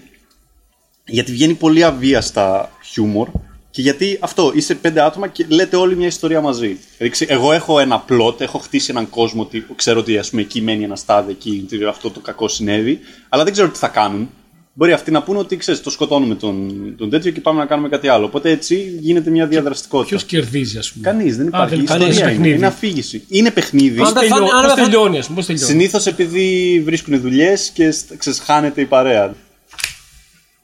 Speaker 2: γιατί βγαίνει πολύ αβίαστα χιούμορ και γιατί αυτό, είστε πέντε άτομα και λέτε όλη μια ιστορία μαζί. Δηλαδή, ξε- εγώ έχω ένα πλότ, έχω χτίσει έναν κόσμο ότι ξέρω ότι ας πούμε, εκεί μένει ένας στάδιο, εκεί τι- αυτό το κακό συνέβη, αλλά δεν ξέρω τι θα κάνουν. Μπορεί αυτοί να πούνε ότι ξέρεις, το σκοτώνουμε τον, τον τέτοιο και πάμε να κάνουμε κάτι άλλο. Οπότε έτσι γίνεται μια διαδραστικότητα.
Speaker 3: Ποιος κερδίζει, ας πούμε.
Speaker 2: Κανείς, δεν υπάρχει.
Speaker 3: δεν-
Speaker 2: ιστορία
Speaker 3: κανείς,
Speaker 2: είναι,
Speaker 3: παιχνίδι.
Speaker 2: είναι αφήγηση. Είναι παιχνίδι.
Speaker 1: Αν τα
Speaker 3: Τελειώ-
Speaker 1: φάνε- αν
Speaker 3: Πώς
Speaker 1: τα φάνε-
Speaker 3: τελειώνει, ας πούμε.
Speaker 2: Ε,
Speaker 3: πώς τελειώνει.
Speaker 2: Συνήθως επειδή βρίσκουν δουλειές και σ- ξεσχάνεται η παρέα.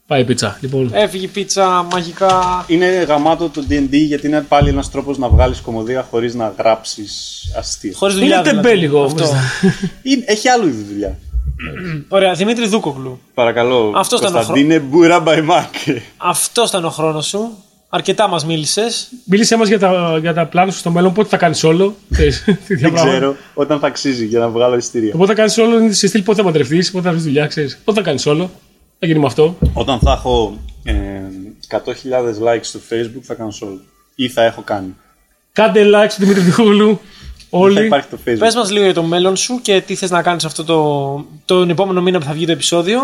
Speaker 3: Πάει η πίτσα.
Speaker 2: Ε,
Speaker 3: Λοιπόν,
Speaker 1: Έφυγε η πίτσα, μαγικά.
Speaker 2: Είναι γαμάτο το DD γιατί είναι πάλι ένας τρόπος να βγάλεις κομμωδία χωρίς να γράψεις αστείο.
Speaker 1: Χωρίς δουλειά.
Speaker 3: είναι
Speaker 1: δηλαδή.
Speaker 3: τεμπέλιγο
Speaker 1: Αυτό.
Speaker 3: αυτό.
Speaker 2: Είναι- έχει άλλου είδου δουλειά.
Speaker 1: Ωραία, Δημήτρη Δούκογλου.
Speaker 2: Παρακαλώ.
Speaker 1: Αυτός ήταν ο
Speaker 2: Κωνσταντίνε Μπούρα Μπαϊμάκ.
Speaker 1: Αυτός ήταν ο χρόνος σου. Αρκετά μας μίλησες.
Speaker 3: Μίλησε μας για τα, για τα πλάνα σου στο μέλλον. Πότε θα κάνεις όλο. [laughs]
Speaker 2: Δεν ξέρω όταν θα αξίζει για να βγάλω εισιτήρια.
Speaker 3: Ε, Πότε θα κάνεις όλο είναι σε στυλ πότε θα παντρευτεί, πότε θα βρεις δουλειά, ξέρεις. Πότε θα κάνεις όλο. Θα γίνει με αυτό.
Speaker 2: Όταν θα έχω ε, 100.000 likes στο Facebook θα κάνω solo. Ή θα έχω κάνει.
Speaker 3: Κάντε like στον Δημήτρη Διχούλου.
Speaker 2: Θα
Speaker 3: Όλοι.
Speaker 2: υπάρχει το Facebook.
Speaker 1: Πες μας λίγο για το μέλλον σου και τι θες να κάνεις αυτό το. τον επόμενο μήνα που θα βγει το επεισόδιο.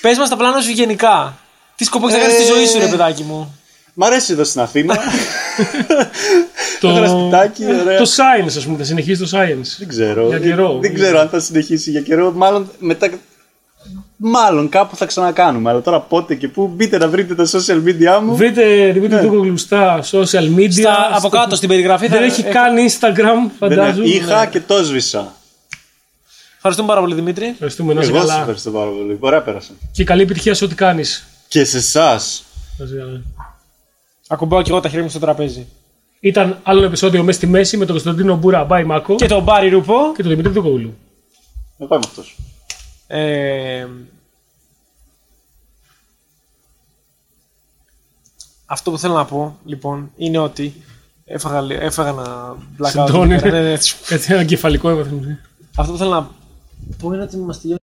Speaker 1: Πες μας τα πλάνα σου γενικά. Τι σκοπό έχεις να κάνεις στη ζωή σου,
Speaker 3: Ε,
Speaker 1: ρε παιδάκι μου.
Speaker 2: Μ' αρέσει εδώ στην
Speaker 3: [laughs]
Speaker 2: Αθήνα.
Speaker 3: Το, Ε,
Speaker 2: Ένα σπιτάκι, ωραία.
Speaker 3: το science, ας πούμε, θα συνεχίσει το science.
Speaker 2: Δεν ξέρω.
Speaker 3: Για καιρό.
Speaker 2: Δεν, δεν ξέρω αν θα συνεχίσει για καιρό. Μάλλον μετά. Μάλλον κάπου θα ξανακάνουμε. Αλλά τώρα πότε και πού μπείτε να βρείτε τα social media μου.
Speaker 3: Βρείτε
Speaker 2: Ναι.
Speaker 3: Δημήτρη Διχούλου στα social media.
Speaker 1: Στα, από
Speaker 3: στο-
Speaker 1: κάτω στην περιγραφή θα ε,
Speaker 3: Δεν έχει καν Instagram,
Speaker 2: Ε, Δεν-
Speaker 3: φαντάζομαι.
Speaker 2: Είχα
Speaker 3: Ναι.
Speaker 2: και το σβήσα.
Speaker 1: Ευχαριστούμε πάρα πολύ, Δημήτρη.
Speaker 3: Ευχαριστούμε να είσαι
Speaker 2: Εγώ σας
Speaker 3: καλά.
Speaker 2: ευχαριστώ πάρα πολύ. Ωραία πέρασα.
Speaker 3: Και καλή επιτυχία σε ό,τι κάνεις.
Speaker 2: Και σε εσάς.
Speaker 1: Ακουμπάω και εγώ τα χέρια μου στο τραπέζι.
Speaker 3: Ήταν άλλο ένα επεισόδιο μέσα στη μέση με τον Κωνσταντίνο Μπούρα Μπάι Μάκο
Speaker 1: Και
Speaker 3: και,
Speaker 1: τον Μπάρι Ρούπο.
Speaker 3: τον Δημήτρη Δικογούλου.
Speaker 2: Εγώ είμαι αυτός.
Speaker 1: Ε, αυτό που θέλω να πω, λοιπόν, είναι ότι έφαγα, λι- έφαγα ένα blackout.
Speaker 3: Συντώνει.
Speaker 1: Ναι, ναι, ναι.
Speaker 3: Κάτι ένα κεφαλικό έμαθα.
Speaker 1: Αυτό που θέλω να πω είναι ότι μας τελειώνει